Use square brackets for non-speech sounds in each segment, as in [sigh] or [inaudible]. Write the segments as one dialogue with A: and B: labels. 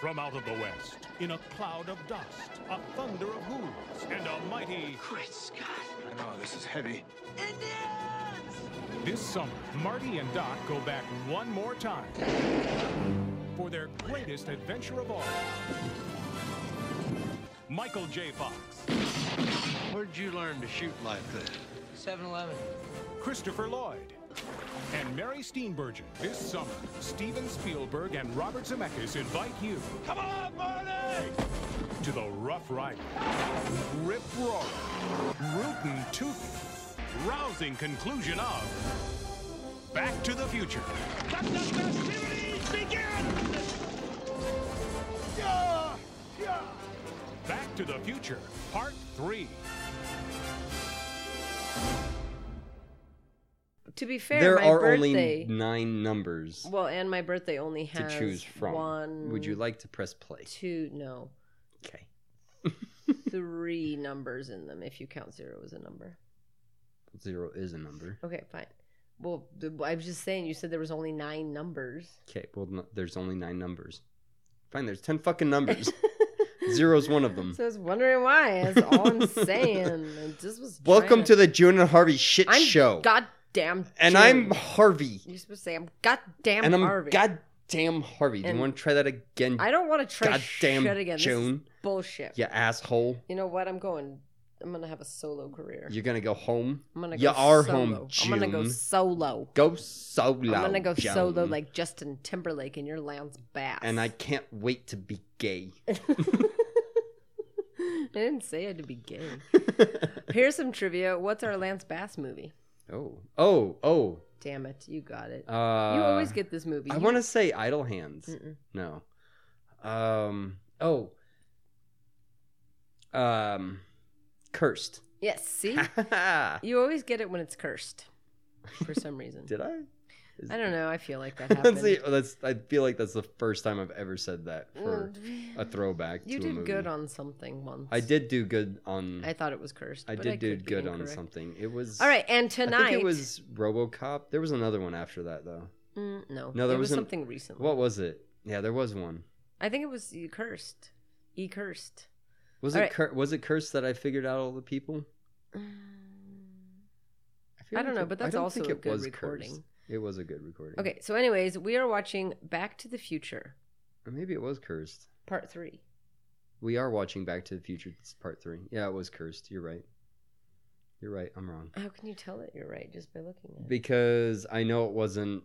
A: from out of the west, in a cloud of dust, a thunder of hooves, and a mighty.
B: Great Scott.
C: I
D: Oh,
C: know this is heavy.
B: Indians!
A: This summer, Marty and Doc go back one more time for their greatest adventure of all. Michael J. Fox,
D: Where'd you learn to shoot like that?
B: 7 Eleven.
A: Christopher Lloyd, and Mary Steenburgen. This summer, Steven Spielberg and Robert Zemeckis invite you. Come on, Marty! To the Rough Rider. Rip Roaring, Rootin' Tootin', rousing conclusion of Back to the Future.
E: Let the festivities begin!
A: Back to the Future, Part 3.
F: To be fair,
G: there
F: my
G: are
F: birthday.
G: only nine numbers
F: Well, and my birthday only
G: to
F: has
G: choose from.
F: One,
G: Would you like to press play?
F: two? No,
G: Okay.
F: three numbers in them if you count zero as a number.
G: Zero is a number.
F: Okay, fine. Well, the, I was just saying. You said there was only nine numbers.
G: Okay, well, no, there's only nine numbers. Fine, there's 10
F: [laughs]
G: fucking numbers. Zero's one of them.
F: So I was wondering why. That's all
G: [laughs]
F: I'm saying. I just was.
G: Welcome
F: trying
G: to the June and Harvey shit
F: I'm
G: show.
F: Goddamn.
G: and
F: June.
G: I'm Harvey.
F: You're supposed to say I'm goddamn
G: and I'm
F: Harvey.
G: goddamn Harvey. Do
F: And-
G: you want to try that again?
F: I don't want to try
G: Goddamn
F: shit again. This is
G: June.
F: bullshit.
G: You asshole.
F: You know what? I'm going. I'm gonna have a solo career.
G: You're going to go home.
F: I'm gonna.
G: you
F: go
G: are
F: solo.
G: home, June.
F: I'm gonna go solo.
G: Go solo.
F: I'm gonna go
G: June.
F: solo like Justin Timberlake in your lounge bath.
G: And I [laughs] can't wait to be gay.
F: [laughs] I didn't say I had to be gay.
G: [laughs]
F: Here's some trivia. What's our Lance Bass movie?
G: oh. Oh. Oh.
F: Damn it, you got it.
G: Uh,
F: you always get this movie.
G: I
F: You- Hmm.
G: want to say idle hands.
F: Mm-mm.
G: No. Um. Oh. Um.
F: [laughs]
G: Cursed.
F: Yes,
G: [laughs]
F: see,
G: Did
F: you always get it when it's cursed, for some
G: [laughs]
F: reason.
G: I?
F: I don't know. I feel like that happened.
G: [laughs] That's, the, that's. I feel like that's the first time I've ever said that for
F: Mm,
G: a throwback.
F: you
G: to a
F: did
G: movie.
F: good on something once.
G: I did do good on.
F: I
G: I,
F: thought it was cursed. but
G: did do
F: could be
G: good on
F: incorrect.
G: something. It was.
F: All right, and
G: I
F: tonight.
G: think it was RoboCop. There was another one after that though.
F: Mm, no,
G: No, there
F: it was
G: wasn't-
F: something recent.
G: What was it? Yeah, there was one.
F: I think it was e cursed. E cursed.
G: Was
F: All
G: it
F: right.
G: cur- was it cursed that I figured out all the people? feel
F: I don't
G: like
F: know,
G: it-
F: but that's
G: don't think
F: also a
G: it
F: good
G: was
F: recording.
G: cursed. It was a good recording.
F: Okay, so anyways, we are watching Back to the Future
G: Or maybe it was cursed.
F: Part Three.
G: We are watching Back to the Future it's Part Three. Yeah, it was cursed. You're right. You're right. I'm wrong
F: How can you tell that you're right just by looking at it?
G: because I know it wasn't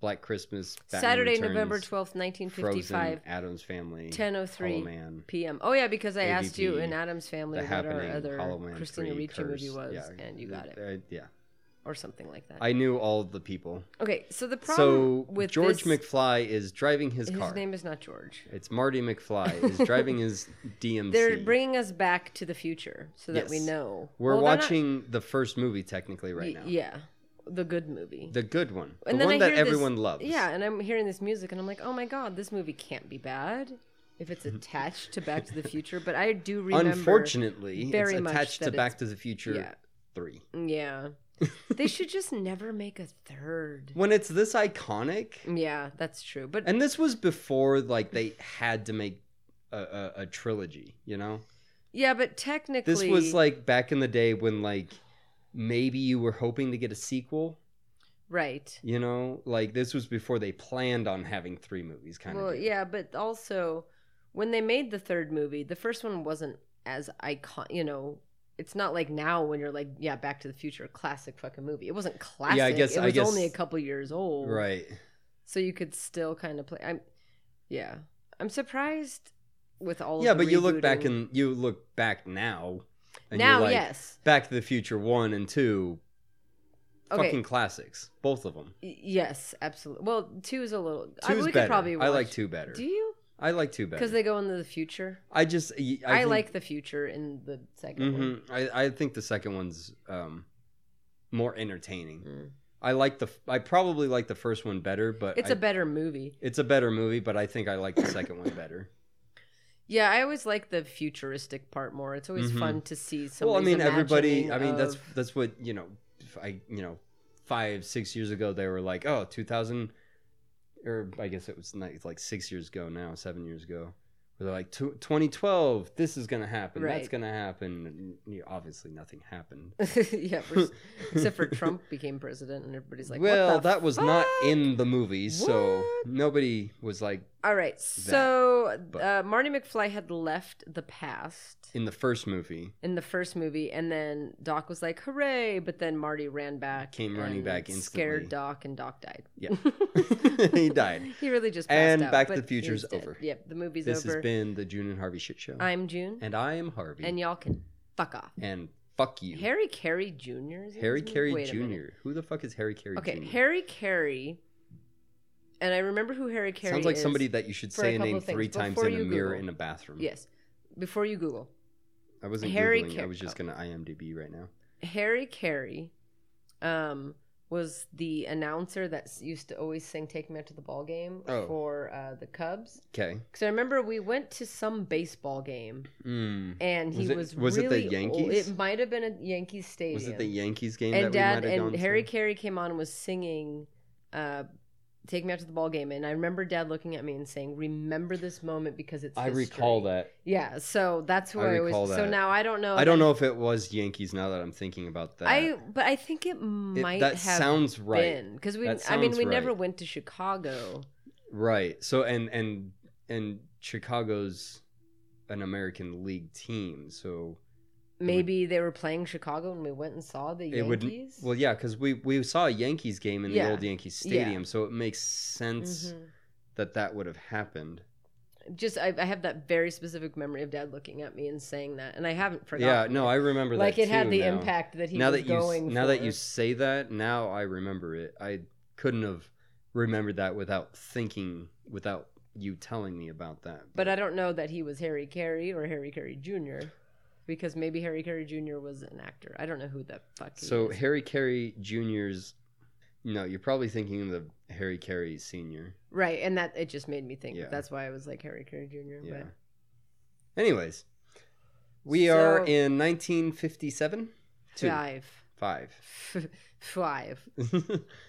G: Black Christmas. Batman
F: Saturday,
G: Returns,
F: November twelfth, nineteen
G: Frozen,
F: fifty-five,
G: Adam's Family,
F: ten oh
G: Hollow
F: three
G: Man.
F: p.m. Oh yeah, because I asked you
G: AVP,
F: in Adam's Family
G: The
F: what our
G: Happening,
F: other
G: Hollow Man
F: Christina
G: 3,
F: Ricci movie
G: Cursed.
F: was,
G: Yeah,
F: and you got it,
G: I- yeah,
F: or something like that.
G: I knew all the people.
F: okay, so the problem
G: so
F: with
G: George
F: this,
G: McFly is driving his,
F: his
G: car.
F: name is not George.
G: It's Marty
F: [laughs]
G: McFly is driving his DMC.
F: They're bringing us back to the future so that we
G: Yes.
F: know
G: We're
F: Well, they're not-
G: watching the first movie technically right
F: Y-
G: now.
F: Yeah, the good movie.
G: The good one. The
F: And then
G: one
F: I
G: that
F: hear this-
G: everyone loves.
F: Yeah, and I'm hearing this music and I'm like, oh my god, this movie can't be bad if
G: [laughs]
F: it's attached to Back to the Future. But I do remember.
G: Unfortunately,
F: very
G: it's
F: much
G: attached to
F: that
G: Back
F: it's-
G: to the Future
F: yeah.
G: 3.
F: Mm,
G: [laughs]
F: Yeah. they should just never make a third.
G: When it's this iconic,
F: Yeah, that's true. But
G: and this was before like they had to make a, a, a trilogy, you know?
F: yeah, but technically,
G: This was like back in the day when like maybe you were hoping to get a sequel,
F: right.
G: you know? Like this was before they planned on having three movies kind
F: Well,
G: of. deal.
F: yeah, but also when they made the third movie, the first one wasn't as icon. You know, it's not like now when you're like, yeah, Back to the Future, classic fucking movie. It wasn't classic.
G: guess-
F: it
G: I
F: was
G: guess-
F: only a couple years old,
G: Right.
F: So you could still kind of play. I'm, yeah, I'm surprised with all. Of
G: Yeah,
F: the
G: but you look back
F: rebooting.
G: and you look back now and
F: now,
G: you're like
F: yes,
G: Back to the Future 1 and 2
F: okay,
G: fucking classics, both of them.
F: Y- yes, absolutely. Well, two is a little. I,
G: Two's
F: we
G: better.
F: could probably. Watch.
G: I like 2 better.
F: Do you?
G: I like 2 better.
F: Because they go into the future.
G: I just I,
F: I,
G: think-
F: like the future in the 2nd one.
G: Mhm. I I think the second one's um more entertaining.
F: Mm.
G: I like the I probably like the first one better, but
F: It's
G: a
F: a better movie.
G: it's a better movie, but I think I like the second one better.
F: Yeah, I always like the futuristic part more. It's always
G: Mhm.
F: fun to see some.
G: well, I mean everybody, I mean that's that's what, you know, if I you know, 5 6 years ago they were like, "Oh, 2000 or I guess it was ni- like 6 years ago now, 7 years ago. where they're like, "Tw- 2012, this is going to happen. That's
F: Right.
G: going to happen. And you- obviously, nothing happened.
F: [laughs] yeah, we're s- except for
G: [laughs]
F: Trump became president, and everybody's like,
G: well,
F: what the
G: that was not
F: fuck?"
G: in the movie, so
F: What?
G: nobody was like
F: All right, so uh, Marty McFly had left the past
G: in the first movie.
F: in the first movie, and then Doc was like, "Hooray!" But then Marty ran back,
G: Came running
F: and
G: back instantly.
F: scared Doc, and Doc died.
G: Yeah. [laughs] He died.
F: He really just passed
G: And
F: out,
G: Back to
F: but
G: the
F: [laughs]
G: Future's
F: he's dead.
G: over.
F: Yep, the movie's
G: this
F: over.
G: has been the June and Harvey shit show.
F: I'm June, and,
G: and I am Harvey.
F: y'all can fuck off.
G: and fuck you.
F: Harry Carey Jr. is in
G: Harry
F: this movie?
G: Carey
F: Wait a minute.
G: Jr. Who the fuck is Harry Carey
F: Okay,
G: Jr.?
F: Harry Carey, and I remember who Harry Carey
G: Sounds like
F: is.
G: somebody that you should
F: for a
G: say a
F: couple
G: name
F: of things.
G: three times
F: Before
G: in a
F: you
G: mirror
F: Google.
G: in a bathroom.
F: Yes, before you Google.
G: I wasn't
F: Harry
G: Googling. I
F: Car- oh.
G: was just going to IMDb right now.
F: Harry Carey um, was the announcer that s- used to always sing "Take Me Out to the Ball Game"
G: Oh.
F: for uh, the Cubs.
G: Okay.
F: Because I remember we went to some baseball game,
G: Mm.
F: and he
G: Was it-
F: was
G: was it the
F: really old.
G: Yankees?
F: It might have been a Yankees stadium.
G: Was it the Yankees game
F: and
G: that
F: Dad
G: we might have
F: and
G: gone
F: Harry
G: to?
F: Carey came on and was singing. Uh, Take me out to the ball game, and I remember Dad looking at me and saying, "Remember this moment because it's."
G: I
F: history."
G: recall that.
F: Yeah, so that's who
G: I
F: I, always.
G: recall
F: So
G: that.
F: now I don't know.
G: I don't
F: that-
G: know if it was Yankees now that I'm thinking about that.
F: I but I think it
G: It-
F: might
G: that
F: have
G: sounds right.
F: been because we.
G: That
F: I mean,
G: sounds
F: we never
G: right.
F: went to Chicago.
G: Right. So and and and Chicago's an American League team, so
F: Maybe they were playing Chicago and we went and saw the
G: it would
F: Yankees.
G: well yeah because we we saw a Yankees game in
F: Yeah.
G: the old Yankees
F: Yeah.
G: Stadium, so it makes sense
F: Mhm.
G: that that would have happened.
F: Just I, I have that very specific memory of Dad looking at me and saying that, and I haven't
G: yeah.
F: forgotten.
G: No, I remember
F: like
G: that
F: it had
G: too
F: the
G: now.
F: impact that he
G: now
F: was
G: that you s-
F: going.
G: now that you
F: for.
G: say that now I remember it. I couldn't have remembered that without thinking without you telling me about that.
F: but I don't know that he was Harry Carey or Harry Carey Jr. Because maybe Harry Carey Jr. was an actor. I don't know who that fuck. he
G: So
F: is.
G: Harry Carey Jr.'s. No, you're probably thinking of the Harry Carey Sr.
F: right, and that it just made me think.
G: Yeah.
F: That's why I was like Harry Carey Jr.
G: Yeah.
F: But
G: Anyways, we are
F: So-
G: in 1957. Two.
F: five. [laughs]
G: Five.
F: F- five.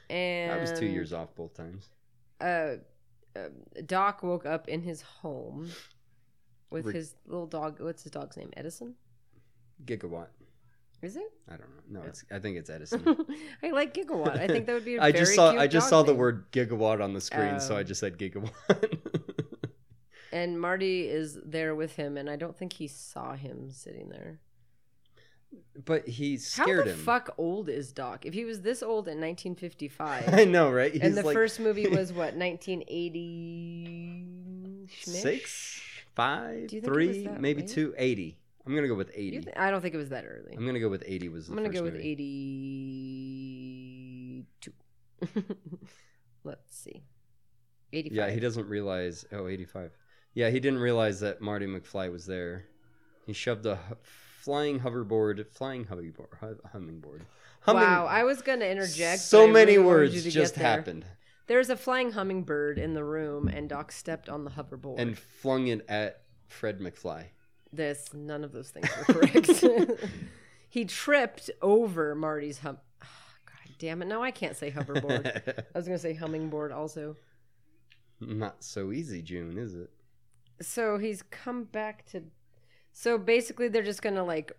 F: And
G: I was two years off both times.
F: Uh, um, Doc woke up in his home with
G: Re-
F: his little dog. What's his dog's name? Edison?
G: Gigawatt.
F: Is it?
G: I don't know. No, it's. I think
F: [laughs]
G: it's Edison.
F: I like Gigawatt. I think that would be. I
G: Mm. I just saw. I just saw the word gigawatt on the screen, so I
F: Um,
G: just said gigawatt. [laughs]
F: And Marty is there with him, and I don't think he saw him sitting there.
G: but he
F: How
G: scared
F: the
G: him.
F: fuck old is Doc? If he was this old in 1955,
G: [laughs] [laughs] I know, right?
F: and the
G: like
F: first movie was
G: [laughs]
F: what 1980
G: six, five,
F: Do you think it was
G: three,
F: that
G: maybe
F: late?
G: two, eighty. I'm gonna go with
F: You
G: eighty.
F: thi- I don't think it was that early.
G: I'm gonna go with eighty was the
F: I'm gonna
G: first
F: go with
G: movie.
F: 82. [laughs] Let's see. 85.
G: Yeah, he doesn't realize. Oh, 85. Yeah, he didn't realize that Marty McFly was there. He shoved a hu- flying hoverboard, flying hoverboard, hu- hummingboard. Humming-
F: Wow, I was gonna interject.
G: So
F: but I
G: many
F: really wanted you to
G: words
F: get
G: just
F: there.
G: happened
F: There's a flying hummingbird in the room, and Doc stepped on the hoverboard.
G: and flung it at Fred McFly.
F: this, none of those things were correct.
G: [laughs]
F: he tripped over Marty's hum. [sighs] Oh, God damn it! No, I can't say
G: [laughs]
F: hoverboard. I was gonna say hummingboard also.
G: Not so easy, June,
F: [laughs]
G: is it?
F: so he's come back to so basically they're just gonna like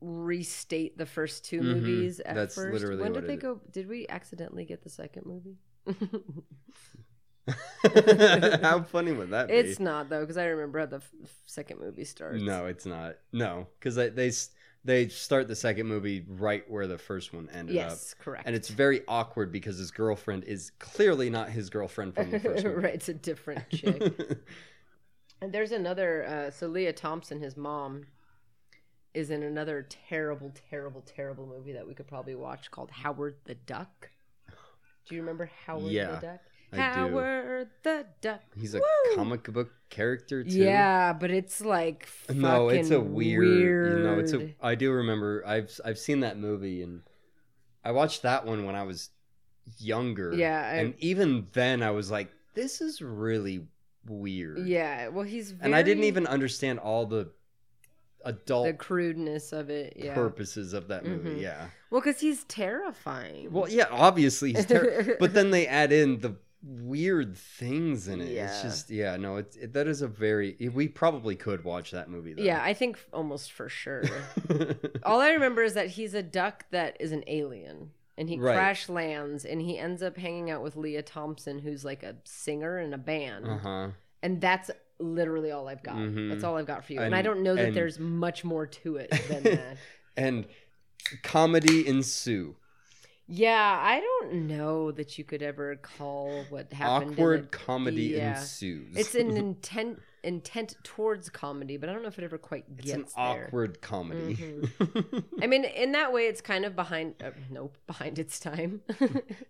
F: restate the first two
G: Mhm.
F: movies at
G: That's
F: first
G: literally
F: when
G: what
F: did
G: it
F: they
G: is.
F: go did we accidentally get the second movie
G: How funny would that
F: [laughs]
G: be?
F: it's not though because i remember how the f- f- second movie starts
G: no, it's not. No, because they, they s- they start the second movie right where the first one ended up.
F: yes correct
G: and it's very awkward because his girlfriend is clearly not his girlfriend
F: [laughs]
G: from the first movie.
F: right it's a different
G: [laughs]
F: chick and there's another uh so leah thompson his mom is in another terrible terrible terrible movie that we could probably watch called howard the duck do you remember howard
G: Yeah,
F: the duck
G: I do.
F: Howard the Duck.
G: He's a
F: Woo!
G: comic book character too.
F: Yeah, but it's like fucking
G: No, it's a weird,
F: weird.
G: You know, it's a. I do remember. I've I've seen that movie and I watched that one when I was younger.
F: Yeah, I-
G: and even then I was like, this is really weird.
F: yeah. Well, he's very,
G: and I didn't even understand all the
F: the
G: adult
F: crudeness of it. Yeah.
G: purposes of that movie.
F: Mhm.
G: Yeah.
F: Well, because he's terrifying. [laughs]
G: Well, yeah, obviously he's terrible. but then they add in the weird things in it. It's
F: Yeah.
G: just yeah, no, it's it, that is a very we probably could watch that movie though.
F: Yeah, I think f- almost for sure. All I remember is that he's a duck that is an alien. And he
G: Right.
F: crash lands and he ends up hanging out with Leah Thompson, who's like a singer in a band.
G: [laughs] uh-huh.
F: And that's literally all I've got.
G: Mhm.
F: That's all I've got for you. And,
G: And-
F: I don't know that
G: and-
F: there's much more to it than
G: [laughs]
F: that.
G: And comedy ensue.
F: yeah, I don't know that you could ever call what happened. in
G: Awkward
F: it-
G: comedy
F: yeah.
G: ensues.
F: It's an
G: [laughs]
F: intent intent towards comedy, but I don't know if it ever quite
G: It's
F: gets
G: an
F: there. Mm-hmm.
G: awkward comedy.
F: I mean, in that way, it's kind of behind. Uh, nope, [laughs] behind its
G: [laughs]
F: time.
G: [laughs]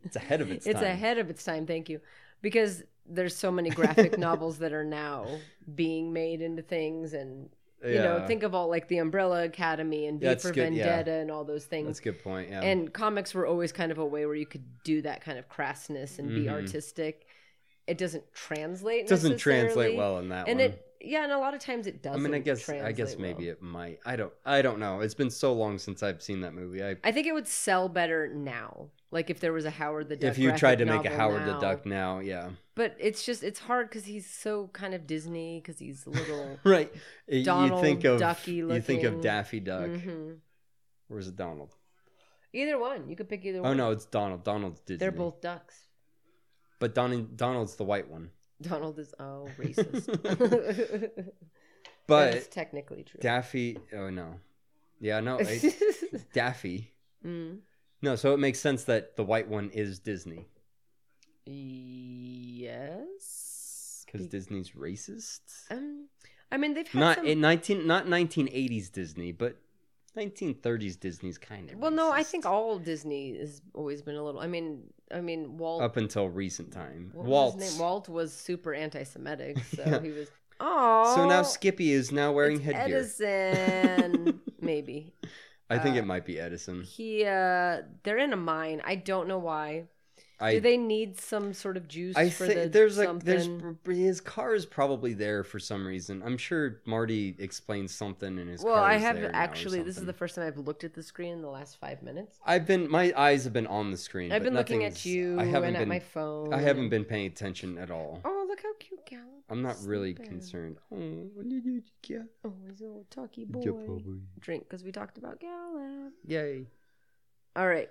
G: it's ahead of its
F: it's
G: time.
F: ahead of its time. Thank you, because there's so many
G: [laughs]
F: graphic novels that are now being made into things, and you know,
G: Yeah.
F: think of all like the Umbrella Academy and V
G: That's
F: for
G: good, yeah.
F: Vendetta and all those things.
G: That's a good point. Yeah.
F: And comics were always kind of a way where you could do that kind of crassness and be
G: Mhm.
F: artistic. It doesn't translate.
G: it doesn't translate
F: necessarily,
G: well in that
F: and
G: one.
F: it yeah, and a lot of times it
G: I
F: doesn't.
G: mean, I guess I guess
F: translate
G: maybe
F: well.
G: it might. I don't. I don't know. It's been so long since I've seen that movie. I
F: I think it would sell better now. Like if there was a Howard the Duck.
G: if you tried to
F: graphic
G: make a
F: novel
G: Howard
F: now.
G: the Duck now, yeah,
F: But it's just it's hard because he's so kind of Disney because he's a little.
G: right.
F: Donald
G: you think of
F: Ducky
G: you think of
F: looking.
G: Daffy [laughs] Duck.
F: Mhm.
G: Where's it Donald?
F: Either one, you could pick either one.
G: Oh no, it's Donald. Donald's Disney.
F: they're both ducks. [laughs]
G: But Don- Donald's the white one.
F: Donald is
G: [laughs]
F: oh [laughs] racist.
G: But
F: that's technically true. [laughs]
G: Daffy. Oh no. Yeah, no. I, Daffy.
F: Mm.
G: No, so it makes sense that the white one is Disney
F: Yes.
G: because
F: Be-
G: Disney's racist.
F: um, I mean they've had
G: Not
F: some.
G: in nineteen, not nineteen eighties Disney, but nineteen thirties Disney's kind of.
F: well, no, I
G: racist.
F: think all Disney has always been a little. I mean, I mean Walt.
G: up until recent time.
F: What
G: Walt.
F: Was his name? Walt was super
G: [laughs]
F: anti-Semitic, so
G: Yeah.
F: he was. Oh,
G: So now Skippy is now wearing headgear. [laughs]
F: Edison, maybe
G: I think
F: uh,
G: it might be Edison.
F: he. uh They're in a mine. I don't know why.
G: I
F: Do they need some sort of juice
G: I
F: for
G: think
F: the
G: there's like
F: something?
G: there's his car is probably there for some reason. I'm sure Marty explains something in his.
F: well,
G: car
F: I
G: is
F: have
G: there now or
F: actually. This is the
G: something.
F: first time I've looked at the screen in the last five minutes.
G: I've been my eyes have been on the screen.
F: I've
G: but
F: been looking
G: nothing's-
F: at you
G: I
F: and
G: haven't been.
F: at my phone.
G: I haven't
F: and-
G: been paying attention at all.
F: Oh, look how cute Gallop.
G: I'm not
F: is, the
G: really
F: bear.
G: concerned. Oh, what did you get?
F: Oh, he's a little talky boy.
G: Yeah, probably.
F: Drink because we talked about Gallop.
G: Yay!
F: All right.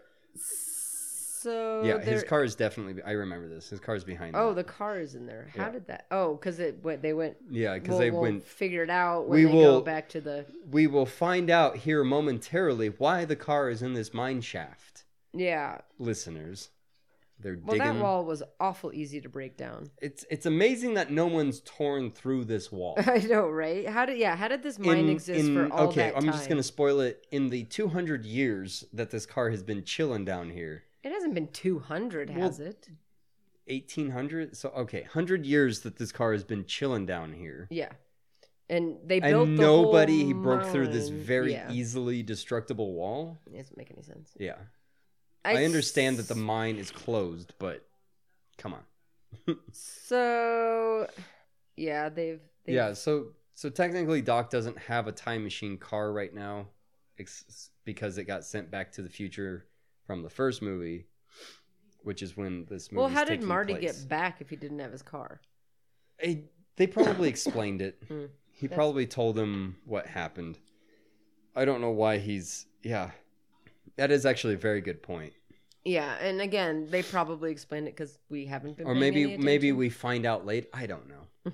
F: So
G: yeah, his
F: Oh, there-
G: car is definitely. I remember this. His car's behind.
F: Oh, the
G: that.
F: car is in there. How
G: Yeah.
F: did that? Oh, because it went. They went.
G: yeah, because
F: we'll-
G: they
F: we'll
G: went.
F: Figure it out when
G: We
F: they go
G: will-
F: back to the.
G: We will find out here momentarily why the car is in this mine shaft,
F: Yeah.
G: listeners. They're
F: Well,
G: digging.
F: that wall was awful easy to break down. [laughs]
G: It's it's amazing that no one's torn through this wall.
F: I know, right? How did? Yeah. How did this [laughs] mine
G: In-
F: exist
G: in-
F: for all
G: okay,
F: that
G: I'm
F: time?
G: just gonna spoil it. In the 200 years that this car has been chilling down here,
F: It hasn't been 200,
G: Well,
F: has it?
G: 1800. So okay, 100 years that this car has been chilling down here,
F: Yeah. And they built
G: and
F: the whole
G: nobody broke through this
F: mine.
G: very
F: yeah.
G: easily destructible wall.
F: It doesn't make any sense.
G: Yeah, I, understand that the
F: s-
G: mine is closed, but come on.
F: So, yeah, they've. they've
G: Yeah, so so technically Doc doesn't have a time machine car right now ex- because it got sent back to the future from the first movie, which is when this movie
F: Well, how did Marty get back if he didn't have his car?
G: They, they probably explained it.
F: Hmm,
G: he
F: that's-
G: probably told him what happened. I don't know why he's yeah. That is actually a very good point.
F: Yeah, and again, they probably explained it because we haven't been.
G: Or
F: paying
G: maybe
F: any
G: maybe
F: attention.
G: we find out late. I don't know.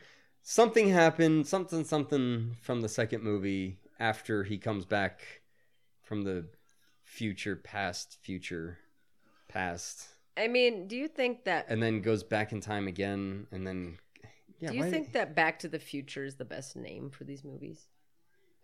F: [laughs]
G: something happened, something something from the second movie after he comes back from the future past future past
F: I mean, do you think that?
G: and then goes back in time again and then yeah,
F: do you
G: why-
F: think that Back to the Future is the best name for these movies?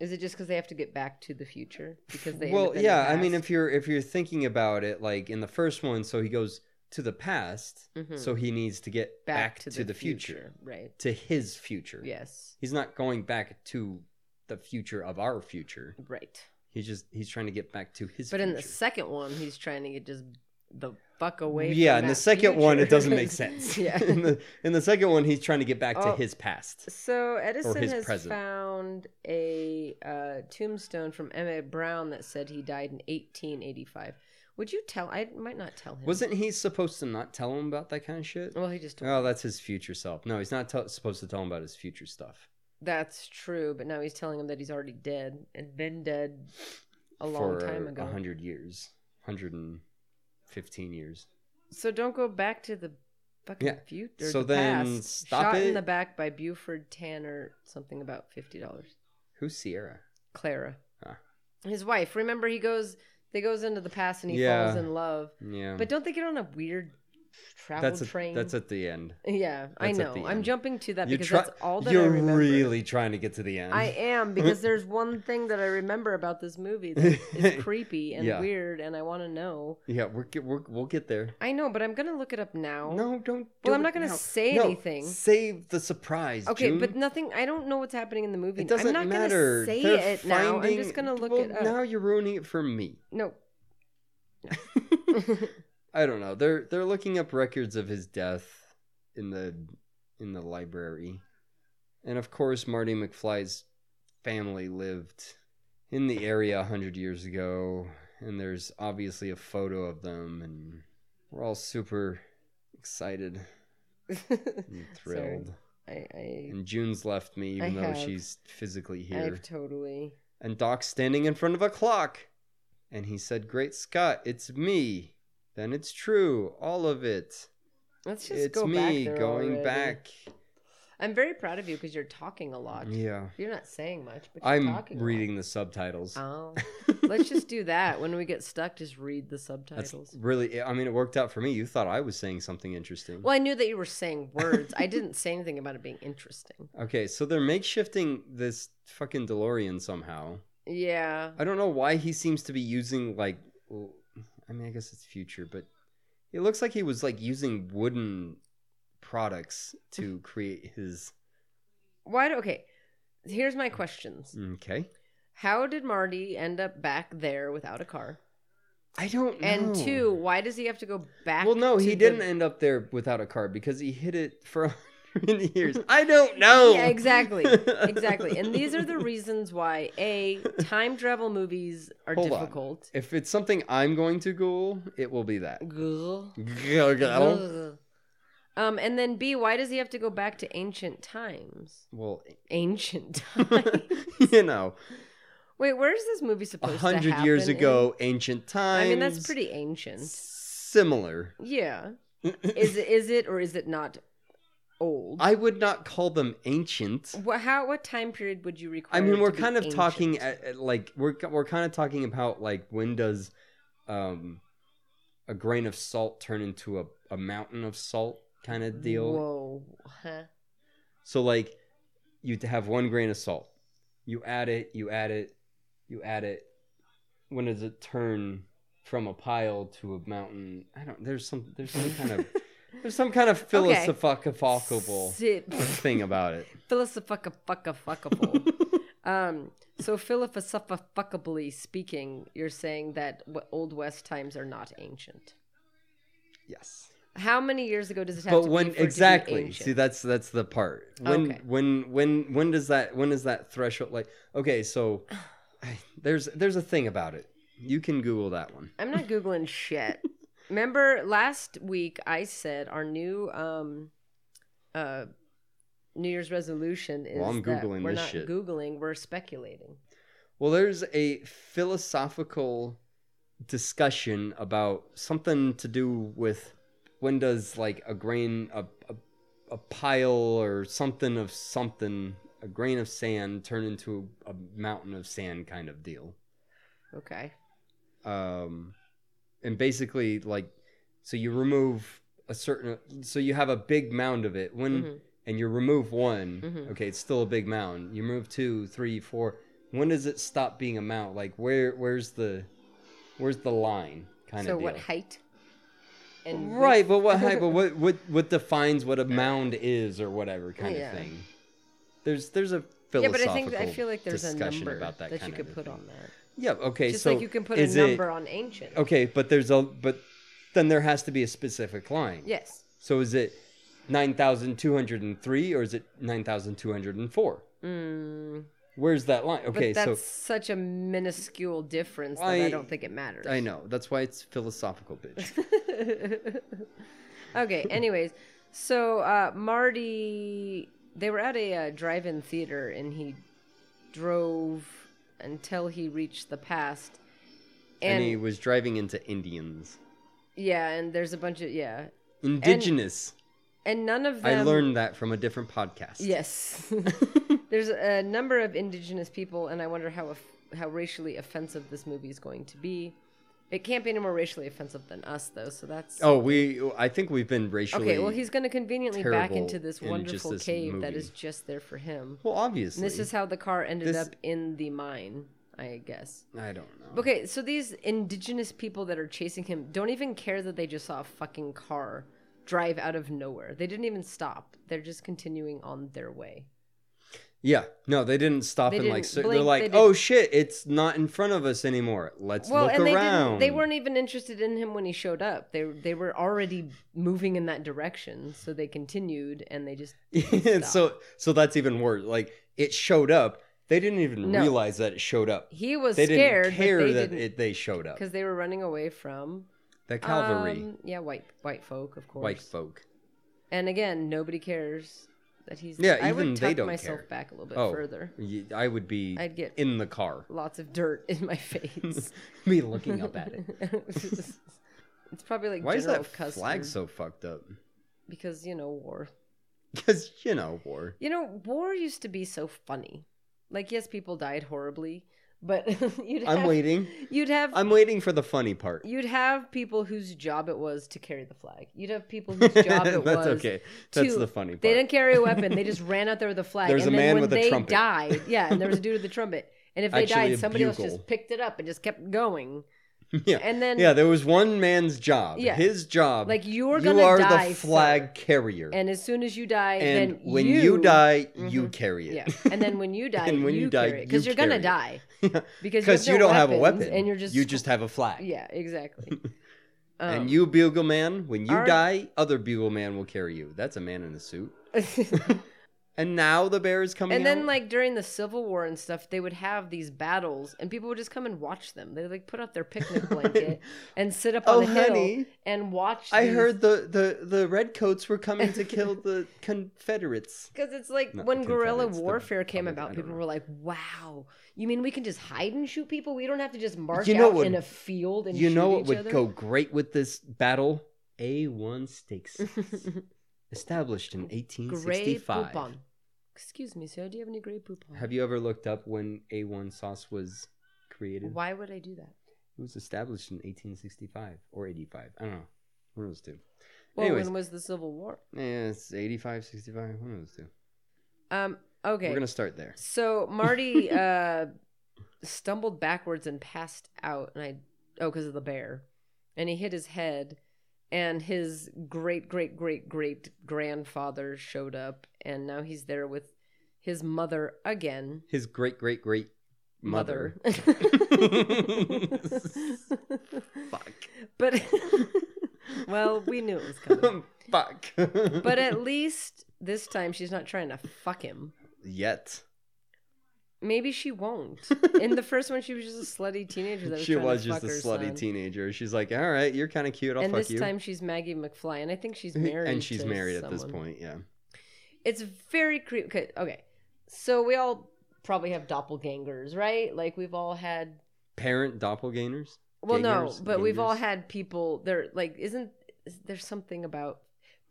F: Is it just because they have to get back to the future because they? end
G: Well,
F: up in the
G: yeah, I mean
F: past?
G: if you're if you're thinking about it like in the first one so he goes to the past
F: Mhm.
G: so he needs to get back, to, the, future,
F: right?
G: to his future.
F: Yes,
G: He's not going back to the future of our future.
F: right.
G: He's just he's trying to get back to his
F: But
G: future.
F: in the second one, he's trying to get just the fuck away.
G: yeah
F: from
G: in the
F: that
G: second one it
F: future.
G: doesn't
F: [laughs]
G: make sense [laughs]
F: yeah.
G: in the in the second one he's trying to get back
F: Oh.
G: to his past
F: So Edison
G: his
F: has
G: present.
F: found a uh, tombstone from Emmett Brown that said he died in 1885, Would you tell? I might not tell him.
G: Wasn't he supposed to not tell him about that kind of shit?
F: Well, he just.
G: Oh, that's his future self. No, he's not tell supposed to tell him about his future stuff
F: That's true, but now he's telling him that he's already dead and been dead a long
G: for
F: time ago.
G: hundred years, hundred and fifteen years.
F: So don't go back to the fucking
G: Yeah.
F: future.
G: So
F: the
G: then
F: past.
G: stop
F: Shot
G: it.
F: in the back by Buford Tanner. Something about fifty dollars.
G: Who's Sierra?
F: Clara,
G: Huh.
F: his wife. Remember, he goes. They goes into the past and he
G: Yeah.
F: falls in love.
G: Yeah,
F: But don't they get on a weird travel
G: that's at-
F: train?
G: that's at the end.
F: [laughs] yeah, I
G: that's at
F: know.
G: the
F: I'm
G: end.
F: jumping to that
G: You
F: because
G: try-
F: that's all that I
G: You're
F: remember.
G: really trying to get to the end.
F: I
G: [laughs]
F: am because there's one thing that I remember about this movie that
G: [laughs]
F: is creepy and
G: Yeah.
F: weird, and I want to know.
G: yeah, we're, get- we're we'll get there.
F: I know, but I'm gonna look it up now.
G: No, don't.
F: Well,
G: do
F: I'm
G: it
F: not gonna
G: now.
F: say
G: No,
F: anything.
G: Save the surprise.
F: Okay,
G: June.
F: but nothing. I don't know what's happening in the movie.
G: It doesn't
F: I'm not
G: matter.
F: gonna say
G: They're
F: it now. I'm
G: finding-
F: just gonna look
G: well,
F: it up.
G: Now you're ruining it for me.
F: [laughs] No.
G: I don't know. They're they're looking up records of his death in the in the library. And of course Marty McFly's family lived in the area 100 years ago and there's obviously a photo of them and we're all super excited and thrilled.
F: I, I,
G: And June's left me
F: I
G: even though
F: have-
G: she's physically Mm, here.
F: I've totally.
G: and Doc's standing in front of a clock. And he said, Great Scott, it's me. Then it's true, all of it.
F: Let's just
G: It's
F: go
G: me
F: back there
G: going
F: already.
G: back.
F: I'm very proud of you because you're talking a lot.
G: Yeah.
F: You're not saying much, but you're
G: I'm
F: talking a lot.
G: reading the subtitles. [laughs]
F: Oh, let's just do that. When we get stuck, just read the
G: That's
F: subtitles.
G: really, I mean, it worked out for me. You thought I was saying something interesting.
F: Well, I knew that you were saying words. I didn't say anything about it being interesting.
G: Okay, so they're makeshifting this fucking DeLorean somehow.
F: Yeah.
G: I don't know why he seems to be using, like, l- I mean, I guess it's future, but it looks like he was, like, using wooden products
F: Mm-hmm.
G: to create his.
F: Why do okay? Here's my questions.
G: mm, Okay.
F: How did Marty end up back there without a car?
G: I don't know.
F: And two, why does he have to go back?
G: Well, no,
F: to
G: he
F: the-
G: didn't end up there without a car because he hid it for [laughs] a hundred
F: [laughs]
G: years. I don't know.
F: Yeah,
G: [laughs]
F: exactly, exactly. And these are the reasons why a time travel movies are
G: Hold on.
F: difficult.
G: If it's something I'm going to Google, it will be that.
F: Grr.
G: Google.
F: Grr. Um, and then B, why does he have to go back to ancient times?
G: [laughs] Well, [laughs]
F: Ancient [laughs] times.
G: you know,
F: Wait, where is this movie
G: a
F: supposed to happen?
G: hundred years
F: in?
G: ago, ancient times.
F: I mean, that's pretty ancient.
G: similar. [laughs]
F: Yeah. Is it, is it or is it not old?
G: I would not call them ancient.
F: What, how, what time period would you require?
G: I
F: it
G: mean,
F: to
G: we're
F: be
G: kind of talking
F: ancient?
G: at, at, like we're we're kind of talking about like when does um a grain of salt turn into a, a mountain of salt kind of deal.
F: Whoa. Huh?
G: So like you t- have one grain of salt. You add it, you add it, you add it. When does it turn from a pile to a mountain? I don't there's some there's some kind
F: [laughs]
G: of there's some kind of philosophical
F: Sit.
G: thing about it.
F: Philosophica fucka
G: [laughs]
F: fuckable. um, so philosophically speaking, you're saying that w- old west times are not ancient.
G: Yes.
F: How many years ago does it have
G: but
F: to
G: when
F: be for
G: exactly
F: it to be ancient?
G: see that's that's the part when
F: Okay.
G: when when when does that when is that threshold like okay so I- there's there's a thing about it you can google that one
F: I'm not googling
G: [laughs]
F: shit. Remember last week I said our new um uh New Year's resolution is
G: Well, I'm
F: that
G: Googling
F: we're
G: this
F: not
G: shit.
F: googling, we're speculating.
G: well there's a philosophical discussion about something to do with when does like a grain a, a, a pile or something of something a grain of sand turn into a mountain of sand kind of deal
F: Okay.
G: um, and basically like so you remove a certain so you have a big mound of it when
F: Mhm.
G: and you remove one
F: Mhm.
G: okay it's still a big mound you remove two three four when does it stop being a mound like where where's the where's the line kind
F: so
G: of deal.
F: what height? And
G: right
F: width?
G: but what
F: [laughs]
G: height but what, what what defines what a mound is or whatever kind
F: Oh, Yeah.
G: of thing there's there's a
F: Yeah,
G: philosophical
F: but I think I feel like there's a
G: discussion
F: number
G: about
F: that,
G: that,
F: you
G: kind
F: could
G: of
F: put
G: thing.
F: on that.
G: yeah okay
F: Just
G: so
F: like you can put a
G: is it-
F: number on ancient.
G: Okay, but there's a but then there has to be a specific line.
F: Yes.
G: So is it 9203 or is it 9204?
F: Mm,
G: Where's that line? Okay,
F: but that's
G: so
F: such a minuscule difference that I
G: I-
F: don't think it matters.
G: I know that's why it's philosophical,
F: [laughs]
G: bitch.
F: okay. Anyways, so uh, Marty, they were at a uh, drive-in theater, and he drove until he reached the past.
G: and
F: And,
G: he was driving into Indians,
F: yeah, and there's a bunch of yeah,
G: indigenous.
F: and none of them.
G: I learned that from a different podcast. [laughs]
F: Yes, there's a number of indigenous people, and I wonder how of how racially offensive this movie is going to be. It can't be any more racially offensive than us, though. So that's
G: Oh, we. I think we've been racially.
F: Okay, well, he's going to conveniently back
G: terrible
F: into this
G: in just
F: wonderful
G: this
F: cave that
G: movie.
F: is just there for him.
G: Well, obviously.
F: And this is how the car ended
G: This-
F: up in the mine, I guess.
G: I don't know.
F: Okay, so these indigenous people that are chasing him don't even care that they just saw a fucking car drive out of nowhere. They didn't even stop. They're just continuing on their way.
G: Yeah. No, they didn't stop
F: They
G: and like.
F: didn't
G: So
F: blink,
G: they're like,
F: they didn't-
G: oh shit, it's not in front of us anymore. Let's
F: Well,
G: look
F: and they
G: around.
F: didn't, they weren't even interested in him when he showed up. They they were already moving in that direction, so they continued and they just
G: And [laughs] so, so that's even worse. Like it showed up. They didn't even
F: No.
G: realize that it showed up.
F: he was
G: They
F: scared
G: didn't care
F: but they
G: that
F: didn't
G: it, they showed up.
F: because they were running away from
G: The cavalry,
F: um, yeah, white white folk, of course.
G: white folk.
F: And again, nobody cares that he's.
G: Yeah,
F: I would
G: even
F: tuck
G: they don't
F: myself
G: care.
F: back a little bit
G: Oh,
F: further.
G: y- I would be
F: I'd get-
G: in the car.
F: Lots of dirt in my
G: [laughs]
F: face.
G: Me looking up
F: [laughs]
G: at it.
F: it's probably like
G: Why is
F: general
G: that
F: custom
G: flag so fucked up? [laughs]
F: because you know war.
G: Because you know
F: [laughs]
G: war.
F: You know, war used to be so funny. Like, yes, people died horribly, but [laughs] you'd. Have,
G: I'm waiting.
F: You'd have.
G: I'm waiting for the funny part.
F: You'd have people whose job it was to carry the flag. You'd have
G: [laughs]
F: people [laughs] whose job it was
G: That's okay. That's
F: to-
G: the funny part.
F: They didn't carry a weapon. They just ran out there with a flag.
G: There's
F: and
G: a
F: then
G: man
F: when
G: with a
F: they
G: trumpet.
F: died, yeah, and there was a dude
G: [laughs]
F: with a trumpet. And if they
G: Actually, a
F: died, somebody else
G: bugle.
F: just picked it up and just kept going.
G: [laughs] yeah.
F: And then,
G: yeah, there was one man's job.
F: Yeah.
G: His job.
F: like, you're
G: you
F: going to
G: are
F: die.
G: the flag
F: sir.
G: carrier.
F: And as soon as you die,
G: And
F: then
G: when
F: you,
G: you, die, you
F: Mhm.
G: carry [laughs]
F: Yeah.
G: it.
F: And then when you die,
G: And when
F: you,
G: you die,
F: carry Because
G: you
F: you're going to die.
G: carry [laughs] Yeah.
F: Because
G: Because
F: you,
G: you
F: have no
G: don't have a
F: weapons,
G: weapon.
F: And you're just.
G: you just have a
F: [laughs]
G: flag.
F: Yeah, exactly.
G: [laughs] and you, Bugle Man, when you
F: our-
G: die, other Bugle Man will carry you. That's a man in a suit.
F: [laughs] you.
G: And now the bear is coming
F: And then,
G: out?
F: like during the Civil War and stuff, they would have these battles, and people would just come and watch them. They like put out their
G: [laughs]
F: picnic blanket and sit up on
G: Oh,
F: a hill
G: honey,
F: and watch.
G: I
F: [laughs]
G: heard the, the, the redcoats were coming to kill the Confederates.
F: because it's like
G: Not
F: when
G: the
F: guerrilla
G: Confederates, the-
F: warfare came
G: probably- I
F: about,
G: don't
F: people
G: know.
F: were like, "Wow, you mean we can just hide and shoot people? We don't have to just march
G: You know
F: out
G: what-
F: in a field and
G: You
F: shoot
G: know what
F: each
G: would
F: other?"
G: go great with this battle? A1
F: [laughs]
G: steak sauce. [laughs] Established in
F: Gray
G: 1865.
F: poupon. Excuse me, sir. Do you have any gray poupon?
G: Have you ever looked up when A1 sauce was created?
F: Why would I do that?
G: It was established in 1865 or 85. I don't know. One of those two.
F: Well,
G: Anyways,
F: when was the Civil War?
G: yeah, it's 85, 65, one of those two.
F: Um. Okay.
G: We're going to start there.
F: So Marty uh, stumbled backwards and passed out, and I oh, because of the bear, and he hit his head, and his great great great great grandfather showed up, and now he's there with his mother again.
G: His great great great mother. Fuck.
F: [laughs] but [laughs] well, we knew it was
G: [laughs]
F: coming.
G: Fuck.
F: But at least this time she's not trying to fuck him.
G: [laughs] Yet.
F: Maybe she won't.
G: [laughs]
F: In the first one, she was just a slutty teenager. That was
G: She
F: trying to
G: was just
F: fuck
G: a
F: her
G: slutty
F: son.
G: teenager. She's like, all right, you're kind of cute. I'll
F: and
G: fuck
F: this
G: you. [laughs]
F: time she's Maggie McFly, and I think she's married.
G: and she's
F: to
G: married at this
F: someone.
G: point, yeah.
F: It's very creepy. Okay, okay, so we all probably have doppelgangers, right? Like we've all had.
G: Parent doppelgangers?
F: Well,
G: Gangers?
F: no, but we've all
G: Gangers?
F: had people. They're like, isn't is there something about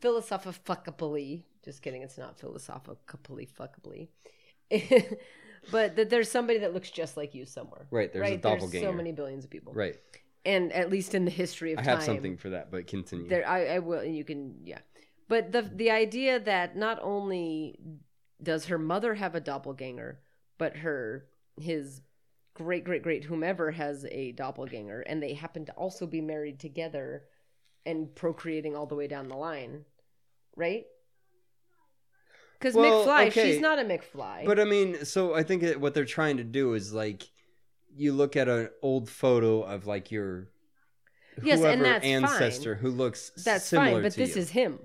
F: philosophically? Just kidding. It's not philosophically fuckably. [laughs] but that there's somebody that looks just like you somewhere.
G: Right, there's a
F: right? There's
G: doppelganger.
F: so many billions of people.
G: Right.
F: And at least in the history of
G: I
F: time.
G: have something for that, but continue.
F: There, I, I will, and you can, yeah. But the the idea that not only does her mother have a doppelganger, but her his great great great whomever has a doppelganger, and they happen to also be married together and procreating all the way down the line, right? Because
G: Well,
F: McFly,
G: okay.
F: she's not a McFly.
G: But I mean, so I think that what they're trying to do is like, you look at an old photo of like your
F: Yes, and
G: whoever
F: that's fine.
G: ancestor who looks
F: that's
G: similar [laughs]
F: fine. But
G: to
F: this
G: you.
F: is him,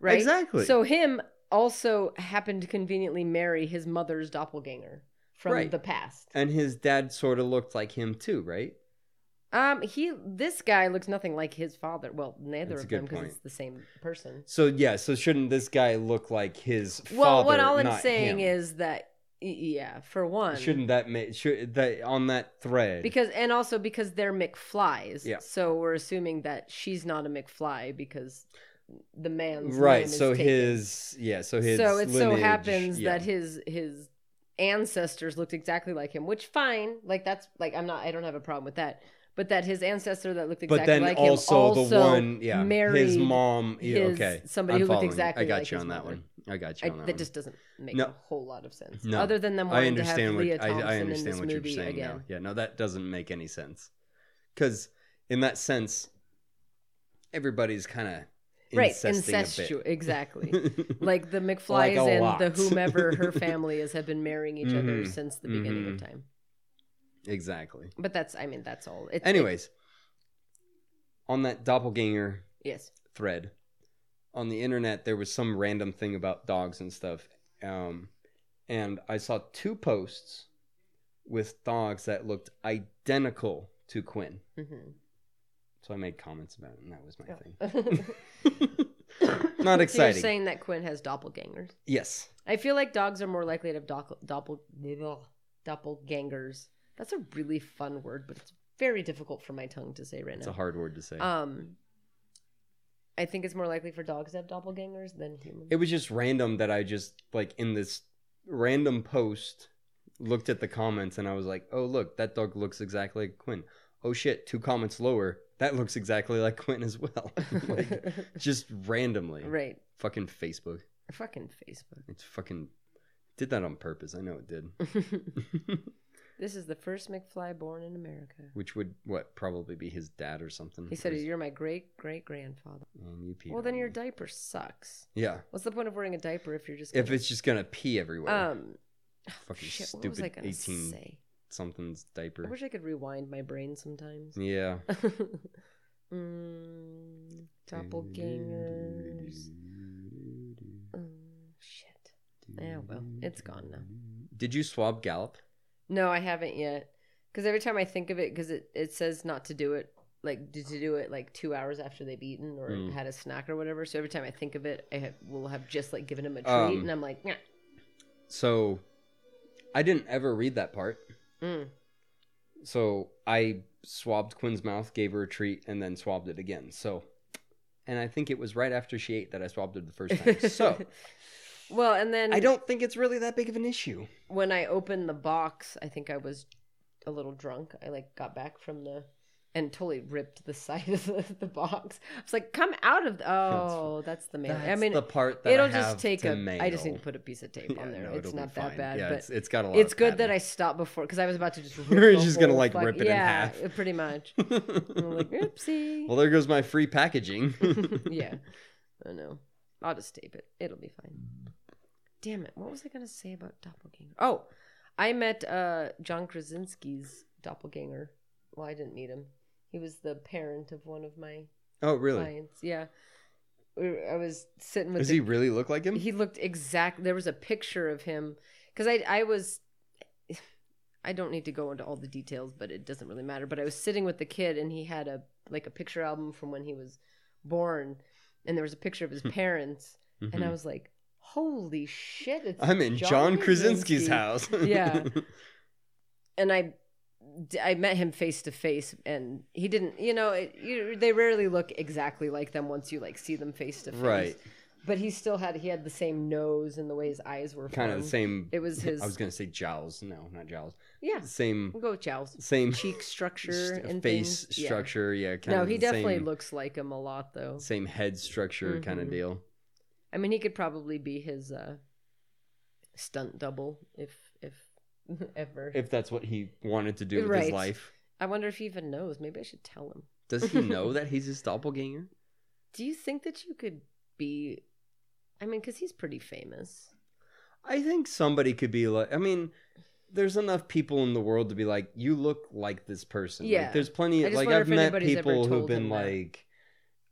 F: right?
G: Exactly.
F: So him, also happened to conveniently marry his mother's doppelganger from
G: Right.
F: the past.
G: And his dad sort of looked like him too, right?
F: Um, he this guy looks nothing like his father. Well, neither
G: That's a
F: of
G: good
F: them because
G: point.
F: it's the same person.
G: So yeah, so shouldn't this guy look like his
F: Well,
G: father?
F: what all I'm
G: not
F: saying
G: him?
F: is that y- yeah, for one,
G: shouldn't that make should that on that thread?
F: because and also because they're McFlies.
G: Yeah.
F: So we're assuming that she's not a McFly because the man's name
G: right,
F: is
G: so
F: taken.
G: his yeah, so his
F: so it so
G: lineage-
F: happens
G: yeah.
F: that his his ancestors looked exactly like him, which fine, like that's like I'm not I don't have a problem with that. But that his ancestor that looked exactly
G: but then
F: like him
G: also, the one yeah
F: married
G: his mom yeah,
F: his-
G: okay
F: somebody
G: I'm
F: who looked
G: following you.
F: exactly
G: I got
F: like
G: you
F: his
G: on that
F: mother.
G: one. I got you
F: I,
G: on that,
F: that
G: one.
F: just doesn't make
G: No.
F: a whole lot of sense.
G: No.
F: Other than them
G: I
F: wanting to have
G: understand
F: Leah
G: what I,
F: Thompson
G: I
F: in this
G: understand what you're
F: movie
G: saying
F: again.
G: now. Yeah, no, that doesn't make any sense. Because in that sense, everybody's kind of
F: Right,
G: incestuous.
F: incestual,
G: [laughs]
F: exactly. like the McFlys
G: Like a
F: and
G: lot.
F: the whomever
G: [laughs]
F: her family is have been marrying each other
G: Mhm,
F: since the beginning
G: mhm.
F: of time.
G: [laughs] exactly.
F: But that's, I mean, that's all. It's,
G: Anyways, on that doppelganger
F: yes,
G: thread on the internet there was some random thing about dogs and stuff um, and i saw two posts with dogs that looked identical to quinn so i made comments about it and that was
F: [laughs]
G: my
F: hmm
G: thing not
F: So
G: exciting
F: you're saying that Quinn has doppelgangers.
G: yes
F: I feel like dogs are more likely to have doc- doppel- ugh, doppelgangers. That's a really fun word, but it's very difficult for my tongue to say right
G: it's
F: now.
G: a hard word to say
F: Um, I think it's more likely for dogs to have doppelgangers than humans.
G: it was just random that i just like in this random post looked at the comments and i was like oh look that dog looks exactly like quinn oh shit two comments lower that looks exactly like quinn as well [laughs]
F: [laughs]
G: like just randomly
F: right.
G: fucking facebook
F: Fucking Facebook. [laughs]
G: it's fucking did that on purpose i know it did
F: this is the first McFly born in America.
G: which would what probably be his dad or something
F: He said,
G: Or his-
F: You're my great great grandfather.
G: and you pee
F: Well, then
G: on
F: your
G: me."
F: diaper sucks.
G: yeah
F: What's the point of wearing a diaper if you're just.
G: if
F: gonna-
G: it's just gonna pee everywhere
F: Um,
G: fucking
F: shit, what was I going
G: stupid
F: to
G: 18
F: say?
G: something's
F: I
G: diaper
F: wish I could rewind my brain sometimes.
G: yeah
F: [laughs] mm, doppelgangers.
G: Mm-hmm.
F: Oh, shit. Yeah, well, it's gone now.
G: Did you swab Gallop?
F: No, I haven't yet. Because every time I think of it, because it, it says not to do it, like to to do it like two hours after they've eaten or
G: Mm.
F: had a snack or whatever. So every time I think of it, I ha- will have just like given him a treat,
G: Um,
F: and I'm like, nah.
G: So I didn't ever read that part.
F: Mm.
G: So I swabbed Quinn's mouth, gave her a treat, and then swabbed it again. So and I think it was right after she ate that I swabbed her the first time.
F: [laughs]
G: So
F: well, and then
G: I don't think it's really that big of an issue.
F: when I opened the box, I think I was a little drunk. I like got back from the and totally ripped the [laughs] side of the, the box. I was like, "Come out of the, oh, that's, the mail." I
G: That's
F: mean,
G: the part that
F: it'll
G: I
F: just
G: have
F: take
G: to
F: a. I just need
G: mail.
F: to put a piece of tape on
G: Yeah,
F: there.
G: no,
F: it's
G: it'll be
F: not that
G: fine.
F: bad,
G: Yeah,
F: but
G: it's, it's got a lot.
F: it's
G: of
F: good that I
G: padding.
F: stopped before because I was about to
G: [laughs]
F: just. Rip
G: You were
F: the
G: just gonna,
F: whole
G: like,
F: fuck-
G: rip it in
F: yeah,
G: half.
F: pretty
G: [laughs]
F: [laughs] much. I'm like, oopsie.
G: well, there goes my free
F: [laughs]
G: packaging.
F: yeah, I know. I'll just tape it. It'll be fine. Damn it! What was I gonna say about doppelganger? Oh, I met uh, John Krasinski's doppelganger. Well, I didn't meet him. He was the parent of one of my
G: oh, really?
F: clients. Yeah, We were- I was sitting with.
G: Does
F: the-
G: he really look like him?
F: he looked exact. There was a picture of him because I I was. I don't need to go into all the details, but it doesn't really matter. But I was sitting with the kid, and he had a like a picture album from when he was born, and there was a picture of
G: Hmm.
F: his parents, and I
G: Mhm.
F: was like, "Holy shit!" It's
G: I'm in John, Krasinski's
F: Krasinski."
G: house.
F: [laughs] Yeah. and I. I met him face to face, and he didn't. You know, it, you, they rarely look exactly like them once you like see them face to face.
G: [laughs] right.
F: But he still had he had the same nose and the way his eyes were
G: Kind of the
F: formed.
G: same.
F: It was his.
G: [laughs] I was gonna say jowls. No, not jowls.
F: yeah,
G: Same.
F: we'll go with jowls,
G: [laughs] Same
F: cheek structure,
G: [laughs] s-
F: and
G: face
F: things. Yeah.
G: structure. Yeah. kind
F: No,
G: of
F: he
G: the
F: definitely
G: same,
F: looks like him a lot, though.
G: Same head structure kind of
F: Mhm.
G: deal.
F: I mean, he could probably be his uh, stunt double if if [laughs] ever.
G: If that's what he wanted to do with his
F: Right.
G: life.
F: I wonder if he even knows. Maybe I should tell him.
G: Does
F: [laughs]
G: he know that he's his doppelganger?
F: Do you think that you could be? I mean, because he's pretty famous.
G: I think somebody could be like. I mean, there's enough people in the world to be like, you look like this person. Like,
F: Yeah.
G: there's plenty.
F: I
G: Of,
F: just
G: like
F: wonder
G: I've
F: if
G: met
F: anybody's ever
G: people who've
F: told
G: been
F: him that.
G: like,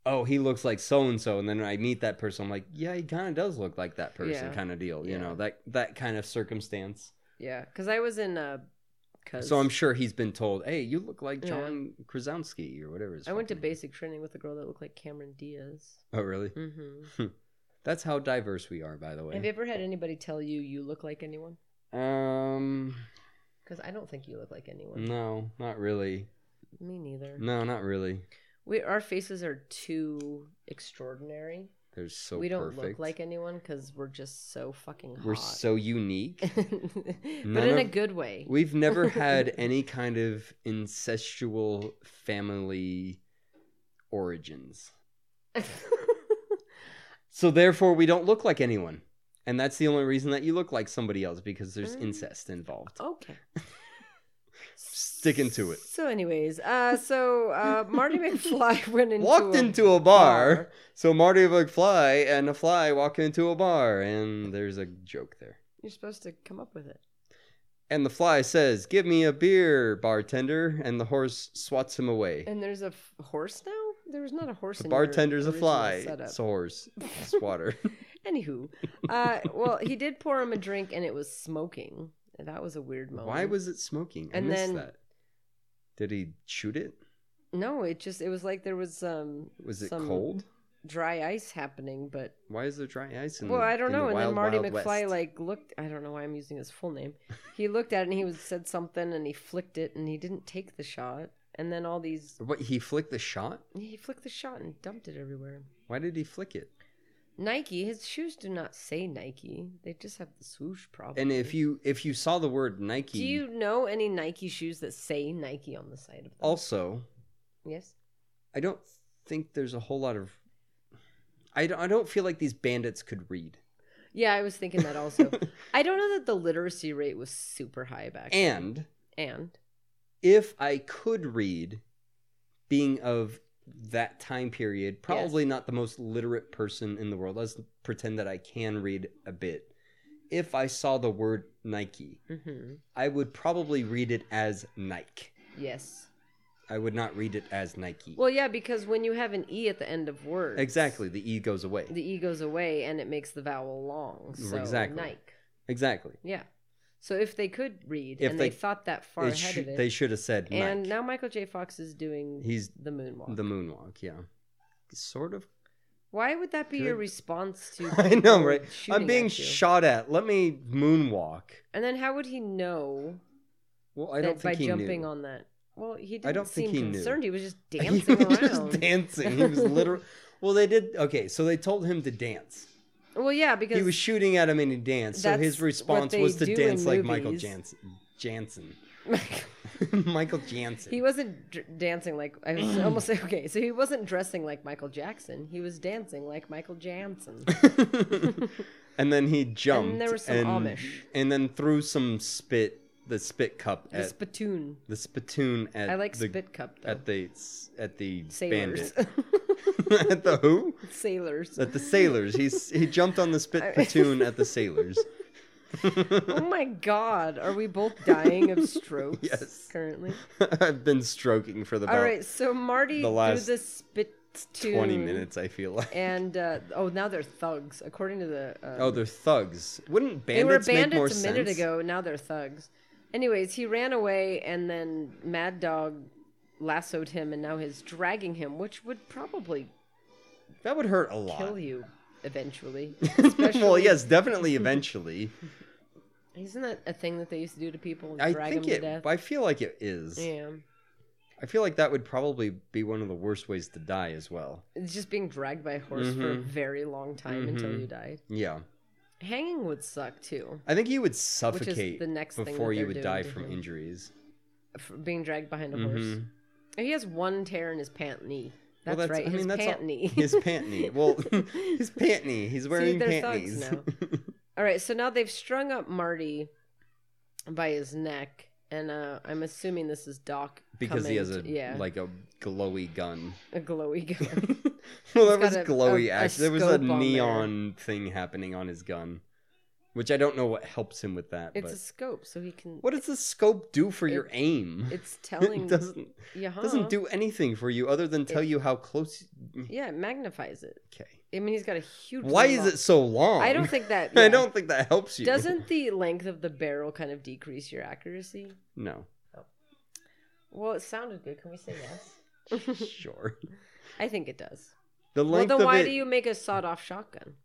G: oh, he looks like so and so, and then I meet that person. I'm like, yeah, he kind of does look like that person,
F: Yeah.
G: kind of deal. You
F: Yeah.
G: know that that kind of circumstance.
F: Yeah, because I was in uh, cause
G: So I'm sure he's been told, hey, you look like
F: Yeah.
G: John Krasinski or whatever. His
F: I went to
G: fucking-
F: basic training with a girl that looked like Cameron Diaz.
G: [laughs] Oh, really?
F: hmm
G: That's how diverse we are, by the
F: Have you
G: way.
F: ever had anybody tell you you look like anyone?
G: Um,
F: Because I don't think you look like anyone.
G: no, not really.
F: Me neither.
G: No, not really.
F: We our faces are too extraordinary.
G: They're so
F: we don't
G: perfect.
F: look like anyone because we're just so fucking hot.
G: We're so unique.
F: [laughs]
G: [laughs]
F: but
G: None
F: in a
G: of-
F: good way. [laughs]
G: We've never had any kind of incestual family origins. So therefore, we don't look like anyone. And that's the only reason that you look like somebody else because there's
F: Mm.
G: incest involved.
F: okay.
G: Sticking to it.
F: So, anyways, uh, so uh,
G: [laughs]
F: Marty McFly went into
G: Walked
F: a
G: into a bar. So Marty McFly and a fly walk into a bar, and there's a joke there.
F: You're supposed to come up with it.
G: And the fly says, "Give me a beer, bartender," and the horse swats him away.
F: And there's a f- horse now. There was not a horse.
G: The
F: in your
G: bartender's a
F: original
G: fly.
F: setup.
G: It's
F: [laughs]
G: a horse. It's water.
F: Anywho, uh, well, he did pour him a drink, and it was smoking. And that was a weird moment.
G: Why was it smoking? I
F: And
G: missed
F: then-
G: that. Did he shoot it?
F: No, it just it was like there was um
G: Was it
F: some
G: cold?
F: dry ice happening, but
G: Why is there dry ice in
F: well,
G: the
F: I don't
G: in the
F: know. And
G: wild,
F: then Marty
G: wild
F: McFly
G: west?
F: like looked. I don't know why I'm using his full name. He looked at it and he was said something and he flicked it and he didn't take the shot. And then all these
G: What he flicked the shot?
F: he flicked the shot and dumped it everywhere.
G: Why did he flick it?
F: Nike. His shoes do not say Nike. They just have the swoosh problem.
G: And if you if you saw the word Nike,
F: Oh, do you know any Nike shoes that say Nike on the side of them?
G: also
F: yes.
G: I don't think there's a whole lot of. I don't, I don't feel like these bandits could read.
F: Yeah, I was thinking that
G: [laughs]
F: also. I don't know that the literacy rate was super high back then.
G: and
F: And
G: if I could read, being of that time period, probably not the most literate person in the world. Let's pretend that I can read a bit. If I saw the word Nike,
F: hmm
G: I would probably read it as Nike.
F: Yes.
G: I would not read it as Nike.
F: Well, yeah, because when you have an e at the end of words,
G: exactly. The E goes away.
F: the e goes away and it makes the vowel long. So
G: Exactly.
F: Nike.
G: exactly.
F: Yeah. So if they could read
G: If
F: and they,
G: they-
F: thought that far
G: It
F: ahead
G: should-
F: of it,
G: They should have said Nike.
F: and now Michael J. Fox is doing
G: He's
F: the moonwalk.
G: The moonwalk, yeah. Sort of. [laughs]
F: Why would that be your
G: Good.
F: response to?
G: [laughs] I know,
F: people
G: right? I'm
F: shooting
G: being
F: at you?
G: shot at. Let me moonwalk.
F: And then how would he know
G: Well, I don't
F: that by
G: think he
F: jumping
G: knew.
F: on that? Well, he didn't
G: I don't
F: seem
G: think he knew.
F: concerned. He was just
G: [laughs] he
F: dancing
G: was
F: around.
G: just [laughs] dancing. He was literally. well, they did. Okay, so they told him to dance.
F: well, yeah, because
G: He was [laughs] shooting at him and he danced. So
F: That's
G: his
F: what
G: response
F: they
G: was to
F: do in
G: dance like Michael
F: movies.
G: Jansen. Jansen. [laughs] Michael Jansen.
F: [laughs] He [laughs] wasn't d- dancing like I was almost [laughs] okay. So he wasn't dressing like Michael Jackson. He was dancing like Michael
G: [laughs]
F: Jansen.
G: [laughs] and then he jumped.
F: there was some
G: and-
F: Amish.
G: And then threw some spit, the spit cup
F: the
G: at
F: spittoon.
G: the spittoon at
F: I like
G: the,
F: spit cup though.
G: at the s- at the
F: sailors.
G: bandit. [laughs] at the who?
F: [laughs]
G: [laughs]
F: sailors.
G: At the sailors. He's he jumped on the
F: [laughs]
G: spit platoon at the sailors.
F: Oh my God! Are we both dying of strokes
G: [laughs] Yes.
F: currently?
G: [laughs] I've been stroking for the
F: All
G: about
F: right. So Marty
G: the
F: threw
G: last
F: the spittoon.
G: twenty minutes. I feel like.
F: And uh, oh, now they're thugs, according to the. Uh,
G: oh, they're thugs. Wouldn't
F: They were
G: bandits make more
F: bandits a
G: sense?
F: minute ago. Now they're thugs. Anyways, he ran away, and then Mad Dog lassoed him, and now he's dragging him, which would probably
G: That would hurt a lot.
F: kill you eventually.
G: [laughs] well,
F: especially- [laughs]
G: yes, definitely. Eventually,
F: Isn't that a thing that they used to do to people?
G: I
F: Drag
G: think
F: them
G: it.
F: to death.
G: I feel like it is.
F: yeah,
G: I feel like that would probably be one of the worst ways to die as well.
F: it's just being dragged by a horse for a
G: Mhm.
F: very long time until
G: Mhm.
F: you died.
G: Yeah,
F: Hanging would suck too.
G: I think you would suffocate
F: the next thing that
G: before you
F: they're
G: would
F: doing
G: die
F: to
G: from
F: him.
G: injuries.
F: For being dragged behind a horse.
G: Mhm.
F: He has one tear in his pant knee. That's,
G: well, that's
F: right.
G: I
F: his
G: mean, that's
F: pant
G: all-
F: knee.
G: [laughs] His pant
F: [laughs]
G: knee. Well, [laughs] his pant knee. He's wearing
F: they're
G: pant
F: thugs
G: knees.
F: now. [laughs] All right, so now they've strung up Marty by his neck, and uh, I'm assuming this is Doc
G: [laughs] because he has
F: coming
G: a
F: to- yeah
G: like a glowy gun.
F: a glowy [laughs]
G: [laughs]
F: gun.
G: well, that
F: got
G: was
F: a-
G: glowy.
F: a- a
G: actually, there was a
F: scope on there.
G: neon thing happening on his gun. which I don't know what helps him with that.
F: It's
G: but
F: a scope, so he can.
G: what [laughs] does the scope do for your
F: it-
G: aim?
F: It's
G: [laughs] it
F: telling.
G: doesn't
F: yeah, huh?
G: doesn't do anything for you other than tell
F: It-
G: you how close.
F: Yeah, it magnifies it.
G: Okay,
F: I mean, he's got a huge.
G: why
F: little
G: is it so long?
F: I
G: [laughs]
F: don't think that.
G: I
F: yeah.
G: don't think that helps you.
F: Doesn't the length of the barrel kind of decrease your accuracy?
G: [laughs]
F: [laughs]
G: no
F: Well, it sounded good. Can we say yes?
G: sure
F: I think it does.
G: the
F: Well,
G: length
F: then
G: of
F: why
G: it
F: do you make a sawed-off shotgun?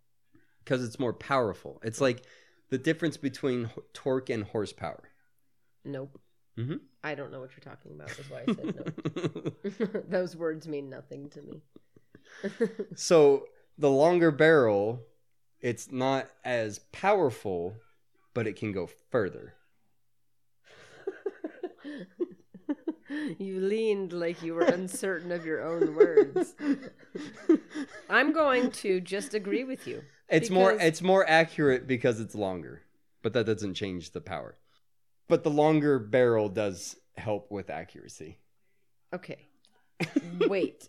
G: because it's more powerful. It's like the difference between h- torque and horsepower. [laughs]
F: Nope.
G: Mhm.
F: I don't know what you're talking about. Is why I said no.
G: [laughs]
F: [laughs] Those words mean nothing to me. [laughs]
G: so the longer barrel, it's not as powerful, but it can go further.
F: you leaned like you were uncertain of your own words. I'm going to just agree with you.
G: It's more
F: Because-
G: it's more accurate because it's longer, but that doesn't change the power. But the longer barrel does help with accuracy.
F: Okay. Wait.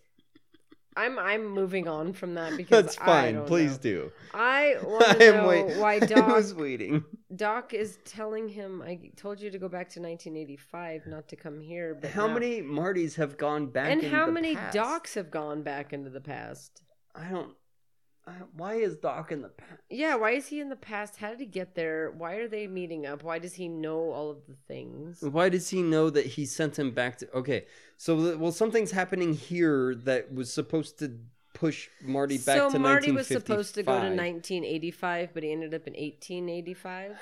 F: I'm I'm moving on from that because
G: That's
F: I
G: fine.
F: don't
G: Please
F: know.
G: do. [laughs]
F: I
G: I
F: want to
G: am
F: know
G: wait-
F: why
G: [laughs] I
F: Doc
G: was waiting.
F: Doc is telling him I told you to go back to 1985 not to come here but
G: How
F: now-
G: many Martys have gone back?
F: And
G: in
F: how
G: the
F: many
G: past?
F: docs have gone back into the past?
G: I don't. I, why is Doc in the past?
F: Yeah, why is he in the past? How did he get there? Why are they meeting up? Why does he know all of the things?
G: Why does he know that he sent him back to? Okay, so th- well, something's happening here that was supposed to push Marty back
F: so
G: to
F: Marty was supposed to go to
G: 1955.
F: 1985, but he ended up in 1885.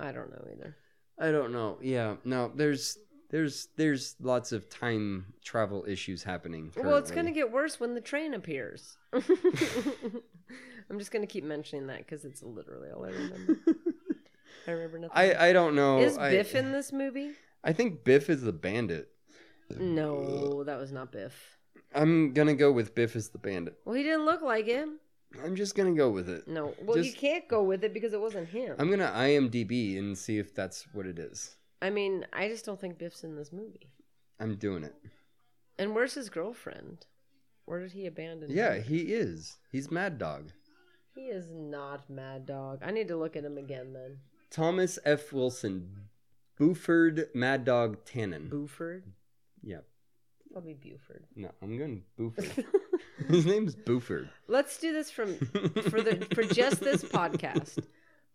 F: I don't know either.
G: I don't know. Yeah, no, there's there's there's lots of time travel issues happening.
F: Well, it's going to
G: currently.
F: get worse when the train appears. [laughs] I'm just going to keep mentioning that because it's literally all I remember. I remember nothing.
G: [laughs] I I don't know.
F: is
G: I-
F: Biff in this movie?
G: I think Biff is the bandit.
F: No, that was not Biff.
G: I'm gonna go with Biff is the bandit.
F: Well, he didn't look like him.
G: I'm just gonna go with it.
F: No. Well, you
G: Just-
F: can't go with it because it wasn't him.
G: I'm gonna IMDb and see if that's what it is.
F: I mean, I just don't think Biff's in this movie.
G: I'm doing it.
F: And where's his girlfriend? Where did he abandon?
G: Yeah,
F: her?
G: he is. He's Mad Dog.
F: he is not Mad Dog. I need to look at him again then.
G: Thomas F. Wilson, Buford Mad Dog Tannen.
F: Buford,
G: yeah,
F: probably Buford. [laughs]
G: no, I'm going Buford. His name's Buford.
F: Let's do this from for the for just
G: [laughs]
F: this podcast.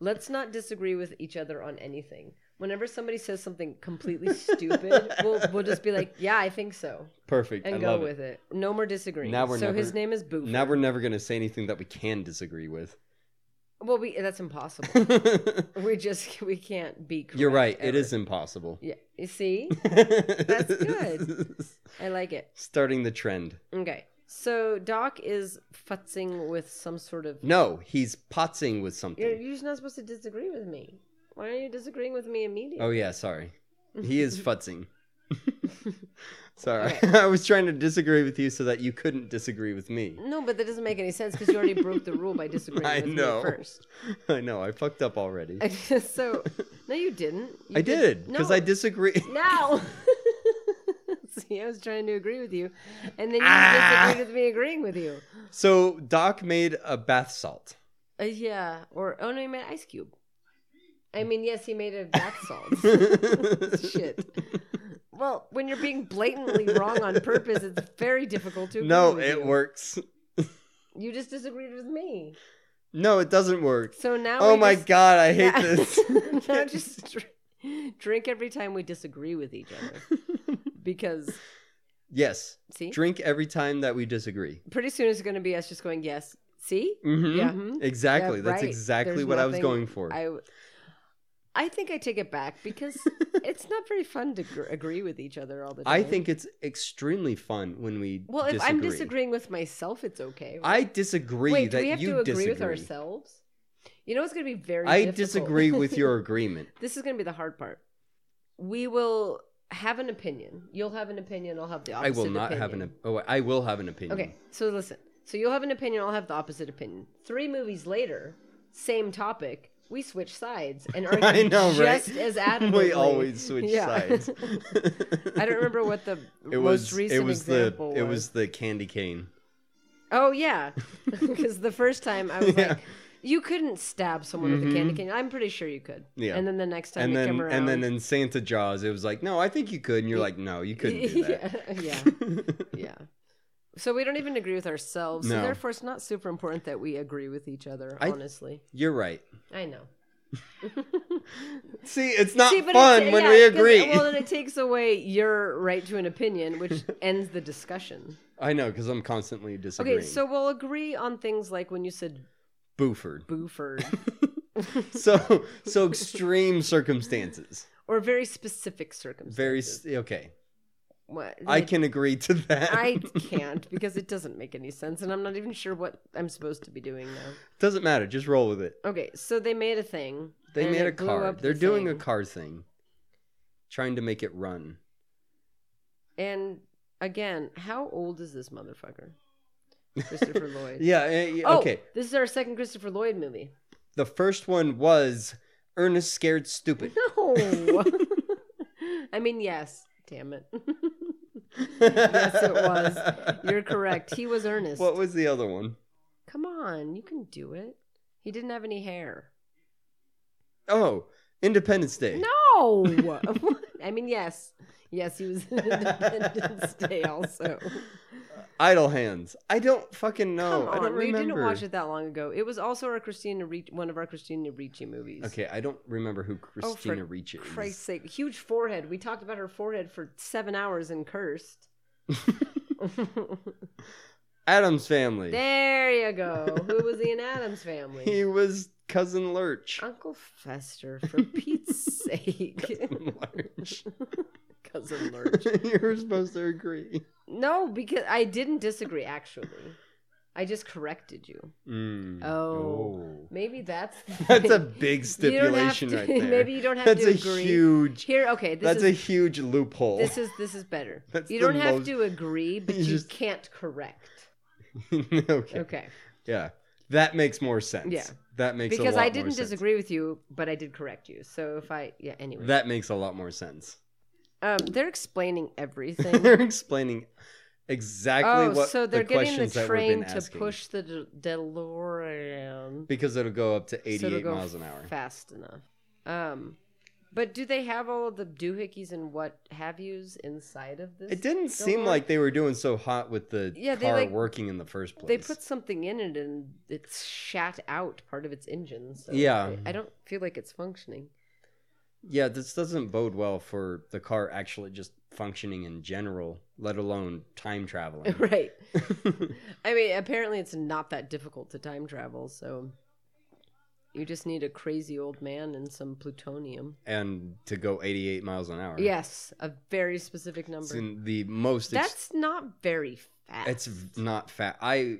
F: Let's not disagree with each other on anything. Whenever somebody says something completely stupid, we'll we'll just be like, "Yeah, I think so,"
G: Perfect.
F: and
G: I
F: go
G: love
F: with it. No more disagreeing.
G: Now we're
F: so his
G: never-
F: name is Buford.
G: Now we're never going to say anything that we can disagree with.
F: well, we that's impossible. we just [laughs] we can't be. Correct
G: [laughs] You're right. It
F: ever.
G: is impossible. [laughs]
F: Yeah. You see,
G: That's
F: good. I like it.
G: Starting the trend.
F: Okay. So Doc is futzing with some sort of.
G: No, he's potzing with
F: You're,
G: something.
F: you're just not supposed to disagree with me. Why are you disagreeing with me immediately?
G: Oh yeah, sorry.
F: [laughs]
G: He is futzing. [laughs] sorry,
F: Okay.
G: [laughs] I was trying to disagree with you so that you couldn't disagree with me. [laughs]
F: No, but that doesn't make any sense because you already broke the rule by disagreeing
G: I
F: with
G: know.
F: me first.
G: I know I fucked up already. I,
F: [laughs] so no, you didn't. You
G: did because I disagree. [laughs]
F: No. [laughs] See, I was trying to agree with you, and then you
G: Ah.
F: disagreed with me agreeing with you.
G: So Doc made a bath salt.
F: Uh, yeah, or oh no, he made ice cube. I mean, yes, he made it of bath
G: [laughs]
F: salts. [laughs]
G: Shit.
F: Shit. Well, when you're being blatantly wrong on purpose, it's very difficult to. Agree
G: [laughs] No,
F: with
G: it
F: you.
G: works.
F: You just disagreed with me,
G: No, it doesn't work.
F: so now.
G: Oh
F: we
G: my
F: just-
G: god, I
F: [laughs]
G: hate
F: Now-
G: this. [laughs]
F: now just dr- drink every time we disagree with each other,
G: [laughs]
F: because
G: yes,
F: see,
G: drink every time that we disagree.
F: pretty soon it's going to be us just going yes, see,
G: Mhm.
F: Yeah, mhm.
G: Exactly.
F: Yeah,
G: That's
F: right.
G: exactly
F: There's
G: what I was
F: nothing
G: going for.
F: I, I think I take it back
G: [laughs]
F: because it's not very fun to gr- agree with each other all the time.
G: I think it's extremely fun when we
F: Well, if
G: disagree.
F: I'm disagreeing with myself, it's okay.
G: I disagree
F: Wait,
G: that
F: do we have
G: you
F: to agree
G: disagree
F: with ourselves? You know, it's going to be very.
G: I
F: difficult.
G: disagree
F: [laughs]
G: with your agreement.
F: this is going to be the hard part. We will have an opinion. You'll have an opinion. I'll have the
G: I
F: opposite.
G: will not have an
F: opinion.
G: op- oh I will have an opinion.
F: Okay, so listen. So you'll have an opinion. I'll have the opposite opinion. Three movies later, same topic. We switch sides and argue
G: [laughs] I know, right?
F: just as admirably.
G: [laughs] we always switch
F: Yeah.
G: sides.
F: [laughs] I don't remember what the
G: [laughs] It
F: most
G: was
F: recent
G: it was the
F: example
G: it was the candy cane. [laughs]
F: Oh yeah, because the first time I was
G: Yeah. Mm-hmm.
F: like, You couldn't stab someone with a candy cane. I'm pretty sure you could.
G: Yeah.
F: And then the next time
G: and
F: you
G: then
F: come around,
G: and then in Santa Jaws, it was like, no, I think you could, and you're like, no, you couldn't
F: [laughs]
G: do that.
F: yeah, yeah,
G: [laughs]
F: yeah. So we don't even agree with ourselves. So
G: No.
F: therefore, it's not super important that we agree with each other.
G: I-
F: honestly,
G: You're right.
F: I know.
G: See, it's not
F: See, but it
G: fun
F: ta-
G: when
F: yeah,
G: we
F: 'cause-
G: agree.
F: Well, then it takes away your right to an opinion, which ends the discussion.
G: [laughs] I know because I'm constantly
F: Okay,
G: disagreeing.
F: so we'll agree on things like when you said
G: Buford. [laughs]
F: Buford,
G: So so extreme circumstances.
F: or very specific circumstances.
G: Very s- okay.
F: What-
G: I
F: like,
G: can agree to that.
F: I can't because it doesn't make any sense, and I'm not even sure what I'm supposed to be doing now.
G: [laughs] Doesn't matter. Just roll with it.
F: Okay, so they made a thing.
G: They
F: and
G: made
F: it
G: a
F: blew
G: car.
F: up the
G: They're doing a
F: thing.
G: car thing. Trying to make it run.
F: And again, how old is this motherfucker?
G: [laughs]
F: Christopher Lloyd.
G: Yeah. eh, yeah,
F: Oh,
G: Okay.
F: This is our second Christopher Lloyd movie.
G: The first one was Ernest Scared Stupid. [laughs]
F: No. I mean, yes. Damn it. [laughs] [laughs] yes, it was. You're correct. He was Ernest.
G: [laughs] What was the other one?
F: Come on, you can do it. He didn't have any hair.
G: Oh, Independence Day.
F: No. [laughs] I mean, yes. Yes, he was [laughs] in Independence Day
G: [laughs]
F: also.
G: Idle Hands. I don't fucking know.
F: Come
G: Oh, I
F: on,
G: don't
F: we
G: remember.
F: didn't watch it that long ago. It was also our Christina Ricci, one of our Christina Ricci movies.
G: Okay, I don't remember who
F: Oh, for
G: Christina Ricci is.
F: Christ's sake, huge forehead. We talked about her forehead for seven hours and
G: [laughs]
F: cursed. [laughs]
G: Adam's family.
F: there you go.
G: [laughs]
F: Who was he in Adam's family?
G: He was cousin Lurch.
F: Uncle Fester, for Pete's sake.
G: [laughs] Lurch.
F: [laughs]
G: [laughs]
F: Cousin Lurch.
G: you were supposed to agree.
F: No, because I didn't disagree, actually. I just corrected you.
G: Mm.
F: Oh. Maybe that's. the
G: [laughs] That's
F: [laughs]
G: a
F: thing.
G: big
F: You don't have
G: stipulation
F: to- [laughs]
G: right there.
F: Maybe you don't have
G: that's
F: to
G: a
F: agree.
G: huge.
F: Here, okay. This
G: That's
F: is
G: a huge loophole.
F: This is this is better.
G: That's
F: you
G: the
F: don't have
G: most-
F: to
G: [laughs]
F: agree, but
G: You
F: you,
G: just-
F: can't correct.
G: [laughs] okay.
F: Okay.
G: Yeah. That makes more sense.
F: Yeah.
G: That makes a
F: Because
G: lot
F: I
G: more
F: didn't
G: sense.
F: disagree with you, but I did correct you. So if I yeah, anyway.
G: That makes a lot more sense.
F: um they're
G: [laughs]
F: explaining everything.
G: they're explaining exactly
F: oh,
G: what
F: so they're
G: the
F: getting
G: questions
F: the
G: that we've
F: train
G: been
F: to
G: asking.
F: push the De- DeLorean
G: because it'll go up to 88
F: so it'll go
G: miles an hour.
F: fast enough. Um but do they have all of the doohickeys and what have yous inside of this?
G: It didn't seem
F: DeLorean?
G: like they were doing so hot with the
F: Yeah, they,
G: car
F: like-
G: working in the first place.
F: They put something in it and it shat out part of its engine. So
G: Yeah.
F: I, I don't feel like it's functioning. [laughs]
G: yeah, this doesn't bode well for the car actually just functioning in general, let alone time traveling. [laughs]
F: right. I mean, apparently it's not that difficult to time travel, so you just need a crazy old man and some plutonium.
G: and to go 88 miles an hour.
F: Yes, a very specific
G: It's
F: number.
G: in the most. ex-
F: That's not very fast.
G: it's not fast. I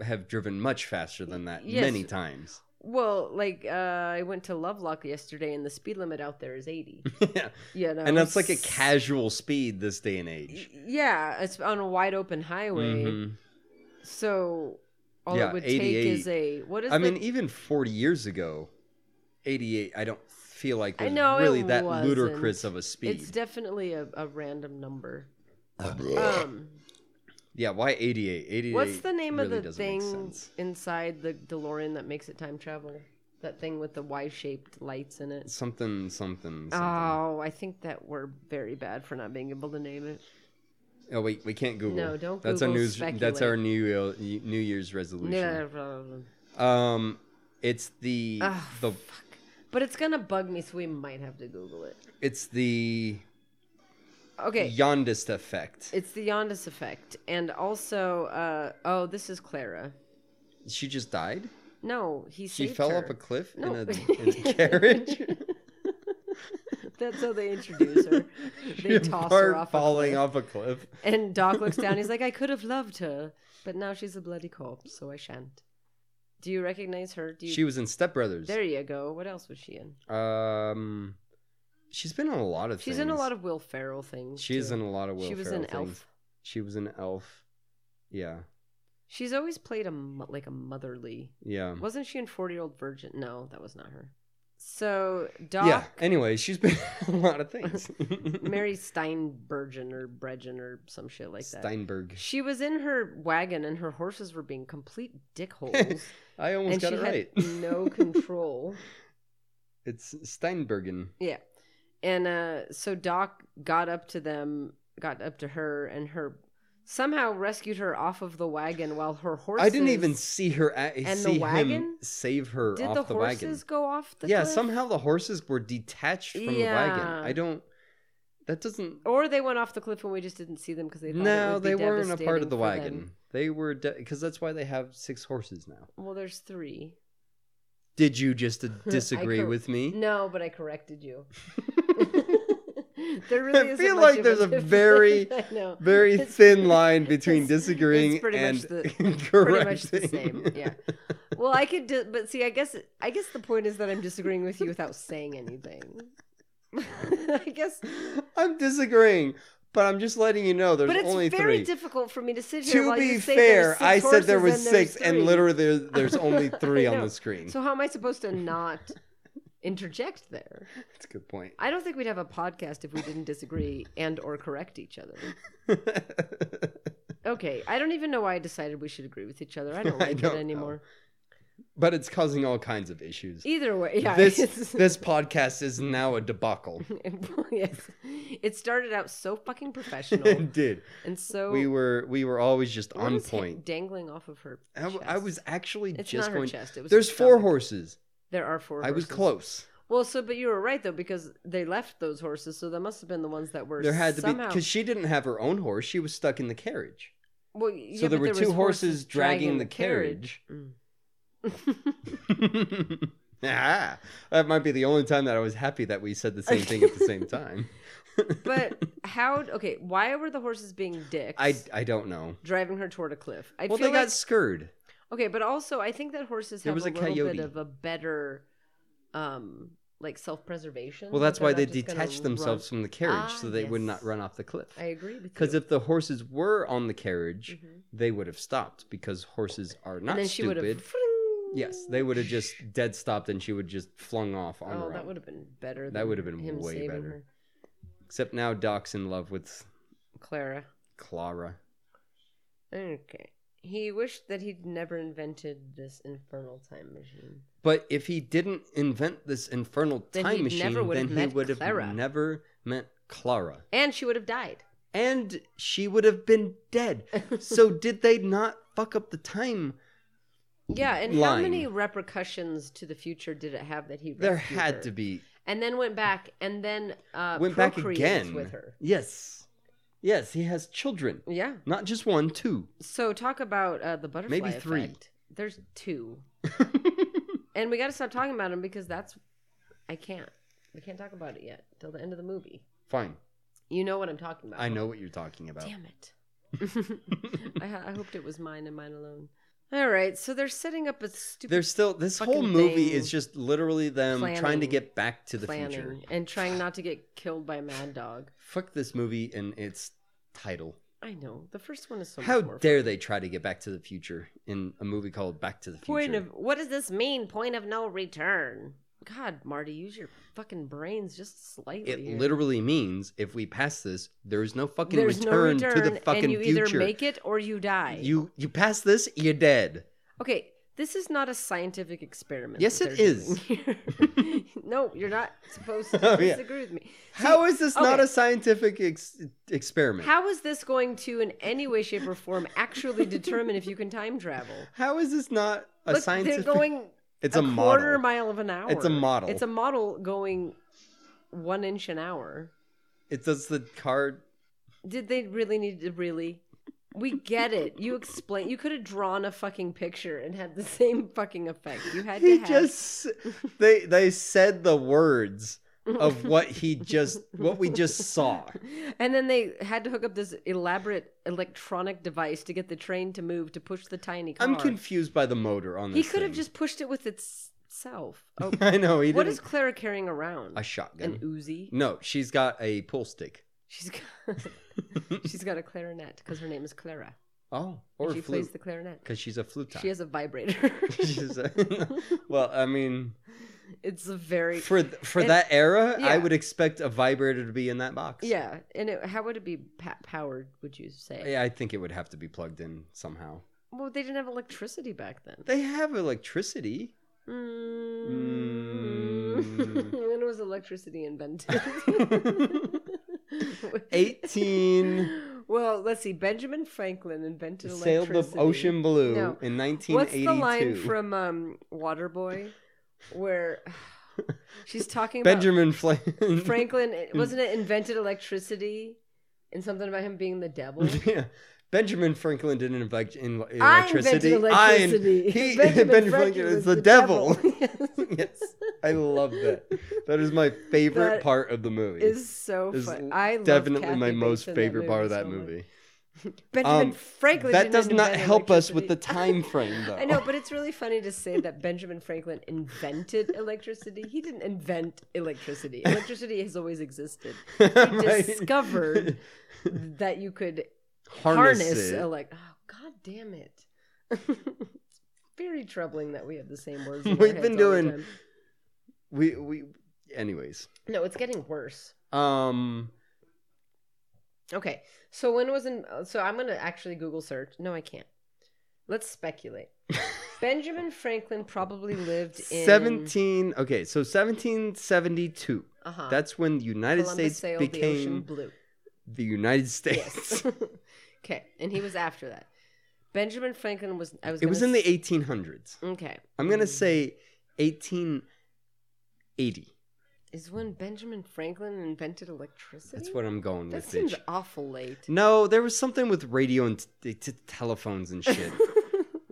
G: have driven much faster than that
F: Yes.
G: many times. [laughs]
F: well, like uh, I went to Lovelock yesterday, and the speed limit out there is
G: [laughs]
F: eighty.
G: yeah.
F: You know,
G: And that's like a
F: s-
G: casual speed this day and age.
F: Yeah, it's on a wide open highway.
G: Mhm.
F: So all
G: Yeah,
F: it would take
G: 88.
F: is a what is
G: I
F: the-
G: mean, e even 40 years ago, 88, I don't feel like
F: I
G: was
F: know it
G: really that
F: wasn't.
G: ludicrous of a speed.
F: it's definitely a, a random number. um,
G: yeah, why 88? 88
F: what's the name
G: really
F: of the
G: doesn't
F: thing
G: make sense.
F: inside the DeLorean that makes it time travel? That thing with the Y-shaped lights in it.
G: Something, something, something.
F: Oh, I think that we're very bad for not being able to name it.
G: oh, wait, we can't Google.
F: No, don't
G: That's our
F: Google,
G: news. That's our
F: speculate.
G: new Year- New Year's resolution.
F: No,
G: Um, it's the
F: Ah,
G: the
F: but it's gonna bug me, so we might have to Google it.
G: it's the
F: Okay,
G: Yondest effect.
F: it's the Yondas effect, and also, uh, oh, this is Clara.
G: she just died.
F: No, he
G: She
F: saved
G: fell
F: her.
G: off a cliff
F: No. [laughs]
G: in, a, in a carriage.
F: That's how they introduce
G: [laughs]
F: her. They toss her
G: Part
F: off. a
G: falling
F: cliff.
G: off a cliff.
F: And Doc looks down. He's like, I could have loved her, but now she's a bloody corpse, so I shan't. Do you recognize her? Do you?
G: She was in Step Brothers.
F: There you go. What else was she in?
G: Um, she's been in a lot of.
F: She's
G: things.
F: in a lot of Will Ferrell things.
G: She's
F: too.
G: in a lot of. Will
F: She was
G: Ferrell
F: an elf.
G: things. She was an elf. Yeah,
F: She's always played a mo- like a motherly.
G: yeah.
F: Wasn't she in Forty Year Old Virgin? No, that was not her. So Doc
G: Yeah.
F: [laughs]
G: Anyway, she's been a lot of things.
F: Mary Steinbergen or Bredgen or some shit like that.
G: Steinberg.
F: She was in her wagon and her horses were being complete dickholes.
G: I [laughs] almost
F: and
G: got
F: she
G: it right.
F: had no control.
G: [laughs] It's Steinbergen.
F: Yeah. And uh so Doc got up to them, got up to her and her somehow rescued her off of the wagon while her horses
G: I didn't even see her a-
F: and the
G: see him
F: wagon?
G: save her
F: Did
G: off
F: the
G: the,
F: horses
G: wagon.
F: go off the
G: yeah,
F: cliff?
G: somehow the horses were detached from the wagon.
F: Yeah.
G: I don't that doesn't
F: or they went off the cliff and we just didn't see them because they thought it
G: No,
F: would be
G: they weren't a part
F: devastating
G: of the
F: for them.
G: wagon. They were because that's why they have six horses now.
F: Well, there's three.
G: Did you
F: [laughs]
G: just uh, disagree
F: cor-
G: with me?
F: No, [laughs] but I corrected
G: [laughs]
F: you. [laughs] there really
G: I
F: isn't
G: feel
F: much
G: like
F: of
G: there's a
F: difference. [laughs]
G: very,
F: I know.
G: Very
F: It's-
G: thin
F: [laughs]
G: line between
F: it's- it's
G: disagreeing
F: pretty
G: and
F: much
G: [laughs]
F: the- pretty
G: correcting.
F: much the same, yeah. Well, I could, di- but see, I guess, I guess the point is that I'm disagreeing with you without saying anything. [laughs] I guess,
G: [laughs] I'm disagreeing, but I'm just letting you know there's
F: but it's
G: only
F: very
G: three.
F: difficult for me to sit here.
G: to
F: while
G: be
F: you say
G: fair,
F: there's six
G: I said there
F: horses
G: was
F: and there's
G: six, and
F: three.
G: literally
F: [laughs]
G: there, there's only three
F: I
G: on
F: know.
G: the screen.
F: So how am I supposed to not interject there?
G: That's a good point.
F: I don't think we'd have a podcast if we didn't
G: [laughs]
F: disagree and or correct each other. Okay, I don't even know why I decided we should agree with each other. I don't
G: [laughs] I
F: like
G: don't
F: it
G: know.
F: anymore.
G: but it's causing all kinds of issues.
F: Either way, yeah,
G: this
F: it's-
G: this podcast is now a debacle.
F: [laughs]
G: [laughs]
F: yes, it started out so fucking professional
G: [laughs] it did.
F: and so
G: we were we were always just
F: Oh. what
G: on
F: is ha-
G: point.
F: dangling off of her.
G: I, w- I
F: chest?
G: was actually
F: It's
G: just
F: not her
G: going.
F: chest. It was her
G: There's four
F: stomach.
G: horses.
F: There are four.
G: I was
F: horses.
G: close.
F: Well, so but you were right though because they left those horses, so that must have been the ones that were
G: There had to be
F: somehow...
G: because she didn't have her own horse. She was stuck in the carriage. [laughs]
F: Well,
G: So there were two horses dragging the
F: Mm.
G: ah, that might be the only time that I was happy that we said the same thing at the
F: [laughs]
G: same time. [laughs]
F: but how? Okay, why were the horses being dicks?
G: I I don't know.
F: driving her toward a cliff. I
G: well, they
F: feel like Oh
G: got scurred.
F: Okay, but also I think that horses
G: There
F: have
G: was
F: a,
G: a
F: little
G: coyote.
F: bit of a better, um, like self-preservation.
G: Well,
F: like
G: that's
F: they're
G: why
F: not
G: they
F: just gonna
G: detached themselves from the carriage
F: Ah,
G: so they would
F: yes.
G: not run off the cliff.
F: Run. I agree with you.
G: Because if the horses were on the carriage,
F: Mhm.
G: they would have stopped because horses are not
F: and then she would
G: stupid.
F: have.
G: Yes, they would have just dead stopped and she would just flung off on
F: Oh,
G: her
F: that
G: own.
F: would have been better. Than
G: That would have been
F: him
G: way
F: saving
G: better.
F: Her.
G: Except now Doc's in love with
F: Clara.
G: Clara.
F: Okay. He wished that he'd never invented this infernal time machine.
G: But if he didn't invent this infernal
F: Then
G: time
F: he
G: machine,
F: never would
G: then
F: have
G: he
F: met
G: would have
F: Clara.
G: never met Clara.
F: And she would have died.
G: And she would have been
F: [laughs]
G: dead. so did they not fuck up the time?
F: Yeah, and how
G: Lying.
F: many repercussions to the future did it have that he
G: There
F: rescued
G: had
F: her?
G: to be.
F: and then went back and then uh
G: Went back
F: procreates
G: again.
F: with her
G: Yes. Yes, he has children.
F: yeah
G: Not just one, two.
F: so talk about uh the butterfly
G: Maybe three.
F: effect. there's
G: [laughs]
F: two and we got to stop talking about him because that's i can't we can't talk about it yet till the end of the movie
G: Fine.
F: you know what i'm talking about
G: I know what you're talking about.
F: damn it [laughs] I, ho- I hoped it was mine and mine alone all right so they're setting up a stupid
G: There's still this whole
F: fucking
G: movie
F: thing.
G: is just literally them trying to
F: Planning.
G: get back to the
F: planning
G: future.
F: and trying not to get killed by mad dog
G: Fuck this movie and its title.
F: i know the first one is so much
G: How
F: more fun.
G: dare they try to get back to the future in a movie called Back to the Future?
F: Point of what does this mean? Point of no return. God, Marty, use your fucking brains just slightly.
G: it
F: here.
G: literally means if we pass this, there's no fucking
F: There's no
G: return, to the fucking
F: and you
G: future.
F: either make it or you die.
G: you you pass this, you're dead.
F: okay? This is not a scientific experiment.
G: Yes,
F: that
G: it
F: they're doing
G: [laughs]
F: here. no, you're not supposed to
G: Oh, yeah.
F: disagree with me.
G: How is this not
F: okay.
G: a scientific ex- experiment?
F: How is this going to, in any way, shape, or form, actually determine if you can time travel?
G: How is this not a
F: Look,
G: scientific?
F: they're going
G: it's
F: a,
G: a,
F: quarter
G: model.
F: mile of an hour.
G: It's a model.
F: It's a model going one inch an hour.
G: It does the card.
F: Did they really need to really? We get it. You explain. You could have drawn a fucking picture and had the [laughs] same fucking effect. You had
G: He
F: to have.
G: just they they said the words
F: [laughs]
G: of what he just what we just saw.
F: And then they had to hook up this elaborate electronic device to get the train to move to push the tiny car.
G: I'm confused by the motor on this.
F: He could have
G: thing.
F: just pushed it with itself. Oh,
G: [laughs] I know he
F: what
G: didn't.
F: is Clara carrying around?
G: a
F: An
G: shotgun.
F: Uzi.
G: No, she's got a pull stick.
F: She's got. she's got [laughs] a clarinet because her name is Clara.
G: Oh,
F: and
G: or
F: she
G: a flute
F: plays the clarinet.
G: because [laughs] she's a [laughs] flute.
F: She has a vibrator.
G: she's a, well, I mean,
F: [laughs] It's a very
G: For th- for
F: And-
G: that era,
F: yeah.
G: I would expect a vibrator to be in that box.
F: yeah. And it, how would it be pa- powered? Would you say?
G: Yeah, I think it would have to be plugged in somehow.
F: Well, they didn't have electricity back then.
G: They have [laughs] electricity.
F: Mm. [laughs] when was electricity
G: [laughs]
F: invented?
G: 18
F: [laughs] Well, let's see. Benjamin Franklin invented
G: sailed
F: electricity.
G: the ocean blue
F: No.
G: in 1982.
F: What's the line from um, Waterboy
G: [laughs]
F: where she's talking about
G: Benjamin Fla-
F: uh, Franklin? it-
G: Mm.
F: Wasn't it invented electricity and something about him being the devil?
G: [laughs] [laughs] yeah. Benjamin Franklin didn't invent in
F: I invented
G: electricity.
F: electricity.
G: I, [laughs]
F: [laughs]
G: he,
F: Benjamin
G: Benjamin,
F: Franklin
G: Franklin
F: was
G: is the,
F: the
G: devil.
F: devil.
G: [laughs]
F: [laughs]
G: yes. I love that. That is my favorite
F: That
G: part of the movie.
F: Is so
G: Is
F: fun. I love
G: definitely
F: Kathy
G: my
F: Bates
G: most
F: in that
G: favorite part of
F: so
G: that
F: much.
G: movie.
F: Benjamin
G: Um,
F: Franklin.
G: that
F: didn't
G: does not
F: invent
G: help us with the
F: electricity.
G: time frame, though.
F: [laughs] I know, but it's really funny to say that Benjamin Franklin invented electricity. He didn't invent electricity. Electricity has always existed. He
G: [laughs] Right?
F: discovered
G: [laughs]
F: that you could
G: Harness
F: harness
G: it.
F: elect. Oh, god damn it! [laughs] it's very troubling that we have the same words. in our
G: We've been
F: heads all the
G: doing-
F: time.
G: we we anyways.
F: No, it's getting worse.
G: Um
F: Okay, so when was in? So I'm gonna actually Google search. No, I can't. Let's
G: [laughs]
F: speculate. Benjamin Franklin probably lived in
G: 17 okay so 1772
F: Uh-huh.
G: that's when the united
F: Columbus
G: states
F: sailed the ocean
G: became [laughs]
F: blue.
G: the, united states
F: Yes. [laughs] okay, and he was after that. Benjamin Franklin was. I was.
G: [laughs] it was in
F: gonna
G: the
F: s-
G: 1800s
F: Okay,
G: i'm gonna say 1880
F: is when Benjamin Franklin invented electricity.
G: that's what i'm going
F: That
G: with
F: seems
G: bitch.
F: awful late.
G: no there was something with radio and t- t- telephones and shit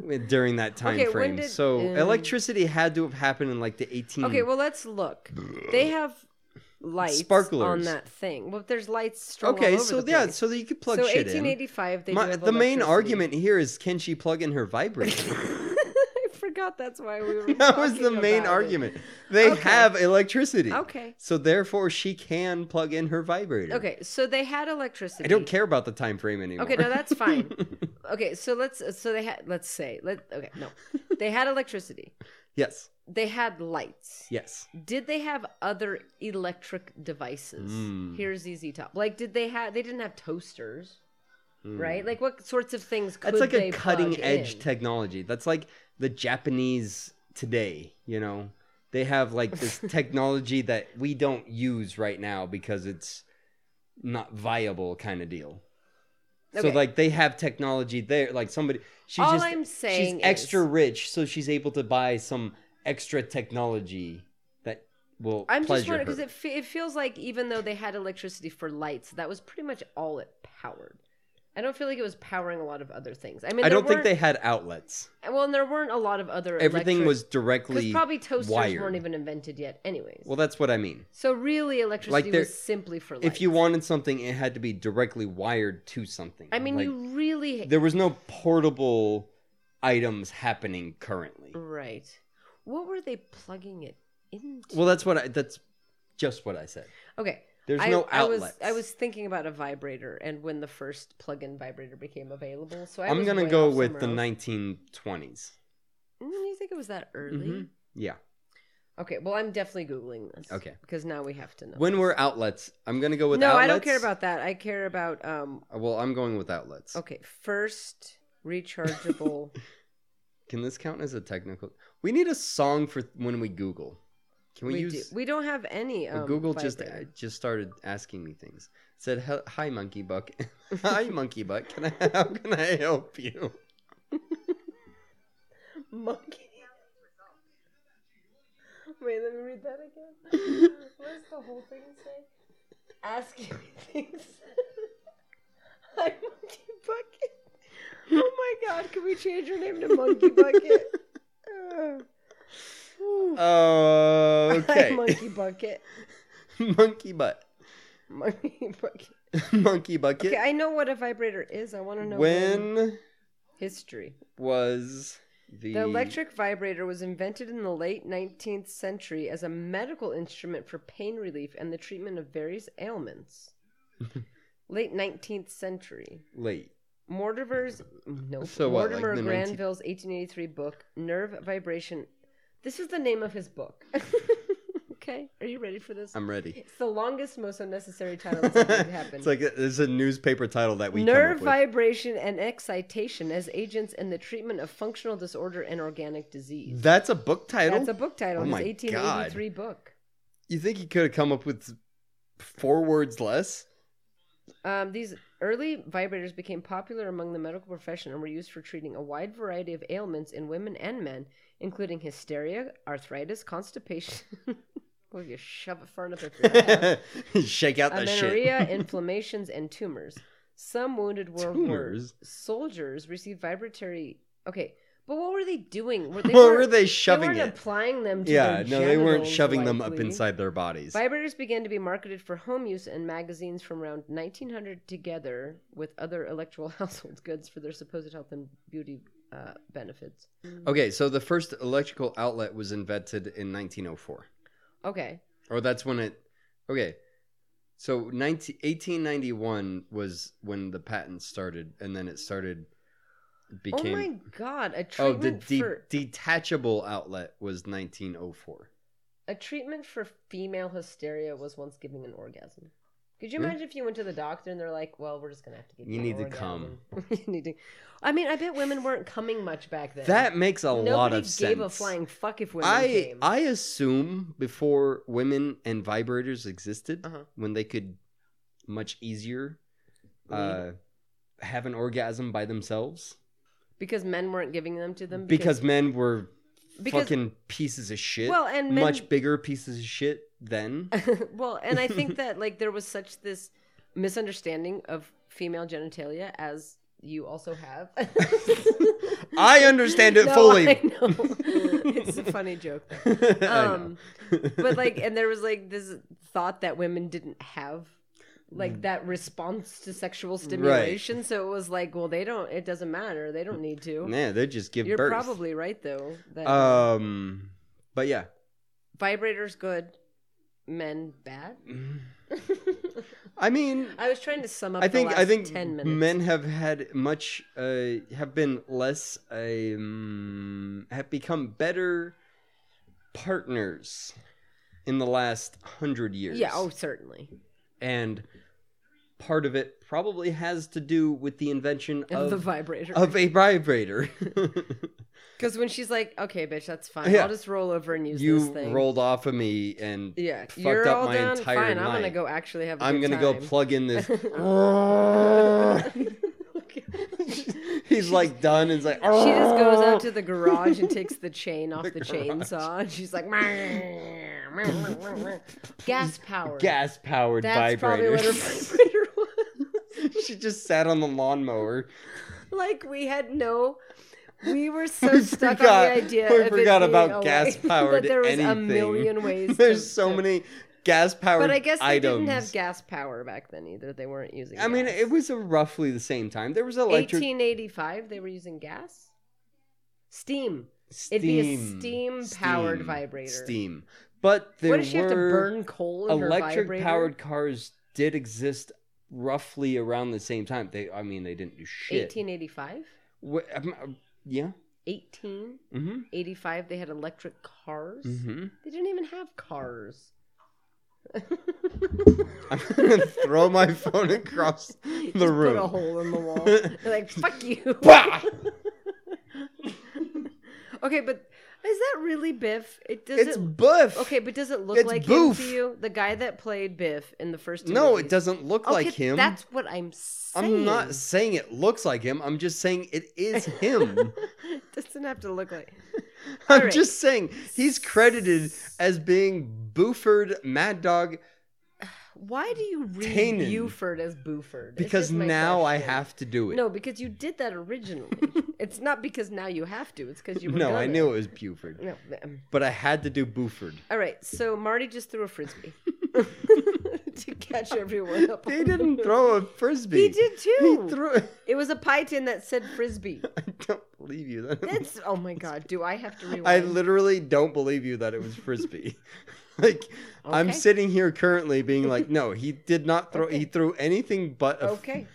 G: with- during that time
F: Okay, when
G: frame
F: did-
G: so
F: um,
G: electricity had to have happened in like the 18
F: [laughs] Okay, well let's look. They have lights on
G: Sparklers.
F: that thing. Well, there's lights. strung all
G: okay
F: over
G: so
F: the
G: yeah
F: place.
G: so that you could plug
F: so
G: shit in
F: 1885 they do
G: My,
F: have
G: the main
F: electricity.
G: argument here is can she plug in her vibrator
F: [laughs]
G: [laughs]
F: I forgot that's why we were.
G: that was
F: talking
G: the main
F: about it.
G: argument. They
F: Okay.
G: have electricity.
F: Okay.
G: So therefore she can plug in her vibrator.
F: Okay, so they had electricity.
G: I don't care about the time frame anymore.
F: Okay, no, that's fine. okay, so let's so they had let's say let okay no, they had electricity.
G: [laughs] yes.
F: They had lights.
G: Yes.
F: Did they have other electric devices?
G: Mm.
F: Here's ZZ Top. Like, did they have? They didn't have toasters,
G: Mm.
F: right? Like, what sorts of things could
G: That's like
F: they
G: a cutting
F: plug
G: edge
F: in?
G: technology. That's like the Japanese today, you know. They have like
F: [laughs]
G: this technology that we don't use right now because it's not viable kind of deal. So
F: Okay.
G: like they have technology there like somebody she
F: All
G: just
F: I'm saying
G: she's extra
F: is-
G: rich so she's able to buy some extra technology that will
F: I'm just
G: pleasure
F: wondering because
G: her.
F: it, fe- it feels like even though they had electricity for lights, that was pretty much all it powered. I don't feel like it was powering a lot of other things. I mean,
G: I
F: there
G: don't think they
F: weren't-
G: had outlets.
F: Well, and there weren't a lot of other.
G: Everything
F: electric-
G: was
F: because
G: directly
F: probably toasters
G: wired.
F: weren't even invented yet, anyways.
G: Well, that's what I mean.
F: so really, electricity
G: there-
F: was simply for lights.
G: If you wanted something, it had to be directly wired to something.
F: I mean,
G: Like,
F: you really
G: there was no portable items happening currently.
F: right. What were they plugging it into?
G: Well, that's what I. That's just what I said.
F: okay.
G: There's
F: I,
G: no
F: I was
G: outlets.
F: I was thinking about a vibrator and when the first plug-in vibrator became available. So I
G: I'm
F: was
G: gonna
F: way
G: go
F: off
G: with the
F: somewhere else.
G: 1920s.
F: Mm, You think it was that early?
G: Mhm. Yeah.
F: Okay, well, I'm definitely googling this.
G: Okay.
F: because now we have to know.
G: When were outlets? I'm gonna go with
F: no,
G: outlets.
F: I don't care about that. I care about um.
G: Uh, Well, I'm going with outlets.
F: Okay, first rechargeable.
G: Can this count as a technical? We need a song for when we Google. Can [laughs] we,
F: we,
G: use?
F: do, we don't have any.
G: well,
F: Um,
G: Google just
F: vibrator.
G: uh, just started asking me things. It said, "Hel- "Hi, Monkey
F: [laughs]
G: Buck. [laughs] Hi, Monkey Buck. Can I? [laughs] How can I help you?"
F: monkey. [laughs] Wait, let me read that again. What's the whole thing say? Asking me [laughs] things. Hi, Monkey Bucket. Oh my God! Can we change your name to [laughs] Monkey
G: [laughs]
F: Bucket? [laughs] Uh, whew.
G: Oh,
F: [laughs] Hi,
G: okay.
F: Monkey Bucket.
G: [laughs] monkey Butt. [laughs]
F: Monkey Bucket.
G: monkey Bucket.
F: Okay, I know what a vibrator is. I want to know
G: when
F: history.
G: was the,
F: The electric vibrator was invented in the late 19th century as a medical instrument for pain relief and the treatment of various
G: [laughs]
F: ailments. late 19th century.
G: late?
F: Mortimer's no
G: So what, like
F: Mortimer
G: the 19
F: Granville's 1883 book Nerve Vibration. This is the name of his book.
G: [laughs]
F: okay, are you ready for this?
G: I'm ready.
F: It's the longest, most unnecessary
G: [laughs]
F: title that's ever happened.
G: it's like a, there's a newspaper title that we
F: Nerve
G: come up
F: vibration and excitation as agents in the treatment of functional disorder and organic
G: with.
F: disease.
G: That's a book title.
F: That's a book title.
G: Oh
F: his
G: my
F: 1883 book.
G: you think he could have come up with four
F: [laughs]
G: words less? [laughs]
F: Um, these early vibrators became popular among the medical profession and were used for treating a wide variety of ailments in women and men, including hysteria, arthritis, constipation. [laughs] well, you shove it far enough if
G: [laughs]
F: you're out.
G: Shake out that shit. [laughs]
F: amenorrhea, inflammations, and tumors. Some wounded World War
G: Tumors?
F: soldiers received vibratory. Okay, but what were they doing?
G: [laughs]
F: Were they,
G: Well,
F: weren't-
G: were they shoving
F: weren't
G: it?
F: Applying them? To
G: Yeah,
F: their
G: no, they weren't
F: genitals,
G: shoving them up
F: likely.
G: inside their bodies.
F: Vibrators began to be marketed for home use in magazines from around 1900, together with other electoral [laughs] household goods for their supposed health and beauty uh, benefits.
G: Okay, so the first electrical outlet was invented in 1904.
F: Okay,
G: Or Oh, that's when it. Okay. So 19, 1891 was when the patent started, and then it started. Became,
F: oh my God, a
G: Oh,
F: treatment
G: the de-
F: for
G: detachable outlet was 1904.
F: A treatment for female hysteria was once giving an orgasm. Could you
G: Hmm?
F: imagine if you went to the doctor and they're like, "Well, we're just gonna have to give
G: You
F: an
G: need to
F: orgasm." [laughs] you need to. I mean, I bet women weren't coming much back then.
G: That makes a
F: Nobody
G: lot of
F: gave
G: sense.
F: a flying fuck if women
G: I
F: came.
G: I assume before women and vibrators existed,
F: Uh-huh.
G: when they could much easier uh, have an orgasm by themselves,
F: because men weren't giving them to them.
G: because, men were
F: Because-
G: fucking pieces of shit.
F: Well, and men-
G: much bigger pieces of shit then.
F: [laughs] well, and I think that like there was such this misunderstanding of female genitalia as you also have.
G: [laughs] I understand it
F: No,
G: fully.
F: I know. it's a funny joke.
G: I know.
F: Um, but
G: [laughs]
F: like, and there was like this thought that women didn't have
G: Mm.
F: like that response to sexual stimulation. So it was like, well, they don't. It doesn't matter. They don't need to.
G: yeah, they just give
F: You're
G: birth.
F: probably right though. That
G: um, but yeah,
F: vibrators good, men bad.
G: mm.
F: [laughs]
G: I mean,
F: I was trying to sum up.
G: I
F: the
G: think I
F: last
G: think
F: ten minutes.
G: men have had much uh, have been less um, have become better partners in the last hundred years.
F: Yeah. Oh, certainly. [laughs]
G: and part of it probably has to do with the invention
F: Of
G: of
F: the vibrator.
G: of
F: [laughs]
G: a vibrator.
F: Because when she's like, "Okay, bitch, that's fine.
G: Yeah.
F: I'll just roll over and use this
G: you
F: thing."
G: rolled off of me and
F: yeah,
G: fucked
F: you're
G: up
F: all
G: my
F: done.
G: entire
F: Fine,
G: night.
F: I'm gonna go actually have. i
G: I'm
F: good
G: gonna
F: time.
G: go plug in this. [laughs] He's like done. And is
F: [laughs]
G: like
F: She just goes out to the garage and takes the
G: [laughs]
F: chain off the, chainsaw. And she's like, gas power.
G: gas powered
F: That's probably what her [laughs]
G: vibrators.
F: vibrator was.
G: [laughs] she just sat on the lawnmower.
F: Like we had no, we were so
G: [laughs] We
F: stuck
G: forgot-
F: on the idea.
G: we
F: of it
G: forgot
F: being
G: about
F: a way- [laughs]
G: gas-powered
F: that there was a
G: anything. [laughs]
F: million ways.
G: There's
F: to-
G: so
F: to-
G: many gas powered.
F: But I guess they
G: items.
F: didn't have gas power back then either. They weren't using.
G: I mean,
F: gas.
G: it was a roughly the same time. There was electric
F: 1885. They were using gas, steam. It'd be a steam-powered vibrator.
G: Steam, but there
F: what does she
G: were
F: have to burn coal in her
G: electric
F: vibrator?
G: powered cars did exist roughly around the same time. They, I mean, they didn't do shit.
F: 1885.
G: Wha- um, yeah.
F: 1885.
G: Mm-hmm.
F: They had electric cars.
G: Mm-hmm.
F: They didn't even have
G: [laughs]
F: cars.
G: I'm gonna [laughs] throw my phone across the
F: Just
G: room.
F: Put a hole in the
G: [laughs]
F: wall. They're like, fuck you.
G: Bah!
F: [laughs] okay, but is that really Biff? It does
G: It's
F: it.
G: Biff.
F: Okay, but does it look
G: It's
F: like
G: Boof.
F: him to you? The guy that played Biff in the first two
G: No, it
F: movies?
G: doesn't look
F: Okay,
G: like him.
F: That's what I'm saying.
G: I'm not saying it looks like him. I'm just saying it
F: [laughs]
G: is him.
F: It [laughs] doesn't have to look
G: [laughs]
F: like.
G: I'm
F: Alright.
G: just saying he's credited as being Buford Mad Dog
F: Why do you read
G: Tannen.
F: Buford as Buford? It's
G: because
F: just my
G: now I
F: question.
G: have to do it.
F: No, because you did that
G: [laughs]
F: originally. it's not because now you have to. It's because you were
G: No,
F: gonna.
G: I knew it was Buford,
F: No, um,
G: but I had to do
F: [laughs]
G: Buford.
F: all right. So Marty just threw a
G: [laughs]
F: frisbee to catch everyone up.
G: He didn't throw a frisbee.
F: He did
G: He
F: too.
G: threw. [laughs]
F: It was a pie tin that said frisbee.
G: I don't believe you. [laughs] That
F: That's oh my god. Do I have to rewind?
G: I literally don't believe you that it
F: [laughs]
G: was frisbee. [laughs] like I'm
F: Okay.
G: sitting here currently being like, no, he did not throw. He threw anything but a,
F: okay.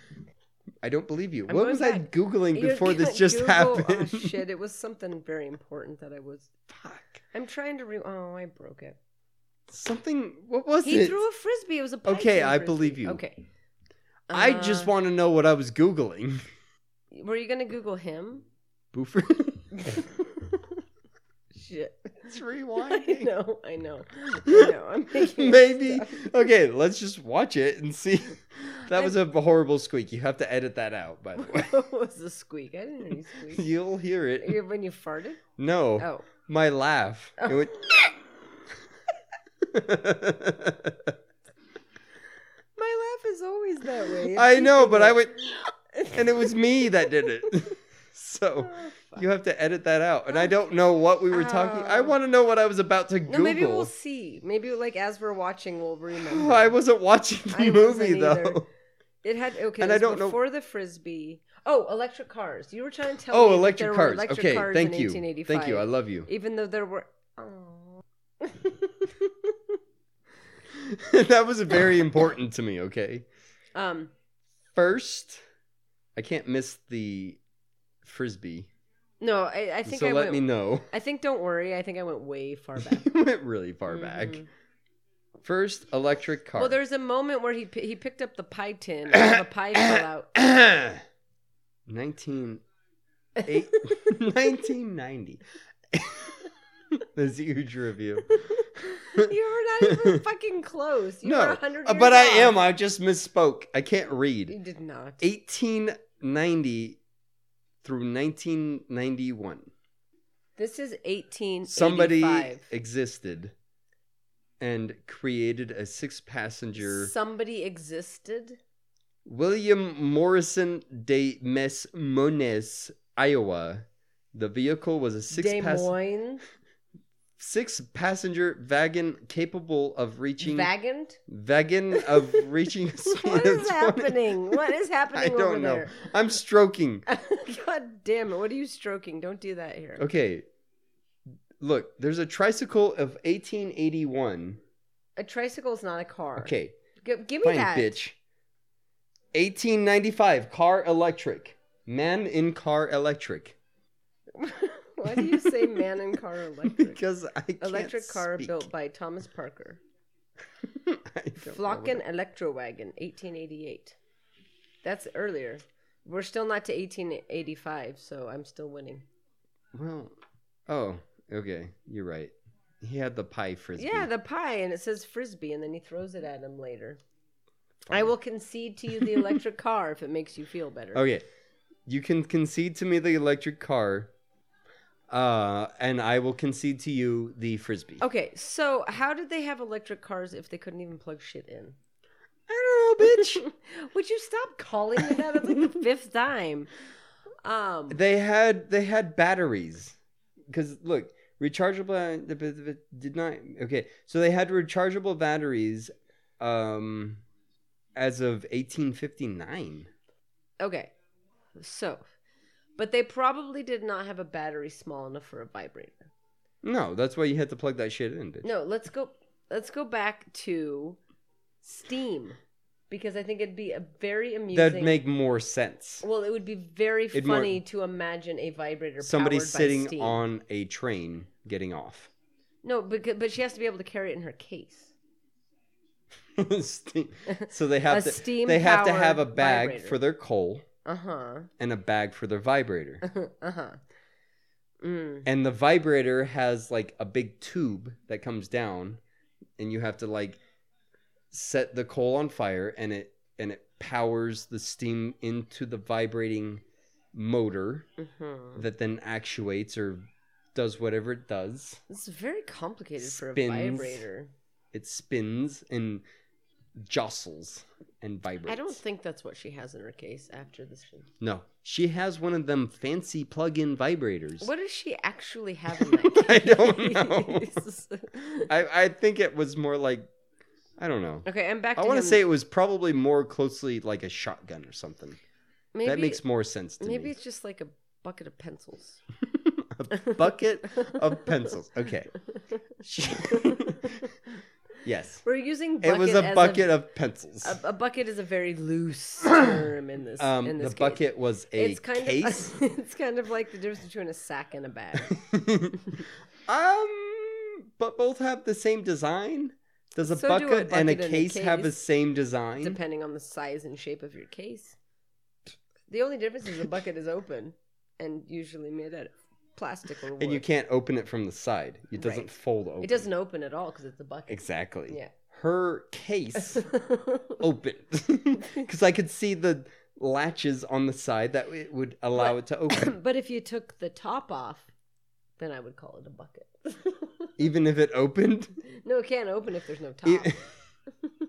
G: I don't believe you.
F: I'm
G: what
F: going
G: was I
F: back.
G: googling
F: You
G: before this
F: can't
G: just
F: Google-
G: happened? [laughs]
F: Oh, shit, it was something very important that I was.
G: Fuck.
F: I'm trying to re. Oh, I broke it.
G: Something. What was
F: He
G: it?
F: threw a frisbee. It was a. pipe
G: Okay,
F: and a
G: I
F: frisbee.
G: believe you.
F: Okay.
G: I just
F: Uh,
G: want to know what I was googling. [laughs]
F: Were you gonna Google him?
G: Boofer.
F: Shit. [laughs]
G: it's [laughs]
F: I
G: rewinding.
F: know. I know. I
G: [laughs]
F: know. I'm making up
G: Maybe.
F: stuff.
G: Okay, let's just watch it and see. That was a horrible squeak. You have to edit that out,
F: [laughs]
G: by the way.
F: [laughs]
G: [laughs]
F: what was the squeak? I didn't hear you squeak.
G: You'll hear it.
F: You- when you farted?
G: No,
F: Oh.
G: my laugh. It
F: Oh.
G: went-
F: My laugh is always that way. It
G: I know,
F: freaking
G: but I
F: is.
G: went,
F: [laughs]
G: and it was me that did it. [laughs] So
F: Oh, fuck.
G: you have to edit that out. And I don't know what we were talking. I want to know what I was about to
F: Oh. No,
G: Google. Oh,
F: maybe we'll see. Maybe like as we're watching, we'll remember.
G: [sighs] I wasn't watching the
F: I
G: movie
F: wasn't either.
G: though.
F: It had okay.
G: And
F: it
G: I
F: was
G: don't know-
F: before the frisbee. Oh, electric cars. You were trying to tell me
G: [laughs] Oh,
F: that
G: electric
F: there
G: cars.
F: were electric
G: okay,
F: cars
G: thank
F: in
G: you.
F: 1885.
G: Thank you. I love you. [laughs]
F: Even though there were. Oh.
G: that was very important to me, okay?
F: [laughs] um.
G: First, I can't miss the frisbee.
F: No, I, I think
G: so
F: I
G: let
F: went.
G: me know.
F: I think don't worry. I think I went way far back.
G: you went really [laughs] far back.
F: Mhm.
G: First, electric car.
F: Well, there's a moment where he pi- he picked up the pie tin. and
G: [coughs]
F: the pie fell out.
G: 19 eight, [laughs] 1990. There's a huge
F: [laughs]
G: review.
F: You were not
G: [laughs]
F: even fucking close. You were
G: no,
F: 100
G: uh,
F: years
G: but I
F: off.
G: am. I just misspoke. I can't
F: You
G: read.
F: did not.
G: 1890 through 1991.
F: This is 1885.
G: Somebody existed and created a six passenger
F: Somebody existed.
G: William Morrison de Mes Moines, Iowa. The vehicle was a six
F: Des
G: pas-
F: Moines.
G: six passenger wagon capable of reaching [laughs]
F: Vagant.
G: wagon of reaching a speed
F: [laughs] What
G: of
F: is
G: 20
F: happening? What is happening
G: [laughs] I
F: over
G: don't know. I'm stroking.
F: there? [laughs] God damn it. What are you stroking? Don't do that here.
G: Okay. Look, there's a tricycle of 1881.
F: A tricycle is not a car.
G: Okay.
F: G- give me
G: Fine,
F: that.
G: bitch. 1895 car electric. Man in car electric.
F: [laughs] Why do you say man and car
G: [laughs]
F: electric?
G: Because I can't
F: Electric car
G: speak.
F: built by Thomas Parker.
G: [laughs] I don't know
F: Flocken
G: what-
F: Electro Wagon, 1888. That's earlier. We're still not to 1885, so I'm still winning.
G: Well, oh, okay, you're right. He had the pie frisbee.
F: Yeah, the pie, and it says frisbee, and then he throws it at him later. I will concede to you the
G: [laughs]
F: electric car if it makes you feel better.
G: Okay, you can concede to me the electric car, uh, and I will concede to you the frisbee.
F: Okay, so how did they have electric cars if they couldn't even plug shit in?
G: I don't know, bitch.
F: [laughs] Would you stop calling me that? That's
G: [laughs]
F: like the fifth time. Um,
G: they had they had batteries, because look, rechargeable uh, b- b- did not. Okay, so they had rechargeable batteries, um, as of 1859.
F: Okay. So, but they probably did not have a battery small enough for a vibrator.
G: No, that's why you had to plug that shit in, bitch.
F: No, let's go let's go back to steam because I think it'd be a very amusing
G: That'd make more sense.
F: Well, it would be very
G: It'd more-
F: funny to imagine a vibrator
G: Somebody
F: powered by
G: sitting
F: steam.
G: on a train getting off. [laughs]
F: No, but but she has to be able to carry it in her case. [laughs]
G: Steam- so they have
F: A
G: to
F: steam
G: they have to have a
F: powered
G: bag
F: vibrator.
G: for their coal
F: Uh-huh. [laughs]
G: and a bag for their vibrator.
F: uh-huh. Mm.
G: and the vibrator has like a big tube that comes down and you have to like set the coal on fire and it and it powers the steam into the vibrating motor
F: hmm
G: that then actuates or does whatever it does.
F: It's very complicated for a
G: Spins.
F: vibrator.
G: It spins and jostles and vibrates.
F: I don't think that's what she has in her case after this.
G: No, she has one of them fancy plug-in vibrators.
F: What does she actually
G: [laughs]
F: have in that
G: I don't know.
F: case? [laughs]
G: I I think it was more like I don't know.
F: okay, I'm back.
G: I
F: to
G: want
F: him.
G: to say it was probably more closely like a shotgun or something.
F: maybe,
G: that makes more sense to
F: maybe
G: me.
F: it's [laughs] just like a bucket of pencils. [laughs]
G: a bucket of pencils. Okay. She, Yes.
F: We're using bucket
G: It was a
F: as
G: bucket of pencils.
F: A, a bucket is a very
G: [coughs]
F: loose term in this.
G: um,
F: in
G: the
F: this case.
G: bucket was a
F: It's kind
G: case. Mm-hmm.
F: of [laughs] it's kind of like the difference between a sack and a
G: [laughs]
F: bag.
G: um, but both have the same design. Does a,
F: So do a
G: bucket, and a
F: bucket and a
G: case, have the
F: case.
G: same design?
F: depending on the size and shape of your case. The only difference is the bucket is open and usually made out of plastic or wood.
G: and you can't open it from the side. It doesn't
F: Right.
G: fold open.
F: It doesn't open at all because it's a bucket.
G: Exactly.
F: Yeah.
G: Her case [laughs] opened because I could see the latches on the side that it would allow
F: But-
G: it
F: [coughs]
G: to open,
F: [laughs] but if you took the top off, then I would call it a bucket. [laughs]
G: even if it opened. [laughs]
F: no, it can't open if there's no top.
G: e-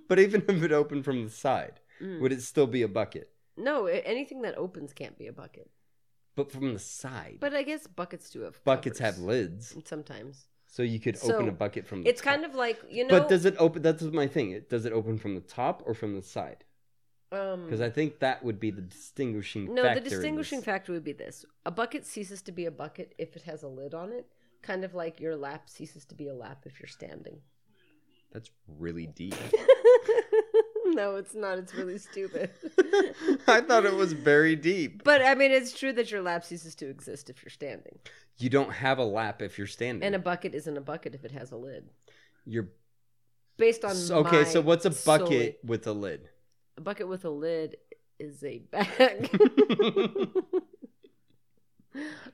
G: but even if it opened from the side,
F: Mm.
G: would it still be a bucket?
F: No, a- anything that opens can't be a bucket.
G: But from the side,
F: But I guess buckets do have
G: buckets
F: covers.
G: have lids,
F: sometimes.
G: so you could
F: So,
G: open a bucket from. The
F: It's kind of like you know.
G: But does it open? That's my thing. It does it open from the top or from the side?
F: um,
G: Because I think that would be the distinguishing.
F: No,
G: factor
F: the
G: in this.
F: distinguishing factor would be this: a bucket ceases to be a bucket if it has a lid on it, kind of like your lap ceases to be a lap if you're standing. [laughs]
G: That's really deep.
F: no, it's not. It's really
G: [laughs]
F: stupid.
G: [laughs] I thought it was very deep.
F: But I mean, it's true that your lap ceases to exist if you're standing,
G: You don't have a lap if you're standing.
F: and a bucket isn't a bucket if it has a lid.
G: you're
F: Based on
G: So- okay.
F: my
G: So what's a bucket
F: solely-
G: with
F: [laughs]
G: a lid? [laughs]
F: a bucket with a lid is a [laughs] bag.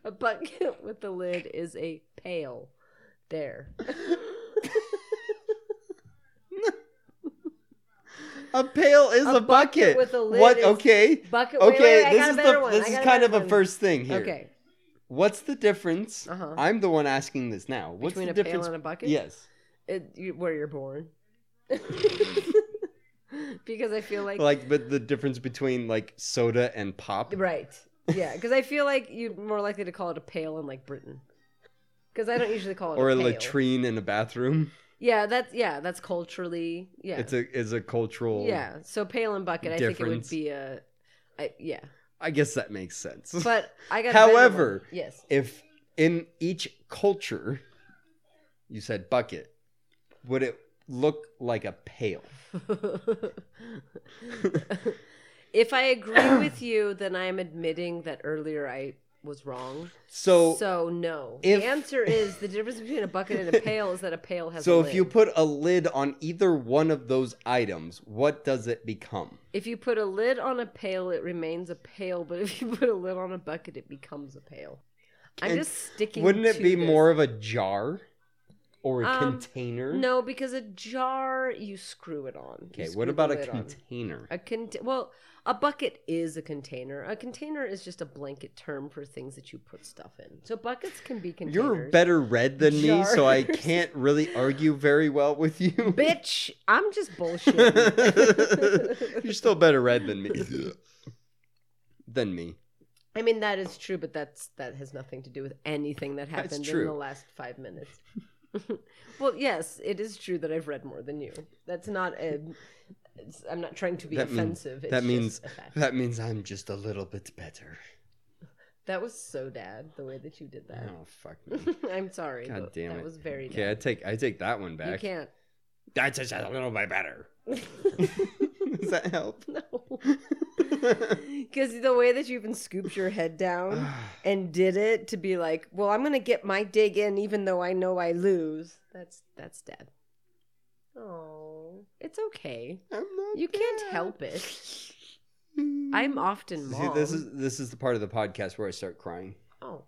F: a bucket with a lid is a pail. There.
G: A pail is a,
F: A bucket with a lid
G: What?
F: is-
G: Okay.
F: Bucket. wait,
G: Okay.
F: wait, I
G: this
F: got
G: is
F: a better
G: the
F: one. I
G: this is
F: got
G: kind of
F: better
G: a
F: one.
G: first thing here.
F: Okay.
G: What's the difference?
F: Uh-huh.
G: I'm the one asking this now. What's
F: Between
G: the
F: a pail
G: difference?
F: and a bucket?
G: Yes.
F: It, you, where you're
G: [laughs]
F: born. [laughs] because I feel like,
G: Like, but the difference between like soda and pop.
F: right. Yeah, because I feel like you're more likely to call it a pail in like Britain. Because I don't usually call it
G: Or
F: a,
G: a
F: pail.
G: latrine in a bathroom.
F: Yeah, that's yeah, that's culturally yeah.
G: It's a is a cultural.
F: yeah. So pail and bucket, I think it would
G: difference.
F: be a, I, yeah.
G: I guess that makes sense.
F: But I got. a better one.
G: However,
F: yes, [laughs]
G: if in each culture you said bucket, would it look like a pail?
F: if I
G: [coughs]
F: agree with you, then I am admitting that earlier I was wrong.
G: So so,
F: so no.
G: if-
F: the answer is the difference between a bucket
G: [laughs]
F: and a pail is that a pail has. a
G: if
F: lid.
G: you put a lid on either one of those items, what does it become?
F: if you put a lid on a pail, it remains a pail. But if you put a lid on a bucket, it becomes a pail. I'm
G: And
F: just sticking.
G: Wouldn't it
F: to
G: be
F: this.
G: more of a jar or a
F: Um,
G: container?
F: No, because a jar you screw it on. You
G: Okay,
F: screw
G: what
F: the
G: about a
F: lid on.
G: container?
F: A con- well, a bucket is a container. A container is just a blanket term for things that you put stuff in. So buckets can be containers.
G: You're better read than me, so I
F: Jars.
G: can't really argue very well with you.
F: [laughs] Bitch, I'm just bullshitting. [laughs]
G: [laughs] You're still better read than me. [laughs] than me.
F: I mean that is true, but that's that has nothing to do with anything that
G: That's
F: happened in
G: true.
F: the last five minutes. [laughs] well, yes, it is true that I've read more than you. That's not a. it's- I'm not trying to be
G: That mean-
F: offensive. it's
G: that
F: just
G: means
F: a fact.
G: that means I'm just a little bit better.
F: that was so dad the way that you did that.
G: Oh fuck me.
F: [laughs] I'm sorry.
G: God
F: but
G: damn
F: that
G: it.
F: was very
G: Okay, I
F: dad.
G: take I take that one
F: You
G: back. [laughs]
F: can't. [laughs]
G: That's just a little bit better. [laughs] Does that
F: [laughs]
G: help? [sighs]
F: No.
G: [laughs]
F: Because the way that you even scooped your head down and did it to be like, well, I'm gonna get my dig in, even though I know I lose. That's that's dead. Oh, it's okay.
G: I'm not
F: You can't help [laughs] it. I'm often
G: See,
F: mom.
G: this is this is the part of the podcast where I start crying. [laughs]
F: oh,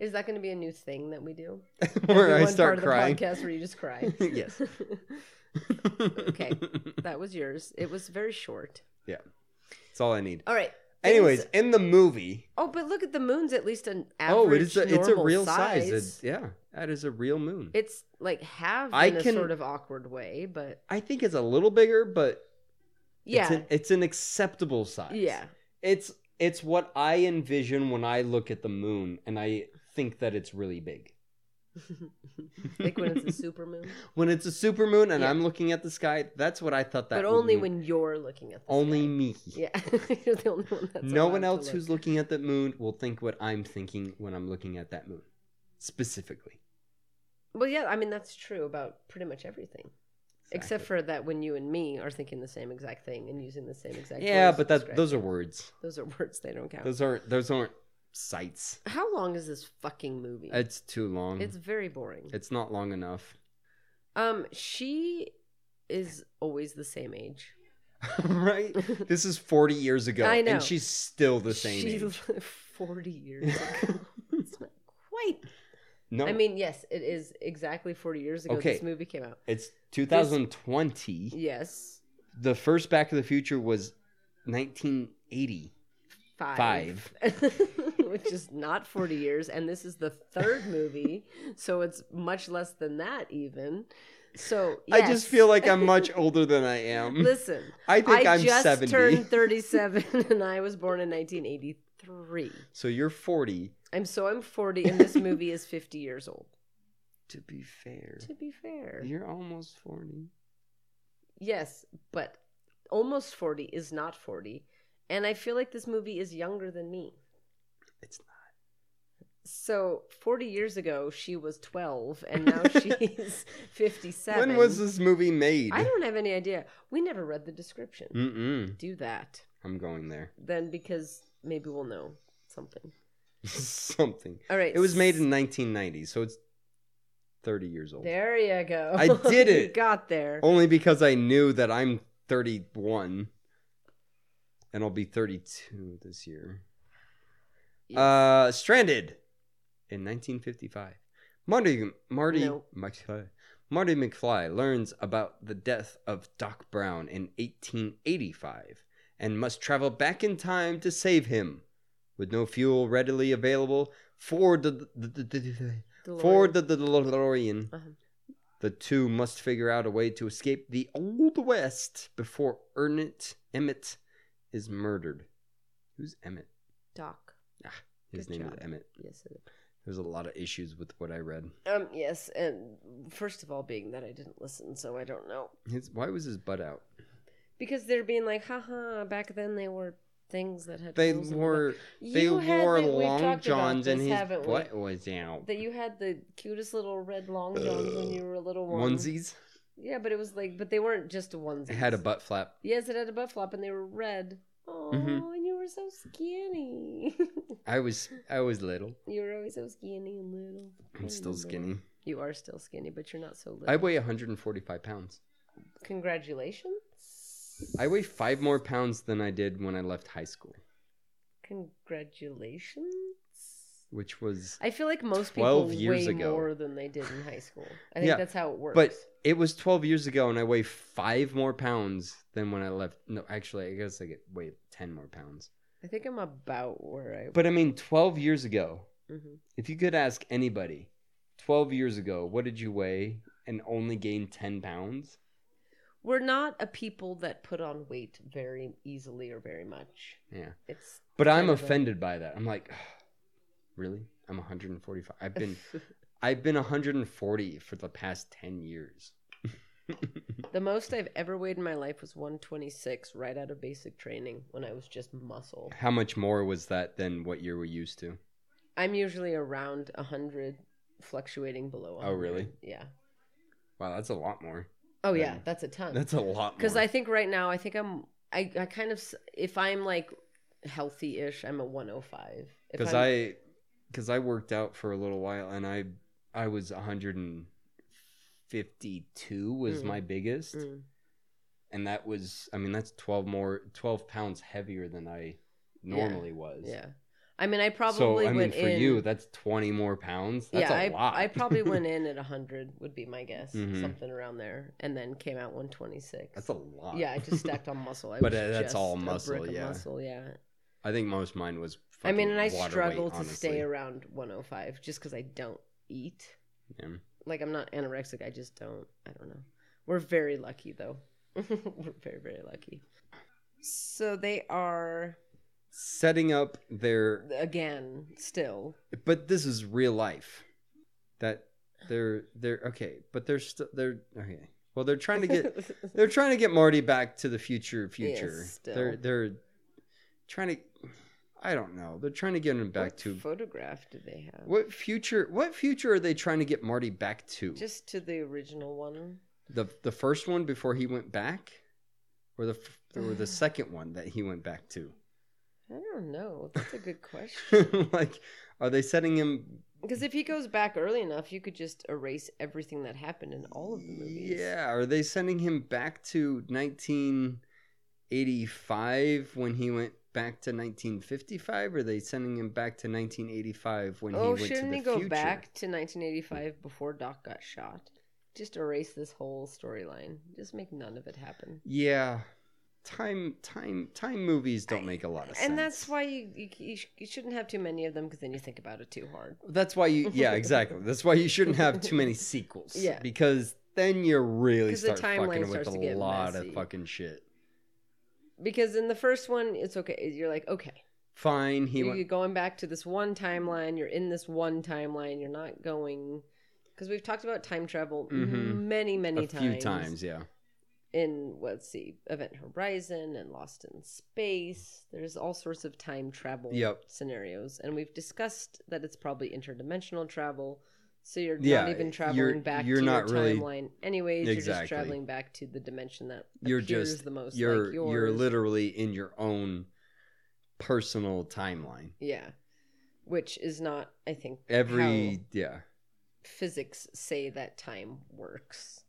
F: is that going to be a new thing that we do?
G: where
F: Every
G: I
F: one
G: start crying.
F: Of the podcast where you just cry.
G: [laughs] Yes.
F: [laughs] okay, that was yours. It was very short.
G: [laughs] That's all I need.
F: All right.
G: Anyways,
F: Things-
G: in the movie.
F: Oh, but look at the moon's at least an average.
G: Oh, it is a, it's a
F: normal
G: real
F: size.
G: size. It- yeah, that is a real moon.
F: It's like halved
G: I
F: in
G: can-
F: a sort of awkward way, but
G: I think it's a little bigger, but
F: yeah,
G: it's an, it's an acceptable size.
F: yeah,
G: It's it's what I envision when I look at the moon and I think that it's really big.
F: like when
G: [laughs]
F: it's a super moon,
G: When it's a super moon and
F: Yeah.
G: I'm looking at the sky, that's what I thought that
F: but
G: would
F: only
G: mean.
F: when you're looking at the
G: only
F: sky.
G: me.
F: Yeah, [laughs] you're the only one. That's
G: no
F: allowed
G: one
F: to
G: else
F: look.
G: who's looking at that moon will think what I'm thinking when I'm looking at that moon. Specifically.
F: Well, yeah, I mean that's true about pretty much everything. Except for that when you and me are thinking the same exact thing and using the same exact
G: yeah,
F: words to
G: but that
F: describe
G: those are
F: it.
G: words.
F: those are words they don't count.
G: Those aren't those aren't sights.
F: How long is this fucking movie?
G: It's too long.
F: It's
G: It's
F: very boring.
G: it's not long enough.
F: [laughs] Um, she is always the same age.
G: right? This is 40 years ago
F: I know.
G: and she's still the same
F: She's
G: age.
F: [laughs] forty years. [laughs] ago. it's not quite.
G: No.
F: I mean, yes, it is exactly forty years ago
G: Oh. Okay.
F: this movie came out.
G: it's 2020.
F: Yes,
G: The first Back to the Future was 1980.
F: five, [laughs] which is not forty years, and this is the third movie, so it's much less than that even. So
G: I
F: yes.
G: just feel like I'm much older than I am.
F: [laughs] Listen,
G: I think
F: I
G: am
F: just
G: 70.
F: turned thirty-seven, [laughs] and I was born in nineteen eighty-three.
G: So you're 40
F: I'm so I'm 40 and this movie is 50 years old.
G: to be fair.
F: To be fair.
G: You're almost 40.
F: Yes, but almost 40 is not 40. And I feel like this movie is younger than me.
G: It's not.
F: So 40 years ago she was 12 and
G: [laughs]
F: now she's 57.
G: When was this movie made?
F: I don't have any idea. We never read the description.
G: Mm. Mm-mm.
F: Do that.
G: I'm going there. [laughs]
F: Then because maybe we'll know something.
G: Something.
F: All right.
G: It was made
F: s-
G: in 1990, so it's 30 years old.
F: There you go.
G: I did
F: [laughs] You
G: it. Oh,
F: got there.
G: Only because I knew that I'm 31 and I'll be 32 this year.
F: Yes.
G: Uh, Stranded in 1955. Marty Marty
F: No.
G: McFly, Marty McFly learns about the death of Doc Brown in 1885 and must travel back in time to save him. With no fuel readily available, Ford the, the, the, the, for
F: DeLorean.
G: the DeLorean,
F: Uh-huh.
G: the two must figure out a way to escape the Old West before Ernest Emmett is murdered. Who's Emmett?
F: Doc.
G: His
F: Good
G: name
F: job.
G: is Emmett.
F: Yes, it is.
G: There's a lot of issues with what I read.
F: Um, yes, and first of all, being that I didn't listen, so I don't know.
G: His, why was his butt out?
F: Because they're being like, haha, back then they were things that had.
G: They
F: holes in the
G: wore
F: back."
G: they
F: You had
G: wore
F: the- we've talked
G: long
F: about
G: johns and
F: this,
G: his
F: haven't we?
G: butt was out.
F: That you had the cutest little red long johns
G: Uh,
F: when you were a little one.
G: Onesies
F: Yeah, but it was like, but they weren't just onesies.
G: it had a butt flap.
F: Yes, it had a butt flop, and they were red. Oh,
G: Mhm.
F: and you were so skinny. [laughs]
G: I was I was little.
F: you were always so skinny and little.
G: I'm still
F: Little.
G: skinny.
F: You are still skinny, but you're not so little.
G: I weigh 145 pounds.
F: Congratulations.
G: I weigh five more pounds than I did when I left high school,
F: Congratulations.
G: which was
F: I feel like most people
G: 12 years
F: way
G: ago.
F: more than they did in high school. I think
G: Yeah,
F: that's how it works.
G: But it was 12 years ago, and I weigh five more pounds than when I left. No, actually, I guess I get weigh 10 more pounds.
F: I think I'm about where I.
G: But I mean, 12 years ago,
F: Mhm.
G: if you could ask anybody, 12 years ago, what did you weigh and only gained 10 pounds?
F: We're not a people that put on weight very easily or very much.
G: Yeah.
F: It's
G: But I'm
F: Terrible.
G: offended by that. I'm like, really? I'm 145. I've been, I've been 140 for the past 10 years.
F: [laughs] the most I've ever weighed in my life was 126 right out of basic training when I was just muscle.
G: How much more was that than what you were used to?
F: I'm usually around 100, fluctuating below. 100.
G: Oh, really?
F: Yeah.
G: Wow, that's a lot more.
F: Oh yeah,
G: Then-
F: that's a ton.
G: That's a lot.
F: because
G: more.
F: I think right now I think I'm I, I kind of s- if I'm like healthy ish I'm a 105 If
G: because
F: I'm-
G: I because I worked out for a little while and I I was 152 was
F: Mm.
G: my biggest
F: Mm.
G: and that was I mean that's 12 more 12 pounds heavier than I normally was.
F: yeah I mean I probably
G: so I mean
F: went
G: for
F: in
G: you that's 20 more pounds. That's
F: yeah
G: a
F: I
G: lot.
F: I probably went in at 100 would be my guess
G: Mhm.
F: something around there and then came out 126
G: [laughs] that's a lot.
F: yeah I
G: [laughs]
F: just stacked on muscle I
G: But,
F: was
G: uh, that's
F: just
G: all
F: a
G: muscle,
F: brick of
G: yeah.
F: muscle yeah
G: I think most of mine was
F: I mean
G: fucking
F: and I
G: water weight,
F: struggle to stay
G: honestly.
F: around 105 just because I don't eat
G: Yeah.
F: like I'm not anorexic I just don't I don't know we're very lucky though [laughs] we're very very lucky so they are
G: Setting up their
F: again still
G: but this is real life that they're they're okay but they're still they're okay well they're trying
F: [laughs]
G: to get they're trying to get marty back to the future future
F: still.
G: they're they're trying to i don't know they're trying to get him back
F: What
G: to
F: photograph do they have
G: what future what future are they trying to get marty back to
F: just to the original one
G: the the first one before he went back, or the f-
F: [sighs]
G: or the second one that he went back to? [laughs]
F: I don't know. That's a good question.
G: like, are they setting him?
F: Because if he goes back early enough, you could just erase everything that happened in all of the movies.
G: Yeah, are they sending him back to 1985 when he went back to 1955? Or are they sending him back to 1985 when he
F: oh,
G: went to the
F: shouldn't he go
G: future?
F: back to 1985 before Doc got shot? Just erase this whole storyline. Just make none of it happen.
G: Yeah, time, time, time. Movies don't make a lot of sense,
F: And that's why you you, you, sh- you shouldn't have too many of them because then you think about it too hard.
G: That's why you,
F: [laughs]
G: yeah, exactly. That's why you shouldn't have too many sequels.
F: Yeah.
G: because then you really
F: 'Cause the
G: start
F: timeline
G: fucking with
F: starts
G: a
F: to get
G: lot
F: messy.
G: of fucking shit.
F: Because in the first one, it's okay. You're like, okay,
G: Fine, he
F: you're
G: went.
F: going back to this one timeline. You're in this one timeline. You're not going because we've talked about time travel
G: Mhm.
F: many, many
G: a few times, yeah.
F: in let's see event horizon and lost in space there's all sorts of time travel
G: Yep.
F: scenarios and we've discussed that it's probably interdimensional travel so you're
G: Yeah,
F: not even
G: you're-
F: traveling back
G: you're
F: to
G: not
F: your
G: really-
F: timeline anyways you're
G: Exactly.
F: just traveling back to the dimension that
G: You're
F: appears
G: just
F: the most
G: you're
F: like yours.
G: you're literally in your own personal timeline.
F: yeah which is not i think
G: Every
F: how
G: yeah,
F: physics say that time works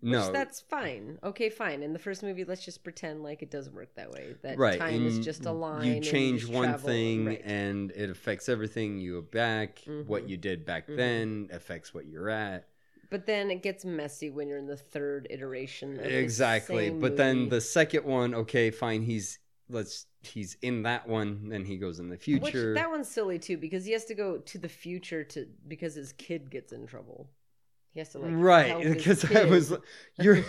G: no,
F: Which that's fine. Okay, fine. In the first movie, let's just pretend like it doesn't work that way. That
G: right.
F: time is
G: and
F: just a line.
G: You
F: and
G: change
F: just
G: one
F: travel,
G: thing
F: right.
G: and it affects everything you have back. What
F: Mhm.
G: you did back
F: Mhm.
G: then affects what you're at.
F: but then it gets messy when you're in the third iteration. Of the
G: exactly
F: same
G: but then
F: movie.
G: the second one okay fine he's let's he's in that one then he goes in the
F: Which,
G: future
F: that one's silly too because he has to go to the future to because his kid gets in trouble. He has to like
G: right
F: help his
G: because i
F: kid.
G: was [laughs]
F: [laughs]
G: you're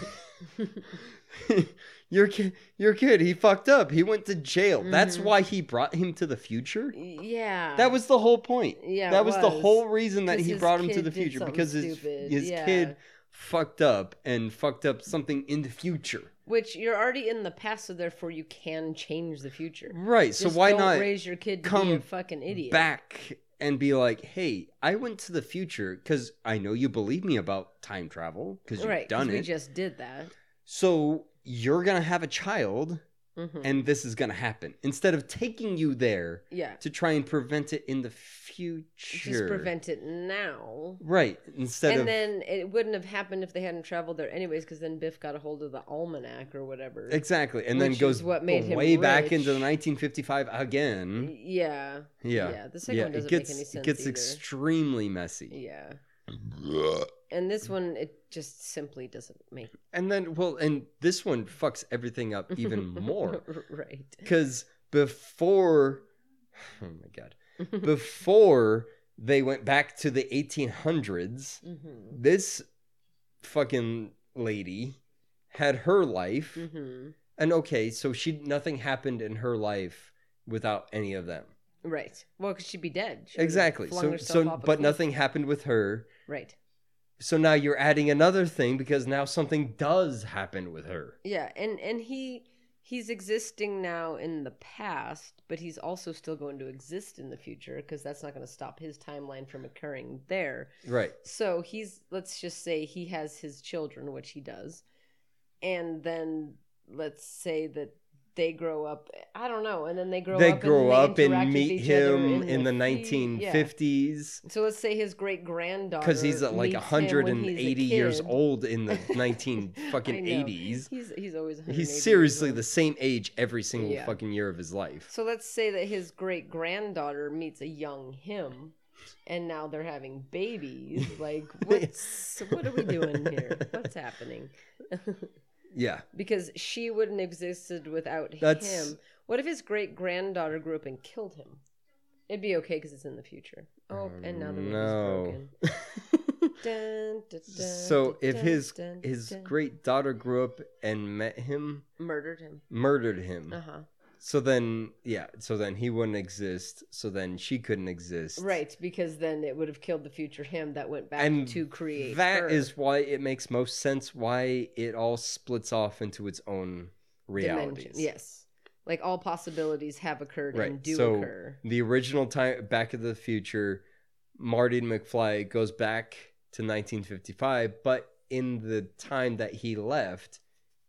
G: your kid your kid he fucked up he went to jail that's
F: Mhm.
G: why he brought him to the future
F: yeah
G: that was the whole point
F: yeah
G: that
F: it
G: was, the whole reason that
F: 'Cause
G: he
F: his
G: brought him to
F: kid
G: the
F: did
G: future
F: something
G: because his,
F: stupid,
G: his
F: yeah.
G: kid fucked up and fucked up something in the future
F: which you're already in the past so therefore you can change the future.
G: right so
F: Just
G: why
F: don't
G: not
F: raise your kid to be a
G: come
F: fucking idiot?
G: back and be like, "Hey, I went to the future because I know you believe me about time travel because you've
F: right, 'cause
G: done
F: we
G: it.
F: just did that.
G: so you're gonna have a child,
F: Mhm.
G: and this is gonna happen. Instead of taking you there
F: Yeah,
G: to try and prevent it in the future,
F: just prevent it now.
G: right? Instead
F: and
G: of
F: then it wouldn't have happened if they hadn't traveled there anyways, because then Biff got a hold of the almanac or whatever.
G: exactly, and then
F: which
G: goes
F: is what made him
G: way back into the
F: rich.
G: 1955 again.
F: Yeah.
G: Yeah,
F: Yeah, the second one doesn't
G: it
F: make
G: gets
F: any sense
G: it gets
F: either.
G: extremely messy.
F: Yeah. And this one, it just simply doesn't make
G: And then, well, and this one fucks everything
F: [laughs]
G: up even more
F: right.
G: because before, [sighs] oh my
F: [laughs]
G: god, before they went back to the 1800s,
F: Mm-hmm.
G: this fucking lady had her life,
F: hmm
G: and okay, so she nothing happened in her life without any of them.
F: Right. Well, because she'd be dead. She would've
G: Exactly.
F: flung
G: So,
F: herself
G: so
F: off a cliff.
G: but nothing happened with her.
F: Right.
G: So now you're adding another thing because now something does happen with her.
F: Yeah, and and he he's existing now in the past, but he's also still going to exist in the future because that's not going to stop his timeline from occurring there.
G: Right.
F: So he's let's just say he has his children, which he does, and then let's say that they grow up. I don't know, and then they grow
G: they
F: up.
G: grow
F: and
G: up
F: they
G: and
F: interact with
G: meet
F: each other
G: him in the
F: fu- yeah.
G: 1950s
F: So let's say his great granddaughter
G: because he's uh, like 180 years old
F: [laughs]
G: in the 19
F: I
G: fucking
F: know.
G: 80s.
F: He's he's always 180
G: He's
F: years
G: seriously
F: old.
G: the same age every single
F: Yeah.
G: fucking year of his life.
F: So let's say that his great granddaughter meets a young him, and now they're having
G: [laughs]
F: babies. Like, what's what are we doing here? What's happening? [laughs]
G: Yeah,
F: because she wouldn't existed without
G: That's-
F: him. What if his great granddaughter grew up and killed him? It'd be okay because it's in the future. Oh,
G: Oh,
F: and now the movie's
G: no.
F: broken. Dun, dun, dun,
G: So if
F: dun,
G: his
F: dun,
G: his
F: dun.
G: great daughter grew up and met him,
F: murdered him,
G: murdered him.
F: uh huh.
G: So then, yeah, so then he wouldn't exist. So then she couldn't exist.
F: Right, because then it would have killed the future him that went back
G: And
F: to create.
G: That is
F: her.
G: why it makes most sense why it all splits off into its own realities.
F: dimension. Yes. Like all possibilities have occurred
G: Right.
F: and do
G: so
F: occur.
G: the original time Back of the Future, Marty McFly goes back to 1955, but in the time that he left,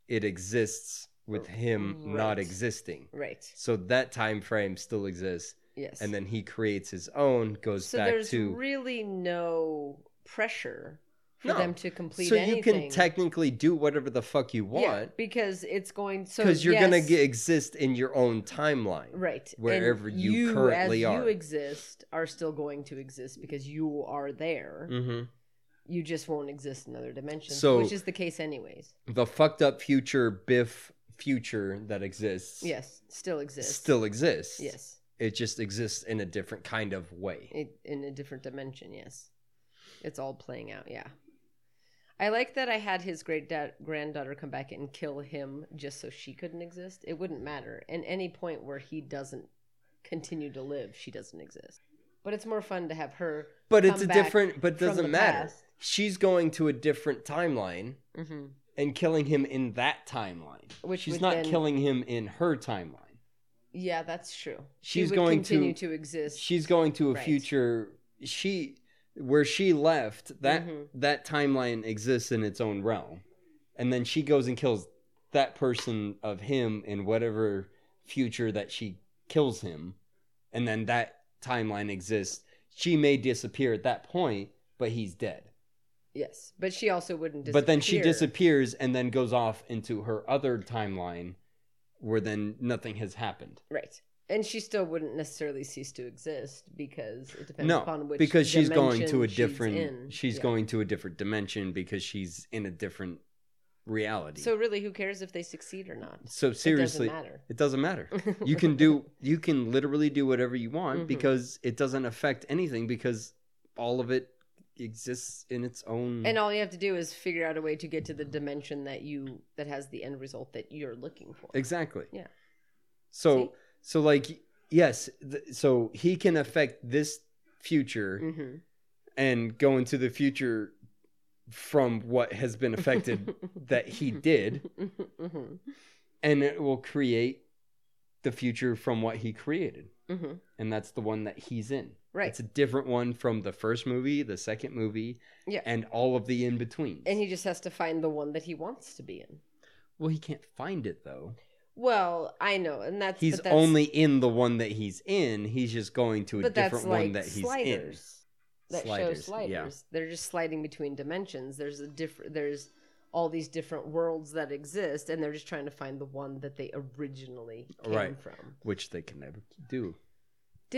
G: it exists with him not
F: Right.
G: existing.
F: Right.
G: So that time frame still exists,
F: Yes.
G: and then he creates his own, goes
F: so
G: back
F: there's
G: to
F: really no pressure for
G: No.
F: them to complete
G: so
F: anything.
G: you can technically do whatever the fuck you
F: Yeah,
G: want
F: because it's going so
G: because you're gonna
F: yes,
G: get, exist in your own timeline.
F: right and
G: wherever you
F: as
G: currently
F: You
G: are.
F: exist are still going to exist because you are there.
G: hmm
F: You just won't exist in other dimensions,
G: So-
F: which is the case anyways.
G: The fucked up future Biff future that exists
F: Yes, still exists.
G: still exists.
F: yes,
G: it just exists in a different kind of way.
F: it, in a different dimension. Yes, it's all playing out. Yeah. I like that I had his great da- granddaughter come back and kill him just so she couldn't exist. It wouldn't matter. And any point where he doesn't continue to live, she doesn't exist. But it's more fun to have her.
G: But it's a
F: come back
G: different. But
F: from
G: it
F: the
G: doesn't matter.
F: past.
G: She's going to a different timeline
F: hmm
G: and killing him in that timeline.
F: Which
G: she's
F: would
G: not
F: then-
G: killing him in her timeline.
F: Yeah, that's true.
G: She's
F: she would
G: going to-
F: continue to, exist.
G: She's going to a
F: Right.
G: future. She where she left that
F: Mhm.
G: that timeline exists in its own realm, and then she goes and kills that person of him in whatever future that she kills him, and then that timeline exists. She may disappear at that point, but he's dead.
F: yes, but she also wouldn't. Disappear.
G: But then she disappears and then goes off into her other timeline where then nothing has happened.
F: Right. And she still wouldn't necessarily cease to exist because it depends
G: no,
F: upon which
G: because she's going to
F: dimension
G: a
F: she's
G: different
F: in.
G: she's,
F: Yeah.
G: going to a different dimension because she's in a different reality.
F: So really, who cares if they succeed or not?
G: so seriously,
F: it doesn't matter.
G: it doesn't matter.
F: [laughs]
G: you can do you can literally do whatever you want
F: Mhm.
G: because it doesn't affect anything because all of it exists in its own
F: And all you have to do is figure out a way to get to the dimension that you that has the end result that you're looking for.
G: Exactly.
F: Yeah.
G: So
F: See?
G: so like yes, th- so he can affect this future
F: hmm
G: and go into the future from what has been
F: [laughs]
G: affected that he did
F: hmm
G: and it will create the future from what he created
F: hmm
G: and that's the one that he's in.
F: Right.
G: It's a different one from the first movie, the second movie,
F: Yeah.
G: and all of the in betweens.
F: And he just has to find the one that he wants to be in.
G: well, he can't find it though.
F: Well, I know, and that's
G: He's
F: but that's,
G: only in the one that he's in. He's just going to a
F: but that's
G: different
F: like
G: one that he's in.
F: sliders that show sliders.
G: yeah.
F: They're just sliding between dimensions. There's a different. There's all these different worlds that exist, and they're just trying to find the one that they originally came
G: Right.
F: from.
G: which they can never do.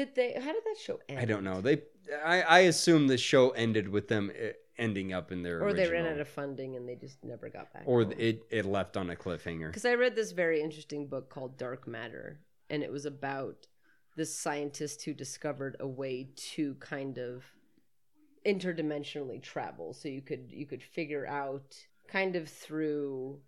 F: Did they? How did that show end?
G: I don't know. They, I, I assume the show ended with them eh, ending up in their
F: Or they ran
G: original-
F: out of funding and they just never got back.
G: or it it left on a cliffhanger.
F: because I read this very interesting book called Dark Matter, and it was about this scientist who discovered a way to kind of interdimensionally travel. So you could you could figure out kind of through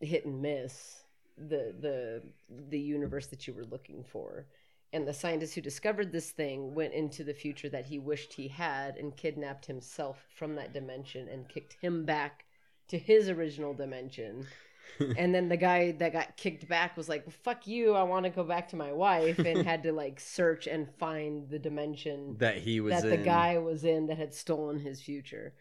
F: hit and miss the the the universe that you were looking for. And the scientist who discovered this thing went into the future that he wished he had and kidnapped himself from that dimension and kicked him back to his original
G: [laughs]
F: dimension. and then the guy that got kicked back was like, "Fuck you! I want to go back to my wife," and had to
G: [laughs]
F: like search and find the dimension
G: That he was
F: that the
G: in.
F: guy was in that had stolen his future,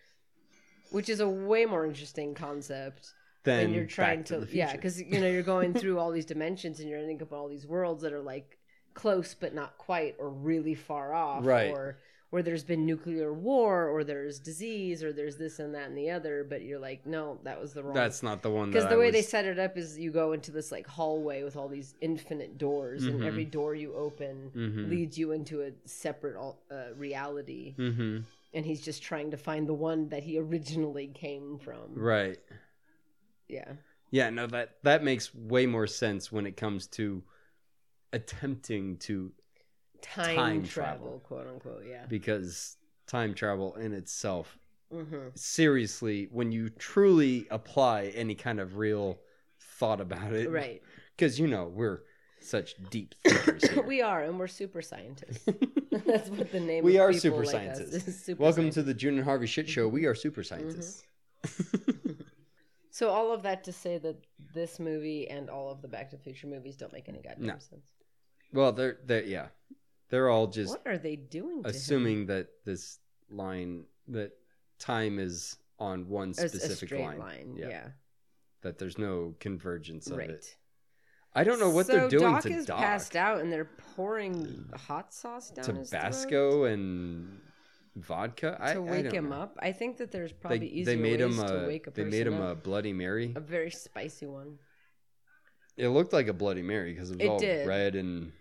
F: which is a way more interesting concept
G: then
F: and you're trying
G: back
F: to,
G: to, the
F: yeah
G: future.
F: because you know you're
G: [laughs]
F: going through all these dimensions and you're ending up in all these worlds that are like close but not quite or really far off
G: Right.
F: or or there's been nuclear war or there's disease or there's this and that and the other but you're like no that was the wrong
G: that's not the one.
F: because
G: Because
F: the way they set it up is you go into this like hallway with all these infinite doors and
G: Mhm.
F: every door you open
G: Mhm.
F: leads you into a separate al- uh, reality
G: hmm
F: and he's just trying to find the one that he originally came from
G: Right.
F: yeah
G: Yeah. No. That that makes way more sense when it comes to attempting to
F: time,
G: Time travel.
F: travel, quote unquote. Yeah.
G: because time travel in itself
F: hmm
G: seriously when you truly apply any kind of real thought about it
F: Right.
G: [laughs] because you know we're such deep thinkers here.
F: [laughs] we are, and we're super
G: [laughs]
F: scientists. [laughs] That's what the name.
G: We
F: of
G: are
F: people
G: super
F: like us
G: scientists.
F: is [laughs] super
G: [laughs] welcome
F: scientists.
G: to the june and harvey shit show we are super scientists
F: So all of that to say that this movie and all of the Back to the Future movies don't make any goddamn
G: No.
F: sense. Mm-hmm.
G: well they're they're yeah they're all just
F: What are they doing? To him?
G: assuming that this line that time is on one
F: It's
G: specific
F: a straight line.
G: line.
F: Yeah.
G: That there's no convergence of
F: Right.
G: it. I don't know what they're
F: So
G: doing
F: Doc
G: to
F: is
G: Doc.
F: passed out and they're pouring hot sauce down his throat
G: Tabasco and vodka. I,
F: to
G: I
F: wake
G: don't
F: him
G: know.
F: up. I think that there's
G: They,
F: probably
G: they
F: easier
G: made
F: ways
G: him
F: to
G: a
F: wake a
G: they
F: person
G: made him a
F: up.
G: Bloody Mary.
F: a very spicy one.
G: It looked like a Bloody Mary because it was
F: It
G: all
F: did.
G: red and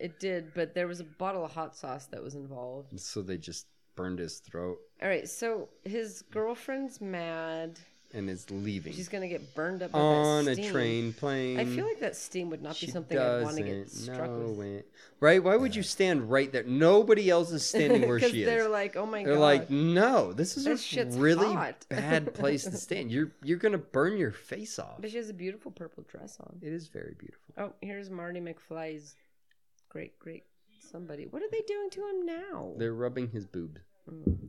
F: It did, but there was a bottle of hot sauce that was involved.
G: and so they just burned his throat
F: All right, so his girlfriend's mad.
G: and is leaving
F: She's gonna get burned up by that
G: on a
F: steam.
G: train plane.
F: I feel like that steam would not be
G: She
F: something I'd want to get
G: doesn't
F: struck
G: know
F: [laughs] with.
G: it. Right? Why would you stand right there? Nobody else is standing
F: [laughs]
G: where she
F: they're
G: is.
F: like, oh my
G: They're
F: god,
G: like, no, this is
F: This
G: a
F: shit's
G: really
F: hot." [laughs]
G: bad place to stand. You're you're gonna burn your face off.
F: but she has a beautiful purple dress on.
G: It is very beautiful.
F: Oh, here's Marty McFly's great, great somebody. What are they doing to him now?
G: They're rubbing his boob
F: Mm.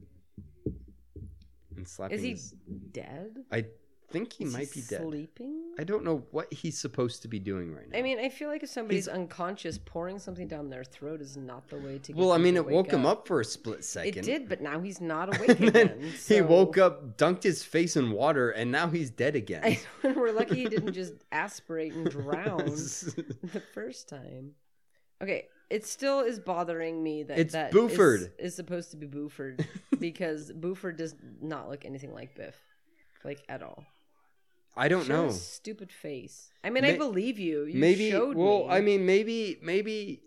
G: and slapping.
F: Is he
G: His...
F: dead?
G: I think he
F: Is
G: might be dead.
F: Sleeping?
G: I don't know what he's supposed to be doing right now.
F: I mean, I feel like if somebody's
G: He's-
F: unconscious, pouring something down their throat is not the way to. Get
G: well, I
F: them
G: mean,
F: to
G: it
F: wake
G: woke him up for a split second.
F: It
G: [laughs]
F: did, but now he's not
G: And
F: awake
G: then
F: again.
G: he
F: so-
G: woke up, dunked his face in water, and now he's dead again.
F: [laughs] I, we're lucky he didn't
G: [laughs]
F: just aspirate and drown the first time. Okay, it still is bothering me that
G: It's
F: that
G: Buford.
F: is- is supposed to be
G: [laughs]
F: Buford because Buford does not look anything like Biff, like at all.
G: [laughs] I don't
F: Show
G: know.
F: his Stupid face. I mean, I
G: May-
F: believe you. You
G: maybe.
F: showed
G: Well,
F: me.
G: I mean, maybe, maybe.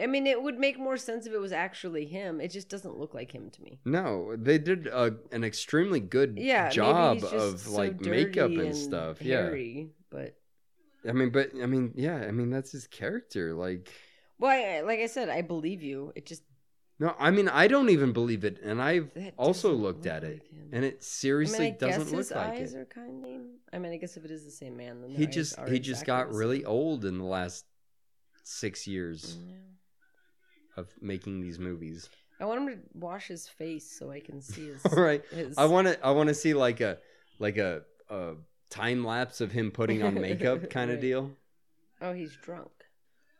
F: I mean, it would make more sense if it was actually him. It just doesn't look like him to me.
G: No, they did a, an extremely good
F: Yeah, maybe
G: job
F: he's just
G: of
F: so
G: like makeup
F: dirty
G: and, stuff.
F: hairy, but
G: Yeah, I mean, but I mean, yeah, I mean that's his character. Like,
F: well, I, I- like I said, I believe you. It just
G: no, I mean, I don't even believe it, and I've
F: That
G: also
F: doesn't
G: looked
F: look
G: at it,
F: like him.
G: and it
F: I
G: seriously
F: mean, I guess
G: doesn't
F: his
G: look like
F: eyes
G: it.
F: are kind of. I mean, I guess if it is the same man, then
G: He
F: their eyes
G: just
F: are
G: he just got
F: exactly the
G: really
F: same. Mm.
G: old in the last six years
F: Yeah.
G: of making these movies. [laughs]
F: I want him to wash his face so I can see his.
G: All [laughs] right,
F: his
G: I want to I want to see like a like a, a time lapse of him putting on
F: [laughs]
G: makeup kind of
F: Right.
G: deal.
F: oh, he's drunk.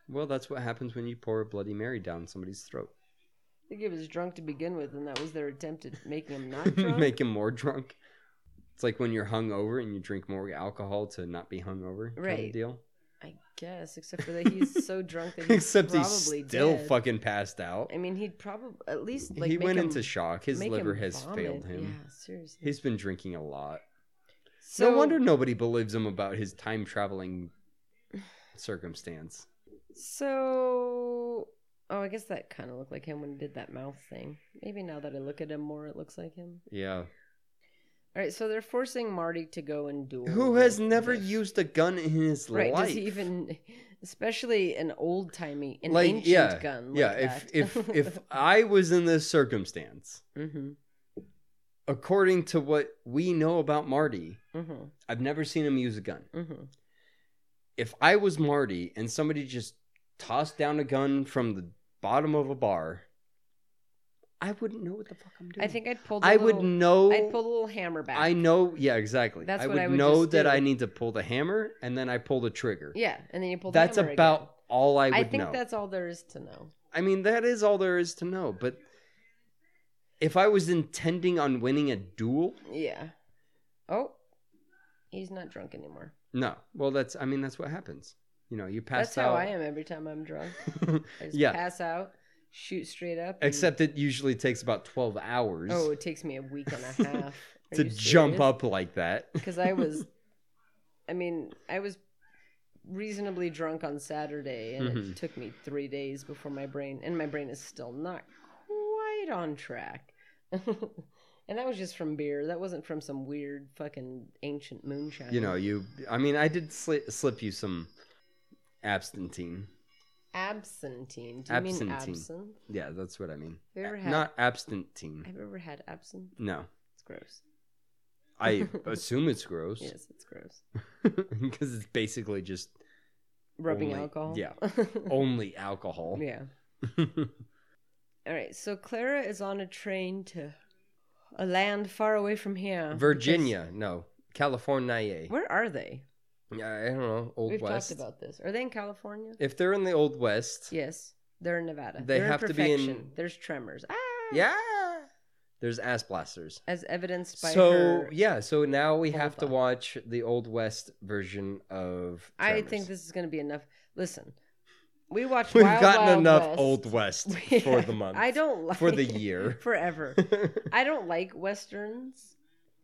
G: Well, that's what happens when you pour a Bloody Mary down somebody's
F: [laughs]
G: throat.
F: I think he was drunk to begin with, and that was their attempt at making
G: [laughs]
F: him not drunk.
G: Make him more drunk. It's like when you're hungover and you drink more alcohol to not be hungover. Kind
F: Right.
G: Of deal.
F: I guess, except for that he's
G: [laughs]
F: so drunk that he's
G: Except he's
F: probably
G: still
F: dead.
G: fucking passed out.
F: I mean, he'd probably at least like
G: he
F: make
G: went
F: him-
G: into shock. His
F: make
G: liver
F: him
G: has
F: vomit.
G: failed him.
F: Yeah, seriously.
G: He's been drinking a lot.
F: so,
G: no wonder nobody believes him about his
F: [sighs]
G: time traveling circumstance.
F: So, oh, I guess that kind of looked like him when he did that mouth thing. Maybe now that I look at him more, it looks like him.
G: Yeah.
F: All right, so they're forcing Marty to go and duel.
G: Who has
F: with
G: never
F: Biff.
G: used a gun in his
F: Right?
G: life?
F: Does he even, [laughs] especially an old timey, an
G: Like,
F: ancient
G: yeah,
F: gun? Like
G: yeah, if
F: [laughs]
G: if if I was in this circumstance,
F: hmm
G: according to what we know about Marty,
F: hmm
G: I've never seen him use a gun.
F: hmm
G: If I was Marty and somebody just tossed down a gun from the bottom of a bar, I wouldn't know what the fuck I'm doing.
F: I think I'd pull. The
G: I
F: little,
G: would know.
F: I'd pull the little hammer back.
G: I know. Yeah, exactly.
F: That's
G: I
F: what
G: would,
F: I would
G: know
F: just
G: that
F: do.
G: I need to pull the hammer and then I pull the trigger.
F: Yeah, and then you pull. The
G: that's
F: hammer
G: about
F: again.
G: all I would
F: I, think
G: know.
F: that's all there is to know.
G: I mean, that is all there is to know. But if I was intending on winning a duel,
F: Yeah. Oh, he's not drunk anymore.
G: no. Well, that's. I mean, that's what happens. You know, you pass
F: That's
G: out.
F: how I am every time I'm
G: [laughs]
F: drunk. I just
G: Yeah.
F: pass out, shoot straight up. and-
G: Except it usually takes about 12 hours
F: oh, it takes me a week and
G: [laughs]
F: a half
G: to jump up like that. [laughs]
F: because I was, I mean, I was reasonably drunk on Saturday, and
G: Mhm.
F: it took me three days before my brain, and my brain is still not quite on track. [laughs] and that was just from beer. That wasn't from some weird fucking ancient moonshine.
G: You know, you. I mean, I did sli- slip you some abstantine.
F: absentine. Do you mean
G: Absentine.
F: absinthe?
G: Yeah, that's what I mean.
F: Have you ever
G: A-
F: had-
G: Not abstantine.
F: I've ever had absinthe. [laughs]
G: No.
F: It's gross.
G: I assume it's gross. [laughs]
F: Yes, it's gross.
G: Because it's basically just
F: Rubbing
G: Only-
F: alcohol.
G: yeah. only alcohol.
F: [laughs] yeah.
G: [laughs]
F: All right. So Clara is on a train to a land far away from here. because-
G: Virginia. No. California.
F: Where are they?
G: Yeah, I don't know. Old
F: We've
G: West.
F: talked about this. Are they in California?
G: if they're in the Old West.
F: Yes, they're in Nevada.
G: They
F: They're
G: have
F: in
G: to be in-
F: Perfection. There's tremors. Ah.
G: Yeah. There's ass blasters.
F: as evidenced by
G: so
F: her.
G: yeah, so now we have to
F: vulva.
G: watch the old west version of.
F: I
G: Tremors. [laughs]
F: think this is going to be enough. Listen, we watched.
G: we've
F: Wild
G: gotten
F: Wild
G: enough
F: West. [laughs]
G: old [laughs] west for the month.
F: I don't like
G: [laughs] for the year.
F: [laughs]
G: [laughs]
F: forever. I don't like westerns.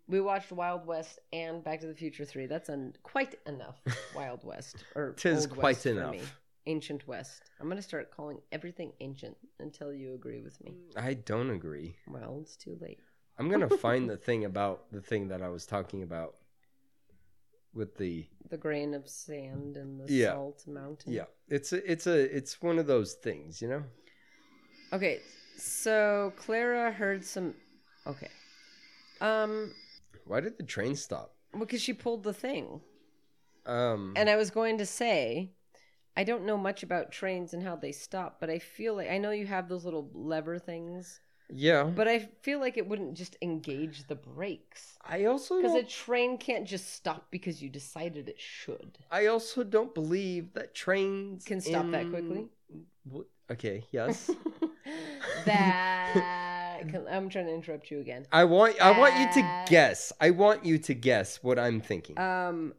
F: We watched Wild West and Back to the Future Three. That's un- quite
G: [laughs]
F: enough. Wild West or
G: Tis
F: Old
G: quite
F: West for
G: enough.
F: me. Ancient West. I'm going to start calling everything ancient until you agree with me.
G: I don't agree.
F: Well, it's too late.
G: I'm gonna find the thing about the thing that I was talking about with the
F: The grain of sand and the
G: Yeah.
F: salt mountain.
G: yeah. It's a, it's a it's one of those things, you know.
F: Okay, so Clara heard some. Okay. Um,
G: Why did the train stop?
F: because she pulled the thing.
G: Um,
F: And I was going to say, I don't know much about trains and how they stop, but I feel like I know you have those little lever things,
G: yeah,
F: but I feel like it wouldn't just engage the brakes
G: I also
F: because a
G: don't,
F: train can't just stop because you decided it should.
G: I also don't believe that trains
F: Can stop that quickly?
G: Wh- Okay,
F: [laughs]
G: yes.
F: that I'm trying to interrupt you again.
G: I want I want you to
F: That-
G: guess. I want you to guess what I'm thinking.
F: Uh, Um,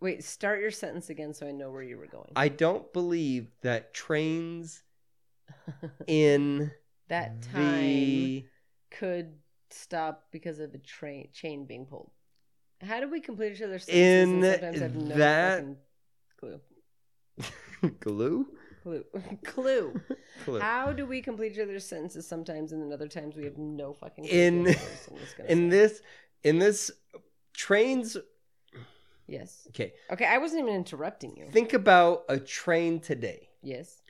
F: wait, start your sentence again so I know where you were going.
G: I don't believe
F: [laughs]
G: that trains in
F: that time
G: the
F: could stop because of a train chain being pulled. How do we complete each other's sentences?
G: In
F: and sometimes I have no
G: that-
F: fucking clue.
G: [laughs] glue
F: Clue. [laughs] clue.
G: glue.
F: How do we complete each other's sentences sometimes and then other times we have no fucking clue
G: In-
F: what the other person is gonna
G: [laughs] in
F: say?
G: this in this trains
F: Yes.
G: okay
F: Okay, I wasn't even interrupting you.
G: think about a train today
F: yes.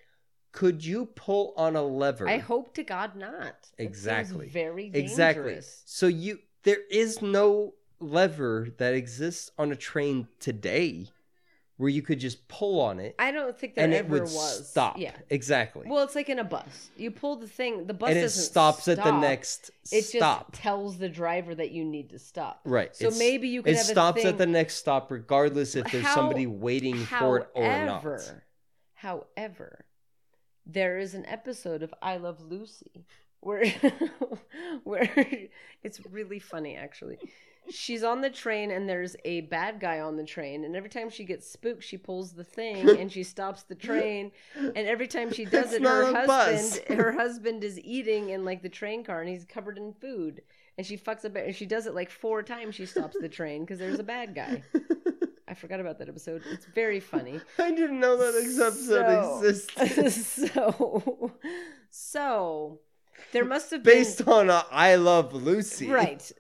G: could you pull on a lever
F: I hope to God not. That seems
G: Exactly.
F: Very dangerous.
G: exactly so you there is no lever that exists on a train today where you could just pull on it
F: I don't think there
G: and it
F: ever
G: would
F: was.
G: stop
F: Yeah.
G: exactly
F: Well, it's like in a bus. You pull the thing, the bus
G: and it
F: doesn't
G: stops at the
F: stop.
G: next
F: It
G: stop
F: just tells the driver that you need to stop.
G: right
F: So
G: it's-
F: maybe you could
G: it
F: have
G: stops
F: a thing,
G: at the next stop regardless if there's
F: How-
G: somebody waiting for it or not
F: However- However, there is an episode of I Love Lucy [laughs] where where [laughs] it's really funny actually. She's on the train and there's a bad guy on the train and every time she gets spooked she pulls the
G: [laughs]
F: thing and she stops the train and every time she does
G: It's
F: it her
G: not a bus.
F: husband
G: [laughs]
F: her husband is eating in like the train car and he's covered in food and she fucks up and she does it like four times she stops the train because there's a bad
G: [laughs]
F: guy. I forgot about that episode. It's very funny.
G: [laughs]
F: [laughs]
G: I didn't know that ex- episode existed.
F: so, so there must have
G: Based
F: been
G: on a I Love Lucy.
F: right,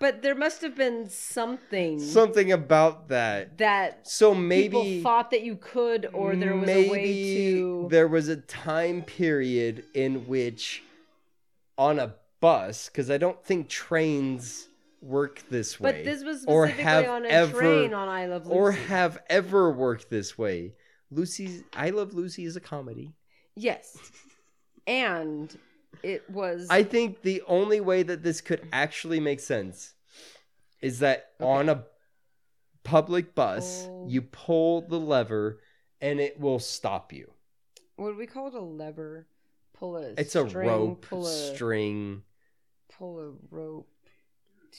F: but there must have been something
G: Something about that.
F: that
G: So
F: people
G: maybe
F: thought that you could, or there was
G: maybe
F: a way to.
G: there was a time period in which on a bus cuz I don't think trains work this way.
F: but this was
G: or
F: specifically
G: have
F: on a
G: ever-
F: train on I Love Lucy.
G: or have ever worked this way. Lucy's I Love Lucy is a comedy.
F: yes, and it was.
G: I think the only way that this could actually make sense is that
F: Okay.
G: on a public bus,
F: Oh.
G: you pull the lever and it will stop you.
F: would we call it a lever? Pull a.
G: It's a
F: string,
G: rope,
F: Pull a
G: string.
F: pull a rope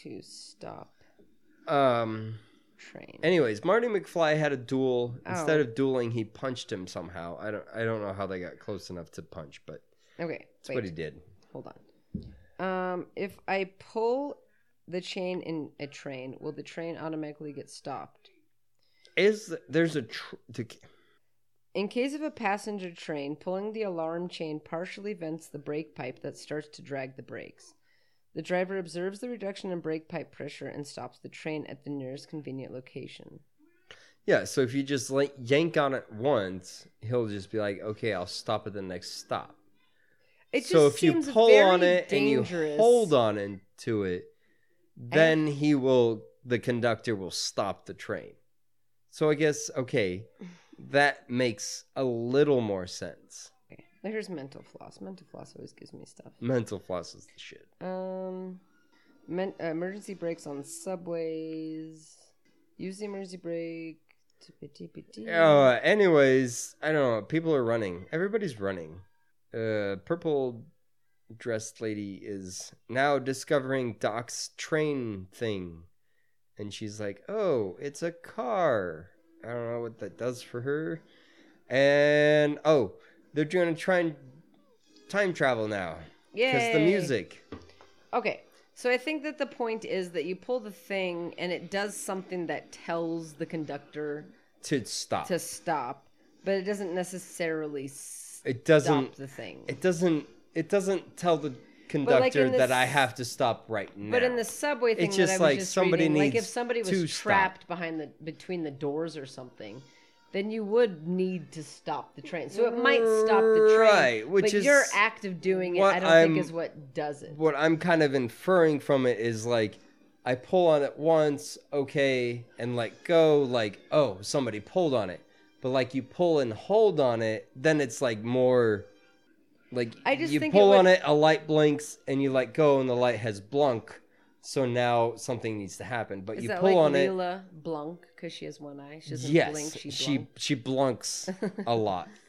F: to stop
G: Um.
F: train.
G: Anyways, Marty McFly had a duel. Instead
F: Oh.
G: of dueling, he punched him somehow. I don't. I don't know how they got close enough to punch, but
F: okay,
G: that's
F: wait,
G: what he did.
F: hold on. Um, if I pull the chain in a train, will the train automatically get stopped?
G: Is there's a tr- to,
F: In case of a passenger train, pulling the alarm chain partially vents the brake pipe that starts to drag the brakes. The driver observes the reduction in brake pipe pressure and stops the train at the nearest convenient location.
G: Yeah, so if you just like yank on it once, he'll just be like, "Okay, I'll stop at the next stop."
F: It just
G: so if
F: seems
G: you pull
F: very
G: on it and
F: dangerous.
G: you hold on into it, then he will the conductor will stop the train. So I guess
F: [sighs]
G: okay, that makes a little more sense.
F: Okay, here's mental floss. Mental floss always gives me stuff.
G: Mental floss is the shit.
F: Um, men- uh, emergency brakes on subways. Use the emergency brake. Tippy-tippy-tee.
G: Uh, anyways, I don't know. People are running. Everybody's running. Uh, purple dressed lady is now discovering Doc's train thing. And she's like, oh, it's a car. I don't know what that does for her. And oh, they're doing a try and time travel now. Because
F: Yeah.
G: the music.
F: Okay. So I think that the point is that you pull the thing and it does something that tells the conductor
G: To stop.
F: to stop, but it doesn't necessarily stop
G: it doesn't
F: the thing.
G: it doesn't it doesn't tell the conductor
F: in the
G: that I
F: s-
G: have to stop right now.
F: But in the subway thing,
G: It's
F: that I
G: just
F: was
G: like
F: just
G: somebody
F: reading, like
G: needs
F: if somebody
G: to
F: was
G: stop.
F: trapped behind the between the doors or something, then you would need to stop the train. So it might stop the train,
G: Right, which
F: but
G: is
F: your act of doing it,
G: what
F: I don't
G: I'm-
F: think is what does it.
G: what I'm kind of inferring from it is like I pull on it once, okay, and let go, like, oh, somebody pulled on it. But like you pull and hold on it, then it's like more like
F: I just
G: you
F: think it
G: pull on
F: would-
G: it, a light blinks, and you let go and the light has blunk. So now something needs to happen. But
F: Is
G: you
F: that
G: pull
F: like
G: on it.
F: Leela Blanc because she has one eye? She doesn't
G: yes,
F: blink. She,
G: she she blunks
F: [laughs]
G: a lot.
F: Blanc.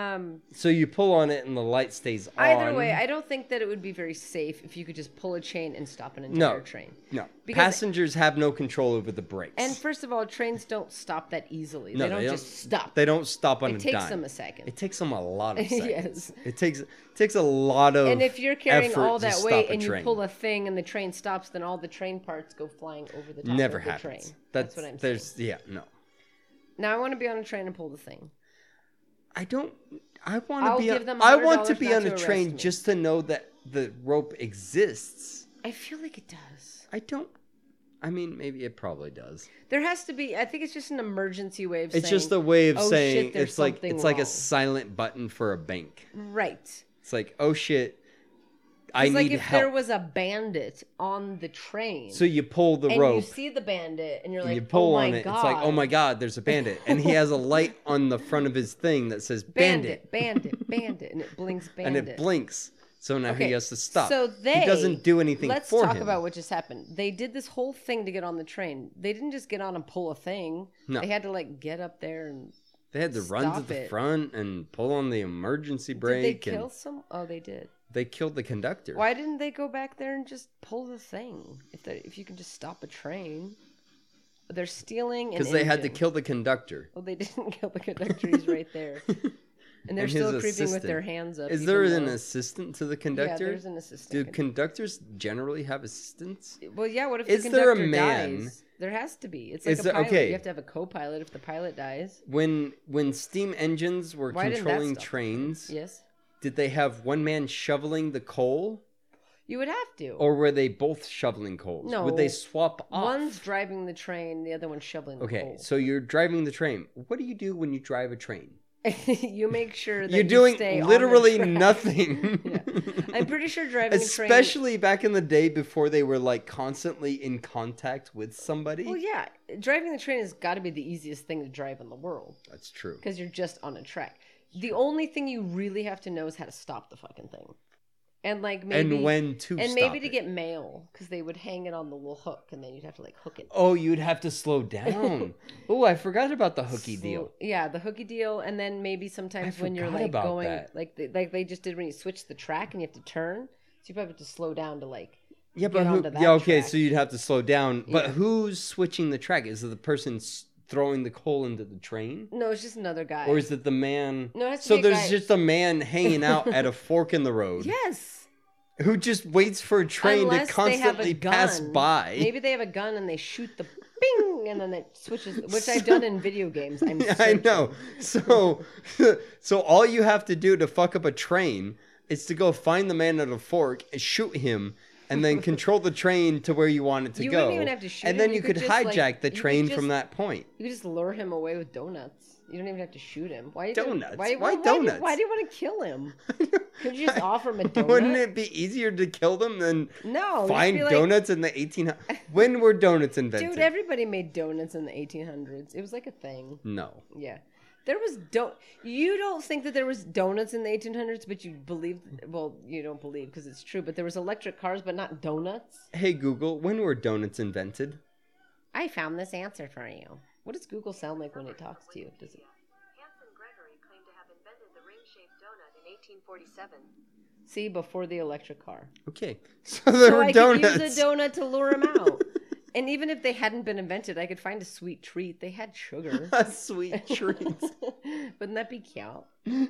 F: um.
G: So you pull on it and the light stays on.
F: Either way, I don't think that it would be very safe if you could just pull a chain and stop an
G: No.
F: entire train.
G: no
F: because-
G: passengers have no control over the brakes.
F: And first of all, trains don't stop that easily.
G: no,
F: they, don't just stop.
G: They don't stop on
F: It
G: a
F: takes
G: dime.
F: them a second.
G: It takes them a lot of seconds.
F: [laughs] Yes.
G: It takes takes a lot of.
F: and if you're carrying
G: effort
F: all
G: to
F: that
G: stop
F: weight
G: a
F: and you
G: train.
F: pull a thing and the train stops, then all the train parts go flying over the top
G: never
F: of the
G: happens.
F: train.
G: That's,
F: what I'm
G: there's,
F: saying.
G: Yeah, no.
F: Now I want to be on a train and pull the thing.
G: I don't. I want to
F: I'll
G: be. on-
F: give them
G: I want to
F: $100
G: be
F: not
G: on
F: to
G: a
F: arrest
G: train
F: me.
G: just to know that the rope exists.
F: I feel like it does.
G: I don't. I mean, maybe it probably does.
F: There has to be. I think it's just an emergency way of saying.
G: It's just a way of
F: "Oh, shit,
G: saying
F: there's
G: it's like
F: something
G: it's like a
F: wrong."
G: silent button for a bank.
F: right.
G: It's like, oh shit, I
F: It's
G: need
F: like if
G: help.
F: there was a bandit on the train.
G: so you pull the
F: and
G: rope.
F: you see the bandit, and you're
G: and
F: like,
G: you pull
F: oh my
G: on it.
F: God.
G: It's like, oh my god, there's a bandit, and he has
F: [laughs]
G: a light on the front of his thing that says bandit,
F: bandit, bandit, bandit, and it blinks bandit,
G: [laughs] and it blinks. So now
F: Okay,
G: he has to stop.
F: So they
G: he doesn't do anything
F: Let's
G: for
F: talk
G: him.
F: about what just happened. They did this whole thing to get on the train. They didn't just get on and pull a thing.
G: No.
F: They had to like get up there and
G: they had to run to
F: stop
G: the
F: it.
G: front and pull on the emergency
F: did they
G: brake,
F: kill
G: and
F: some? Oh, they did.
G: they killed the conductor.
F: Why didn't they go back there and just pull the thing? If they if you can just stop a train, they're stealing
G: Because they had to
F: kill.
G: kill the conductor.
F: Well, they [laughs] didn't kill the conductor. He's right there.
G: [laughs]
F: And they're
G: And his
F: still creeping with
G: assistant.
F: their hands up.
G: Is
F: even
G: there an
F: though-
G: assistant to the
F: Yeah,
G: conductor?
F: there's an assistant.
G: Do
F: con-
G: conductors generally have assistants?
F: well, yeah. What if
G: Is
F: the
G: there a
F: conductor
G: man-
F: dies? There has to be. It's like
G: Is
F: a
G: there-
F: pilot.
G: okay.
F: You have to have a co-pilot if the pilot dies.
G: When when steam engines were
F: Why didn't that
G: controlling
F: stop?
G: trains,
F: Yes,
G: did they have one man shoveling the coal,
F: you would have to.
G: or were they both shoveling coals?
F: No.
G: Would they swap off?
F: one's driving the train, the other one's shoveling the
G: okay,
F: coal.
G: so you're driving the train. What do you do when you drive a train?
F: [laughs] you make sure that
G: You're
F: you
G: doing
F: stay on the [laughs]
G: literally
F: track.
G: nothing.
F: yeah. I'm pretty sure driving a train
G: [laughs] Especially back in the day before they were like constantly in contact with somebody.
F: Well, yeah, driving the train has got to be the easiest thing to drive in the world.
G: That's true.
F: because you're just on a track. The only thing you really have to know is how to stop the fucking thing, and like maybe
G: and when to
F: and
G: stop
F: maybe to
G: it.
F: get mail because they would hang it on the little hook, and then you'd have to like hook it.
G: Oh, you'd have
F: [laughs]
G: to slow down. oh, I forgot about the hooky
F: Sl-
G: deal.
F: yeah, the hooky deal, and then maybe sometimes when you're
G: forgot
F: like
G: about
F: going
G: that.
F: like they, like they just did when you switch the track and you have to turn, so you probably have to slow down to like
G: Yeah,
F: get
G: but who,
F: onto that
G: yeah, okay,
F: track.
G: so you'd have to slow down. But
F: Yeah.
G: who's switching the track? Is it the person s- throwing the coal into the train,
F: no, it's just another guy.
G: or is it the man?
F: No, it has to
G: so
F: be a
G: there's
F: guy.
G: just a man hanging out at
F: [laughs]
G: a fork in the road
F: yes,
G: who just waits for a train
F: Unless
G: to
F: they have a
G: constantly pass
F: gun.
G: by. [laughs]
F: Maybe they have a gun and they shoot the bing, and then it switches, which I've done in video games. I'm
G: [laughs] Yeah, I
F: certain.
G: know. So, so [laughs] all you have to do to fuck up a train is to go find the man at a fork and shoot him,
F: [laughs]
G: and then control the train to where you want it to
F: You
G: go.
F: wouldn't even have to shoot
G: and
F: him,
G: then
F: you
G: you,
F: could
G: could,
F: just, like-
G: hijack the
F: you could
G: train
F: just-
G: from that point.
F: You could just lure him away with donuts. You don't even have to shoot him. Why you
G: Donuts?
F: Why,
G: Why
F: do you-
G: donuts?
F: why do you want to kill
G: [laughs]
F: him? Could you just offer him a donut?
G: Wouldn't it be easier to kill them than
F: No. just
G: find
F: be like,
G: donuts in
F: [laughs]
G: the 1800s? When were donuts invented?
F: Dude, everybody made donuts in the 1800s. It was like a thing.
G: no.
F: Yeah. There was don't you don't think that there was donuts in the 1800s, but you believe well you don't believe because it's true. But there was electric cars, but not donuts.
G: Hey Google, when were donuts invented?
F: I found this answer for you. What does Google sound like when it talks to you? Does it?
C: Hanson Gregory claimed to have invented the ring-shaped donut in 1847.
F: See, before the electric car.
G: Okay, [laughs] so there
F: so
G: were
F: I
G: donuts.
F: could use a donut to lure him out. and even if they hadn't been invented, I could find a sweet treat. They had sugar.
G: [laughs] a sweet treat.
F: [laughs] Wouldn't that be cute?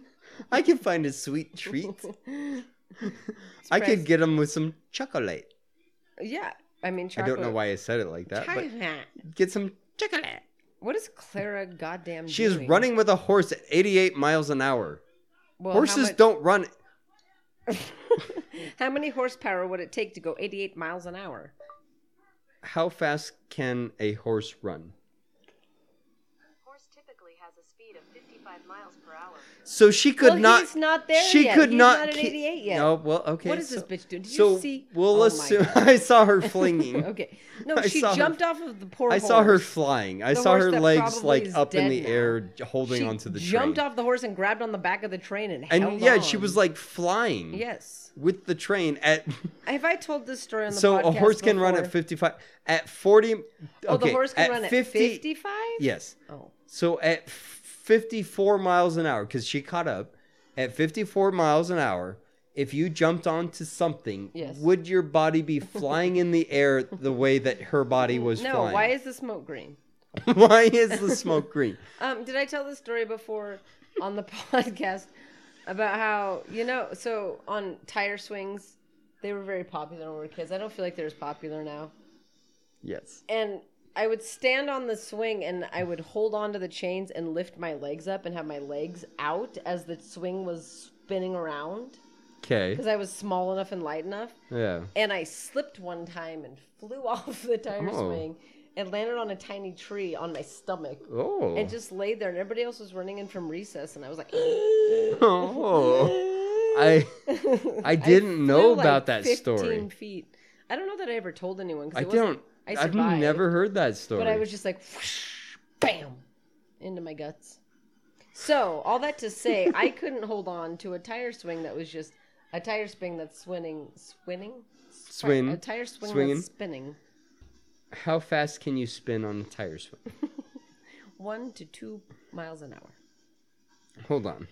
G: I could find
F: [laughs]
G: a sweet treat. I
F: Express.
G: could get them with some chocolate.
F: Yeah. I mean,
G: I
F: chocolate.
G: don't know why I said it like that, but
F: Chocolate.
G: get some chocolate.
F: What is Clara goddamn
G: She is
F: doing?
G: running with a horse at 88 miles an hour.
F: Well, how
G: Horses
F: much-
G: don't run.
F: [laughs] How many horsepower would it take to go 88 miles an hour?
G: How fast can a horse run?
C: Horse typically has a speed of 55 miles per hour.
G: So she could
F: well,
G: not.
F: He's not there
G: she
F: yet.
G: could
F: he's
G: not.
F: at
G: ki-
F: 88 yet.
G: No. Well, okay.
F: What is
G: so,
F: this bitch doing? Did you
G: so
F: see- Oh
G: we'll
F: my
G: assume.
F: God.
G: [laughs] I saw
F: [laughs]
G: her flinging.
F: okay. No,
G: I
F: she
G: saw her-
F: jumped off of the poor.
G: I saw her
F: horse.
G: flying. I
F: The
G: saw
F: horse
G: her
F: that
G: legs
F: probably
G: like
F: is
G: up in
F: dead
G: the
F: now.
G: air, j- holding
F: She
G: onto the
F: jumped
G: train.
F: off the horse and grabbed on the back of the train and
G: and
F: held
G: yeah, she
F: on.
G: was like flying
F: yes.
G: with the train at. [laughs]
F: Have I told this story on the
G: so
F: podcast
G: a horse can run at
F: before?
G: 55 at 40 okay,
F: Oh, the horse can
G: at
F: run at
G: 50
F: 55?
G: yes
F: Oh.
G: so at 54 miles an hour because she caught up at 54 miles an hour if you jumped onto something
F: Yes.
G: would your
F: [laughs]
G: body be flying in the air the way that her body was
F: No,
G: flying
F: why is the smoke green?
G: [laughs] why is the smoke green
F: Um, did I tell this story before on the [laughs] podcast about how you know? So on tire swings, they were very popular when we were kids. I don't feel like they're as popular now.
G: yes
F: And I would stand on the swing and I would hold onto the chains and lift my legs up and have my legs out as the swing was spinning around
G: okay
F: because I was small enough and light enough.
G: yeah
F: And I slipped one time and flew [laughs] off the tire
G: Oh.
F: swing and landed on a tiny tree on my stomach
G: oh
F: and just laid there and everybody else was running in from recess and i was like [gasps]
G: [laughs] Oh. i
F: [laughs]
G: i didn't know
F: flew, like,
G: about that
F: 15
G: story
F: feet i don't know that i ever told anyone 'cause
G: i
F: it wasn't-
G: don't
F: I
G: i've
F: survived,
G: never heard that story
F: but i was just like [laughs] whoosh, bam into my guts so all that to say
G: [laughs]
F: i couldn't hold on to a tire swing that was just a tire swing that's swinning swinning
G: Swing.
F: a tire swing
G: Swinging.
F: that's spinning
G: How fast can you spin on a tire swing?
F: one to two miles an hour
G: Hold on.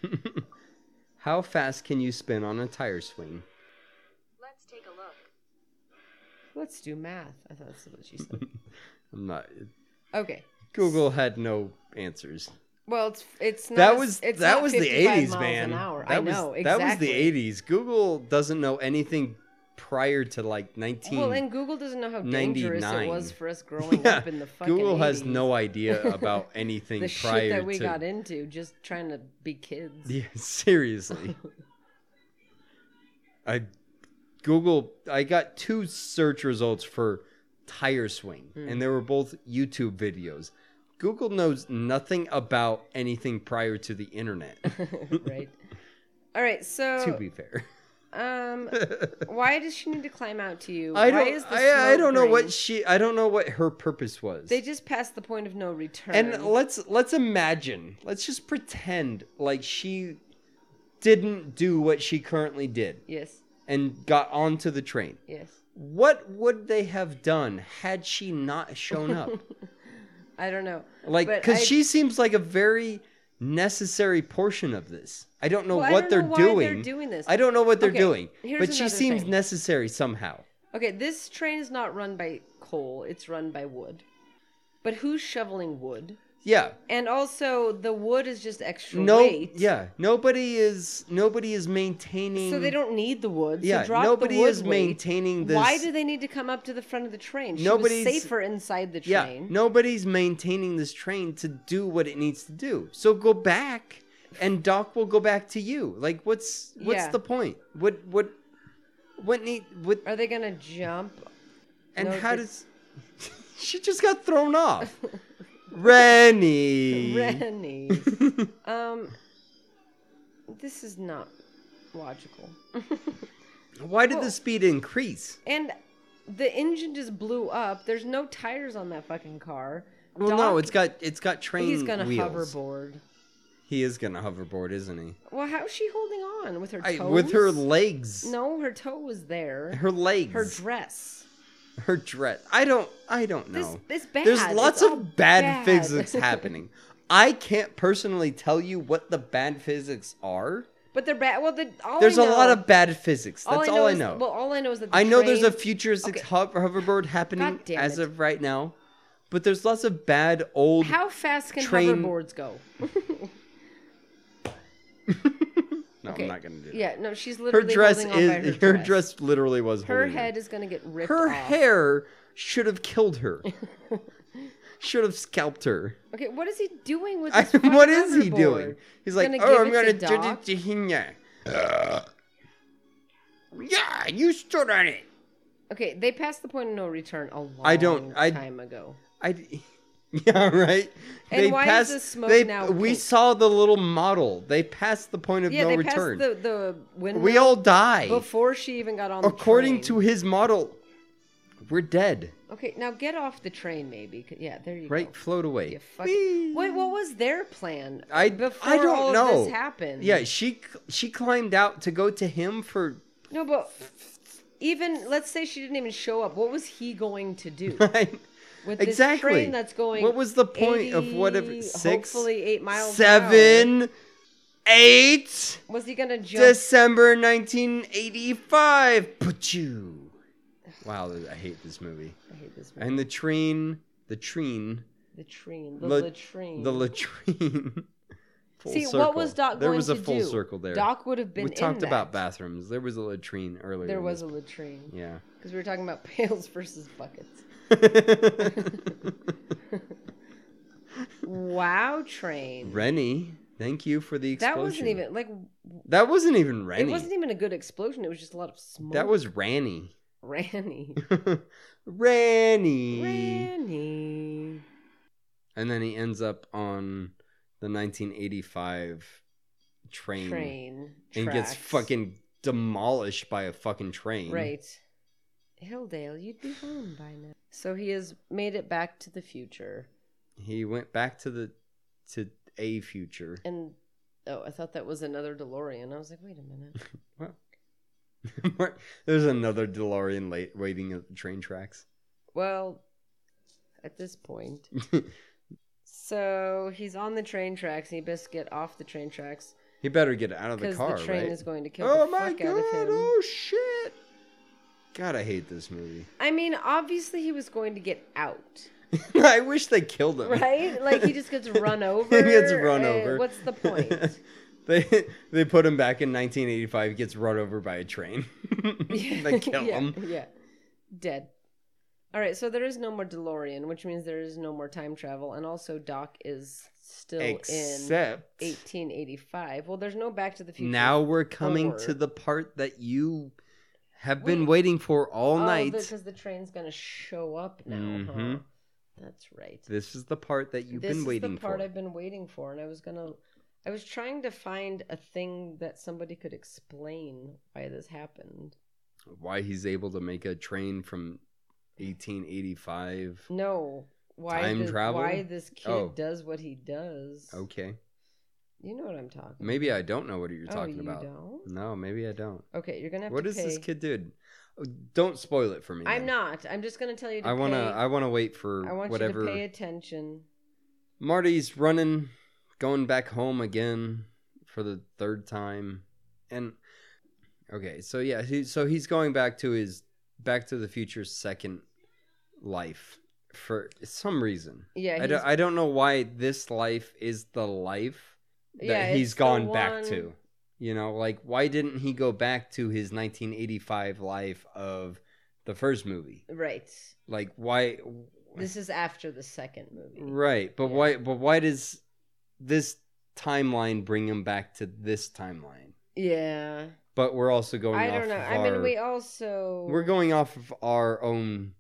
G: [laughs] How fast can you spin on a tire swing?
C: Let's take a look.
F: let's do math i thought that's what she said [laughs]
G: I'm not.
F: okay
G: Google had no answers.
F: Well, it's it's not
G: that
F: a-
G: was
F: it's
G: that
F: not
G: was the
F: 55
G: 80s,
F: miles
G: man.
F: An hour.
G: That
F: I
G: was,
F: know
G: That was
F: exactly.
G: the 80s. Google doesn't know anything prior to like 19.
F: Well, and Google doesn't know how dangerous it
G: 99.
F: was for us growing
G: Yeah,
F: up
G: [laughs]
F: in the fucking.
G: Google has
F: 80s.
G: no idea
F: [laughs]
G: about anything
F: the
G: prior
F: shit that we
G: to.
F: got into just trying to be kids.
G: [laughs] Yeah, seriously. I Google I got two search results for tire swing
F: Hmm.
G: and they were both YouTube videos. Google knows nothing about anything prior to the internet,
F: [laughs] right. All right.
G: [laughs] to
F: So, [laughs]
G: be fair.
F: um,
G: [laughs]
F: why does she need to climb out to you? why
G: I don't
F: is the
G: I, I
F: smoke
G: don't know
F: green?
G: what she I don't know what her purpose was.
F: they just passed the point of no return.
G: and let's let's imagine. Let's just pretend like she didn't do what she currently did
F: yes,
G: and got onto the train.
F: yes.
G: what would they have done had she not
F: [laughs]
G: shown up?
F: I don't know.
G: like,
F: But
G: because
F: I-
G: she seems like a very necessary portion of this. I don't know
F: Well, I
G: what
F: don't
G: they're
F: know why
G: doing.
F: They're doing this.
G: I don't know what they're
F: Okay,
G: doing,
F: here's
G: but she
F: another
G: seems
F: thing.
G: necessary somehow.
F: Okay, this train is not run by coal, it's run by wood. But who's shoveling wood?
G: Yeah.
F: And also, the wood is just extra
G: No.
F: weight.
G: Yeah. Nobody is. Nobody is maintaining.
F: So they don't need the wood. So
G: Yeah.
F: drop
G: nobody
F: the wood
G: is
F: weight.
G: maintaining this.
F: Why do they need to come up to the front of the train? She
G: Nobody's-
F: was safer inside the
G: Yeah.
F: train.
G: Nobody's maintaining this train to do what it needs to do. So go back, and Doc will go back to you. Like, what's what's
F: Yeah.
G: the point? What what what need what?
F: Are they gonna jump?
G: And
F: no,
G: how
F: it's-
G: does [laughs] she just got thrown off? Rennie.
F: Rennie. um, this is not logical.
G: [laughs]
F: [laughs]
G: Why did
F: Well-
G: the speed increase?
F: and the engine just blew up. There's no tires on that fucking car.
G: Well, no,
F: Doc-
G: it's got it's got train
F: He's gonna
G: wheels.
F: hoverboard.
G: He is gonna hoverboard, isn't he?
F: Well, how's she holding on with her
G: I,
F: toes?
G: with her legs.
F: No, her toe was there. Her,
G: Her legs. Her,
F: dress.
G: dress. I don't. I don't know.
F: This it's bad.
G: There's
F: It's
G: lots
F: all
G: of bad,
F: bad.
G: physics happening. I can't personally tell you what the bad physics are,
F: But they're bad. Well, the, all I
G: There's a
F: know-
G: lot of bad physics.
F: all
G: That's all I
F: is-
G: know.
F: Well, all I know is that the
G: I know there's a
F: train-
G: futuristic
F: Okay.
G: hub- hoverboard happening
F: God damn
G: as
F: it.
G: of right now, but there's lots of bad old.
F: How fast can
G: train-
F: hoverboards go?
G: no,
F: okay.
G: I'm not gonna do that.
F: Yeah, no, she's
G: Her
F: literally
G: dress
F: holding on
G: is
F: by
G: her
F: her,
G: dress. literally was
F: Her
G: holding
F: head is gonna get ripped
G: Her
F: off.
G: hair should have killed
F: [laughs]
G: her. should have scalped her.
F: Okay, what is he doing with
G: I,
F: this fucking
G: [laughs] what is he
F: hoverboard?
G: doing? He's like,
F: Gonna
G: oh,
F: give
G: I'm
F: it to
G: gonna do
F: Doc?"
G: it to Hinya. Yeah, you stood on it.
F: Okay, they passed the point of no return a long
G: I don't- I-
F: time ago.
G: I. [laughs] Yeah, right.
F: And why is the smoke
G: they,
F: now
G: We
F: pink?
G: saw the little model. They passed the point of
F: Yeah,
G: no
F: they
G: return.
F: passed the the window
G: we all die.
F: before she even got on.
G: According
F: the
G: to
F: train.
G: his model, we're dead.
F: okay, now get off the train, maybe. 'Cause- Yeah, there you
G: Right?
F: go.
G: Float away.
F: You fucking... Wait, what was their plan?
G: I
F: before
G: I don't
F: all of
G: know.
F: this happened.
G: Yeah, she she climbed out to go to him for [laughs]
F: No, but even let's say she didn't even show up. What was he going to
G: [laughs]
F: do with this
G: exactly.
F: train that's going?
G: What was the point of whatever
F: 80,
G: six,
F: hopefully eight miles, an hour?
G: seven, eight?
F: Was he gonna jump?
G: December 1985. Put you. Wow, th- I hate this movie.
F: I hate this one.
G: And the train, the train,
F: The train, the
G: Lat-
F: latrine, [laughs]
G: the latrine. Full
F: See, what was Doc
G: There
F: going
G: was a
F: to
G: full
F: do?
G: circle there.
F: Doc would have been.
G: we talked
F: in
G: about
F: that.
G: bathrooms. There was a latrine earlier.
F: There
G: in
F: was a
G: this-
F: latrine
G: yeah.
F: [laughs] because we were talking about pails versus buckets. Wow, train.
G: Rennie, thank you for the explosion.
F: That wasn't even like w-
G: That wasn't even
F: it
G: Rennie.
F: wasn't even a good explosion. It was just a lot of smoke.
G: that was Ranny. [laughs]
F: Ranny.
G: Ranny.
F: Ranny.
G: And then he ends up on the 1985 train,
F: Train.
G: and gets
F: tracks.
G: fucking demolished by a fucking train.
F: Right. Hilldale, you'd be home by now. So he has made it back to the future.
G: He went back to the to a future. [laughs]
F: And oh, I thought that was another DeLorean. I was like, wait a minute.
G: There's another DeLorean late waiting at the train tracks.
F: Well, at this point.
G: [laughs]
F: so he's on the train tracks and he best get off the train tracks
G: he better get out of the
F: because
G: car,
F: the, train
G: right?
F: is going to kill
G: oh
F: the
G: my
F: fuck out
G: god!
F: of him.
G: Oh shit! God, I hate this movie. [laughs]
F: I mean, obviously he was going to get out.
G: I wish they killed him. [laughs]
F: Right? Like he just gets run over.
G: he gets run
F: Uh,
G: over.
F: What's the point?
G: [laughs] they they put him back in 1985. He gets run over by a train. [laughs] they
F: [laughs]
G: kill
F: yeah,
G: him.
F: Yeah. Dead. All right, so there is no more DeLorean, which means there is no more time travel, and also Doc is still in
G: Except
F: 1885. Well, there's no Back to the Future.
G: now we're coming to
F: forward.
G: the part that you have been
F: Wait. Oh,
G: waiting for all night.
F: because the train's gonna show up now. Huh?
G: Mhm.
F: That's right.
G: This is the part that you've
F: this
G: been waiting
F: is the part
G: for.
F: I've been waiting for, and I was gonna, I was trying to find a thing that somebody could explain why this happened.
G: Why he's able to make a train from 1885?
F: No, why
G: Time
F: this,
G: travel?
F: Why this kid
G: Oh.
F: does what he does?
G: Okay,
F: You know what I'm talking.
G: maybe I don't know what you're
F: about.
G: talking
F: oh,
G: about.
F: You don't?
G: No, maybe I don't.
F: Okay, you're gonna have
G: What
F: to
G: does this
F: pay-
G: kid do? Oh, Don't spoil it for me.
F: I'm
G: then.
F: not. I'm just gonna tell you. To
G: I wanna.
F: pay-
G: I wanna wait for
F: I want
G: whatever.
F: you to pay attention.
G: Marty's running, going back home again for the third time, and okay, so yeah, he, so he's going back to his Back to the Future's second life for some reason.
F: Yeah,
G: I
F: he's-
G: don't, I don't know why this life is the life that
F: Yeah,
G: he's
F: it's the
G: gone back
F: one-
G: to. You know, like why didn't he go back to his 1985 life of the first movie?
F: Right.
G: Like why
F: This is after the second movie.
G: Right, but
F: Yeah.
G: why? But why does this timeline bring him back to this timeline?
F: Yeah.
G: But we're also going.
F: I
G: off
F: don't know.
G: Of
F: I
G: our,
F: mean, we also
G: we're going off of our own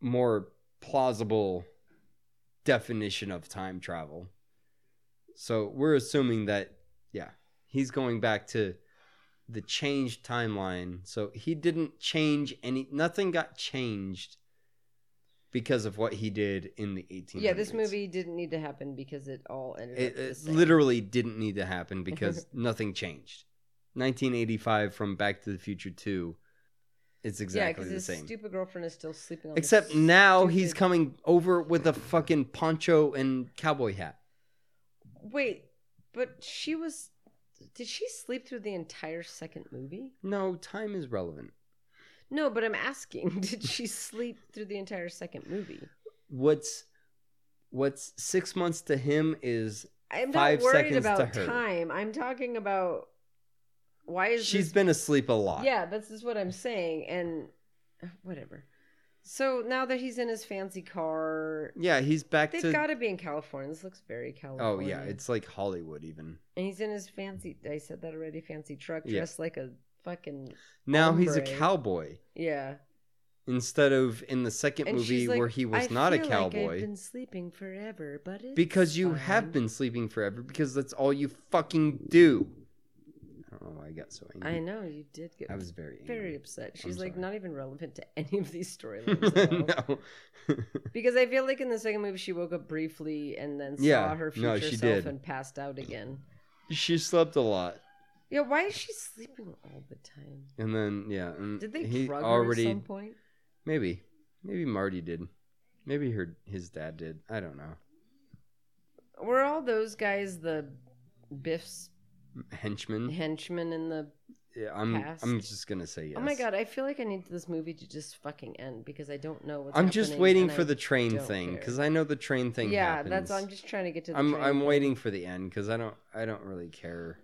G: more plausible definition of time travel. So we're assuming that yeah, he's going back to the changed timeline. So he didn't change any. Nothing got changed because of what he did in the 1800s.
F: yeah. This movie didn't need to happen because it all ended. up
G: It,
F: the
G: it
F: same.
G: literally didn't need
F: [laughs]
G: to happen because nothing changed. 1985 from Back to the Future 2, it's
F: yeah,
G: exactly
F: because
G: the
F: his
G: same.
F: stupid girlfriend is still sleeping. on the
G: Except now he's
F: stupid-
G: coming over with a fucking poncho and cowboy hat.
F: Wait, but she was Did she sleep through the entire second movie?
G: No, time is relevant.
F: No, but I'm asking, [laughs] did she sleep through the entire second movie?
G: What's what's six months to him is
F: I'm
G: Five
F: not worried
G: seconds to
F: about
G: her.
F: time. I'm talking about why is
G: she's
F: this...
G: been asleep a lot.
F: Yeah, that's just what I'm saying, and uh, whatever. So now that he's in his fancy car,
G: Yeah, he's back
F: they've
G: to
F: got to be in California. This looks very
G: Oh
F: California.
G: yeah, it's like Hollywood even.
F: and he's in his fancy. I said that already. Fancy truck,
G: Yeah.
F: dressed like a fucking
G: Now he's a
F: Hombre.
G: cowboy
F: yeah.
G: instead of in the second
F: And
G: movie
F: she's like,
G: where he was
F: "I
G: not a
F: feel Like I've
G: cowboy.
F: been sleeping forever, but it's
G: Because you
F: fine."
G: have been sleeping forever because that's all you fucking do. I don't know why I got so angry.
F: I know you did get.
G: I was very
F: very
G: angry.
F: upset. She's like
G: sorry.
F: not even relevant to any of
G: [laughs]
F: these storylines at all.
G: no.
F: Because I feel like in the second movie she woke up briefly and then
G: Yeah,
F: saw her future
G: no, she
F: self
G: did.
F: and passed out again.
G: She slept a lot.
F: Yeah, why is she sleeping all the time?
G: And then yeah, and
F: Did they
G: he
F: drug
G: already
F: her at some point?
G: maybe maybe Marty did. Maybe her his dad did. I don't know.
F: Were all those guys the Biff's
G: Henchman.
F: henchmen in the?
G: Yeah, I'm
F: Past.
G: I'm just going to say yes.
F: Oh my god! I feel like I need this movie to just fucking end because I don't know what's.
G: I'm just
F: happening
G: waiting
F: and
G: for
F: I
G: the train
F: don't
G: thing
F: care.
G: cuz I know the train thing
F: yeah,
G: happens.
F: that's. I'm just trying to get to. The
G: I'm
F: train
G: I'm
F: thing.
G: waiting for the end because I don't I don't really care.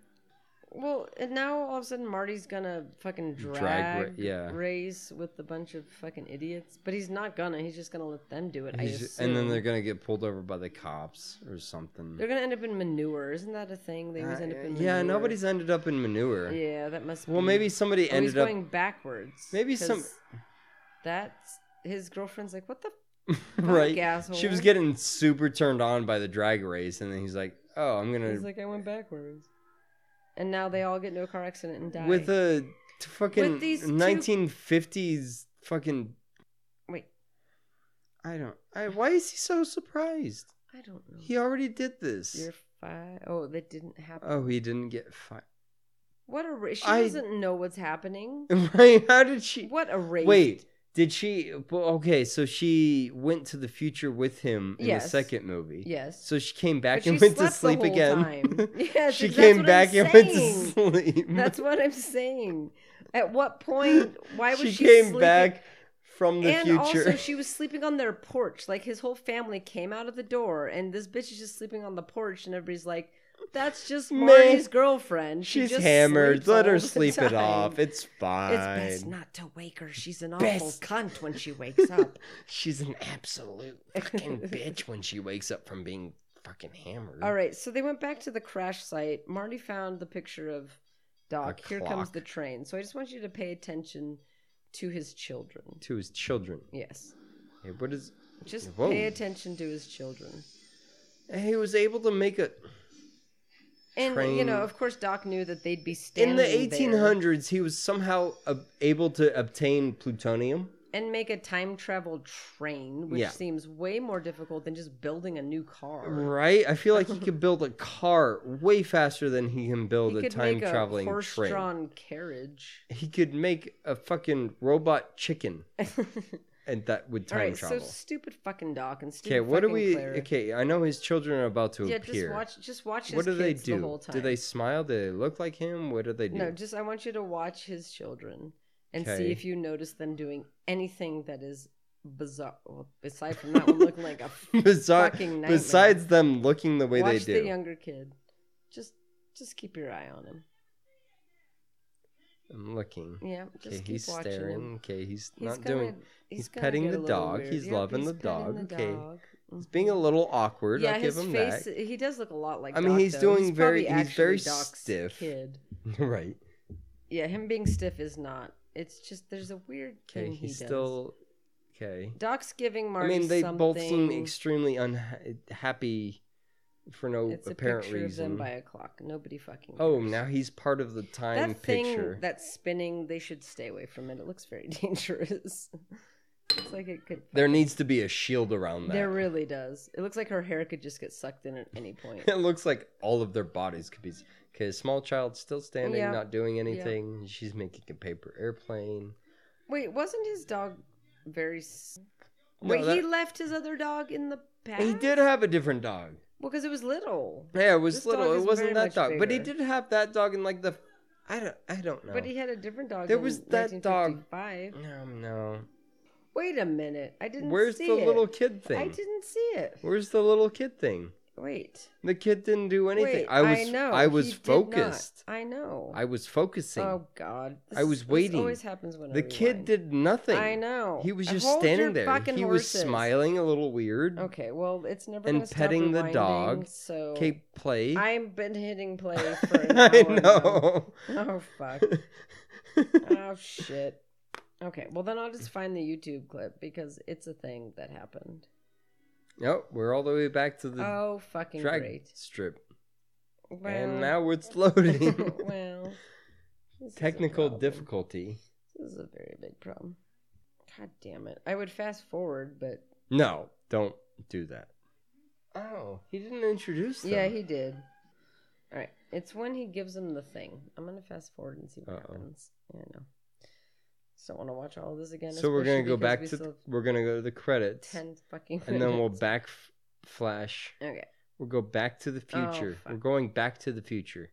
F: Well, and now all of a sudden Marty's gonna fucking drag,
G: Drag ra- yeah.
F: race with a bunch of fucking idiots, but he's not gonna. He's just gonna let them do it. I
G: He's ju- and then
F: assume.
G: they're gonna get pulled over by the cops or something.
F: They're gonna end up in manure. Isn't that a thing? They always end up
G: Uh,
F: in manure.
G: yeah, nobody's ended up in manure.
F: Yeah, that must.
G: Well,
F: be.
G: maybe somebody
F: oh, he's
G: ended up. [laughs]
F: going backwards.
G: Maybe some-
F: 'cause That's his girlfriend's like, what the?
G: right.
F: asshole.
G: She was getting super turned on by the drag race, and then he's like, "Oh, I'm
F: He's
G: gonna
F: like, I went backwards. And now they all get into a car accident and die.
G: with a t- fucking
F: With these two-
G: 1950s fucking."
F: wait,
G: I don't. I, why is he so surprised?
F: I don't know.
G: He already did this.
F: You're five. Oh, that didn't happen.
G: Oh, he didn't get fired.
F: What a ra- she
G: I-
F: doesn't know what's happening.
G: [laughs] right? How did she?
F: What a race.
G: Wait, did she? well, Okay, so she went to the future with him in the
F: Yes.
G: second movie.
F: Yes.
G: So she came back
F: But
G: and
F: she
G: went to
F: slept the
G: sleep
F: whole
G: again. [laughs]
F: time. [laughs] Yes,
G: she
F: ex- that's
G: came
F: what I'm
G: back and went to
F: saying.
G: sleep. [laughs]
F: That's what I'm saying. At what point? Why was she,
G: came
F: sleeping?
G: back from the
F: and
G: future.
F: also, she was sleeping on their porch. Like his whole family came out of the door, and this bitch is just sleeping on the porch, and everybody's like, "That's just
G: Man,
F: Marty's girlfriend. She
G: [laughs] She's
F: just
G: hammered.
F: sleeps
G: Let
F: all
G: her
F: the
G: sleep it
F: time.
G: off. It's fine.
F: It's best not to wake her. She's an awful cunt when she wakes
G: [laughs]
F: up.
G: She's an
F: [laughs]
G: absolute fucking bitch when she wakes up from being fucking hammered.
F: All right, so they went back to the crash site. Marty found the picture of Doc.
G: A
F: Here comes
G: clock.
F: the train. So I just want you to pay attention to his children.
G: To his children.
F: Yes.
G: Hey, what is?
F: Just
G: Whoa.
F: pay attention to his children.
G: He was able to make a.
F: And you
G: Train-
F: know, of course Doc knew that they'd be
G: in
F: standing
G: the
F: there
G: 1800s he was somehow ab- able to obtain plutonium
F: and make a time travel train, which
G: Yeah.
F: seems way more difficult than just building a new car.
G: right i feel like he could build a car way faster than he can build
F: He
G: a
F: could
G: time
F: make a
G: traveling train
F: horse-drawn carriage. [laughs]
G: he could make a fucking robot chicken and that would
F: All
G: time
F: right,
G: travel
F: so stupid fucking Doc and stupid
G: okay what do
F: fucking
G: we
F: Claire.
G: okay i know his children are about to
F: Yeah,
G: appear
F: just watch. Just watch. His
G: what do they
F: kids The
G: do
F: whole time.
G: do they smile do they look like him what do they do [laughs]
F: No, just I want you to watch his children and
G: Okay.
F: see if you notice them doing anything that is bizarre. Well, aside from that one looking like
G: [laughs]
F: a f-
G: Besi-
F: fucking nightmare.
G: besides them looking the way
F: watch
G: they do
F: the younger kid. Just, just keep your eye on him.
G: i'm looking
F: Yeah, just
G: okay
F: keep
G: he's
F: watching
G: staring
F: him.
G: okay he's,
F: He's
G: not
F: gonna-
G: doing he's
F: gonna
G: petting
F: get
G: the
F: a little
G: dog,
F: weird.
G: he's
F: Yep,
G: loving the
F: petting
G: dog, okay.
F: dog.
G: He's being a
F: Mhm.
G: little awkward.
F: Yeah,
G: I'll
F: his
G: give him
F: face.
G: that.
F: He does look a lot like.
G: I mean,
F: Doc,
G: he's
F: though.
G: doing very-
F: probably
G: he's very
F: actually Doc's
G: stiff.
F: Kid.
G: [laughs] right.
F: Yeah, him being stiff is not. It's just there's a weird
G: Okay.
F: thing he
G: He's
F: does.
G: still okay.
F: Doc's giving
G: I
F: Marty.
G: mean, they
F: something.
G: both seem extremely unhappy for no
F: It's a
G: apparent
F: picture of them
G: reason.
F: by a clock. Nobody fucking.
G: oh,
F: cares.
G: now he's part of the time
F: that thing
G: picture.
F: that's spinning. They should stay away from it. It looks very [laughs] dangerous. it's like it could.
G: There needs to be a shield around that.
F: There really does. It looks like her hair could just get sucked in at any
G: [laughs]
F: point.
G: [laughs] it looks like all of their bodies could be. Okay, small child still standing,
F: Yeah.
G: not doing anything. She's making a paper airplane.
F: Wait, wasn't his dog very? s-
G: No,
F: Wait, he
G: that-
F: left his other dog in the past.
G: he did have a different dog.
F: Well, because it was little.
G: Yeah, it was
F: This
G: little.
F: dog
G: It
F: is
G: wasn't
F: very
G: that
F: much
G: dog, but he
F: bigger.
G: did have that dog in like the. I don't. I don't know.
F: But he had a different dog.
G: There
F: in
G: was that dog-
F: 1955.
G: no, no.
F: Wait a minute. I didn't
G: Where's
F: see
G: the
F: it.
G: little kid thing?
F: I didn't see it.
G: Where's the little kid thing?
F: Wait.
G: The kid didn't do anything.
F: Wait,
G: I was. I,
F: know.
G: was
F: he did not.
G: focused.
F: I know.
G: I was focusing.
F: Oh God!
G: I was
F: this
G: waiting.
F: always happens when I
G: the kid
F: rewind.
G: did nothing.
F: I know.
G: He was
F: And
G: just
F: hold your
G: standing there.
F: fucking
G: He
F: horses.
G: was smiling a little weird.
F: Okay, well, it's never
G: And
F: gonna stop
G: petting the dog.
F: rewinding, So
G: Okay, play. [laughs]
F: I've been hitting play for an hour
G: I
F: now.
G: know.
F: Oh fuck! oh shit! Okay, well then I'll just find the YouTube clip because it's a thing that happened.
G: [laughs] Yep, we're all the way back to the
F: oh fucking
G: drag
F: great!
G: strip,
F: Well, [laughs]
G: and now [laughs] it's loading.
F: well, this is a
G: Technical
F: problem.
G: difficulty.
F: This is a very big problem. God damn it! I would fast forward, but
G: No, don't do that. Oh, he didn't introduce them.
F: Yeah, he did. All right. It's when he gives him the thing. I'm going to fast forward and see what
G: Uh-oh.
F: happens. Yeah, I know. Just don't want to watch all this again.
G: So we're gonna
F: especially
G: go
F: because
G: back
F: we
G: to
F: still have
G: we're gonna go to the credits,
F: 10 fucking
G: and then we'll
F: minutes.
G: back f- flash.
F: Okay.
G: We'll go back to the
F: Oh,
G: future.
F: fuck.
G: we're going back to the future.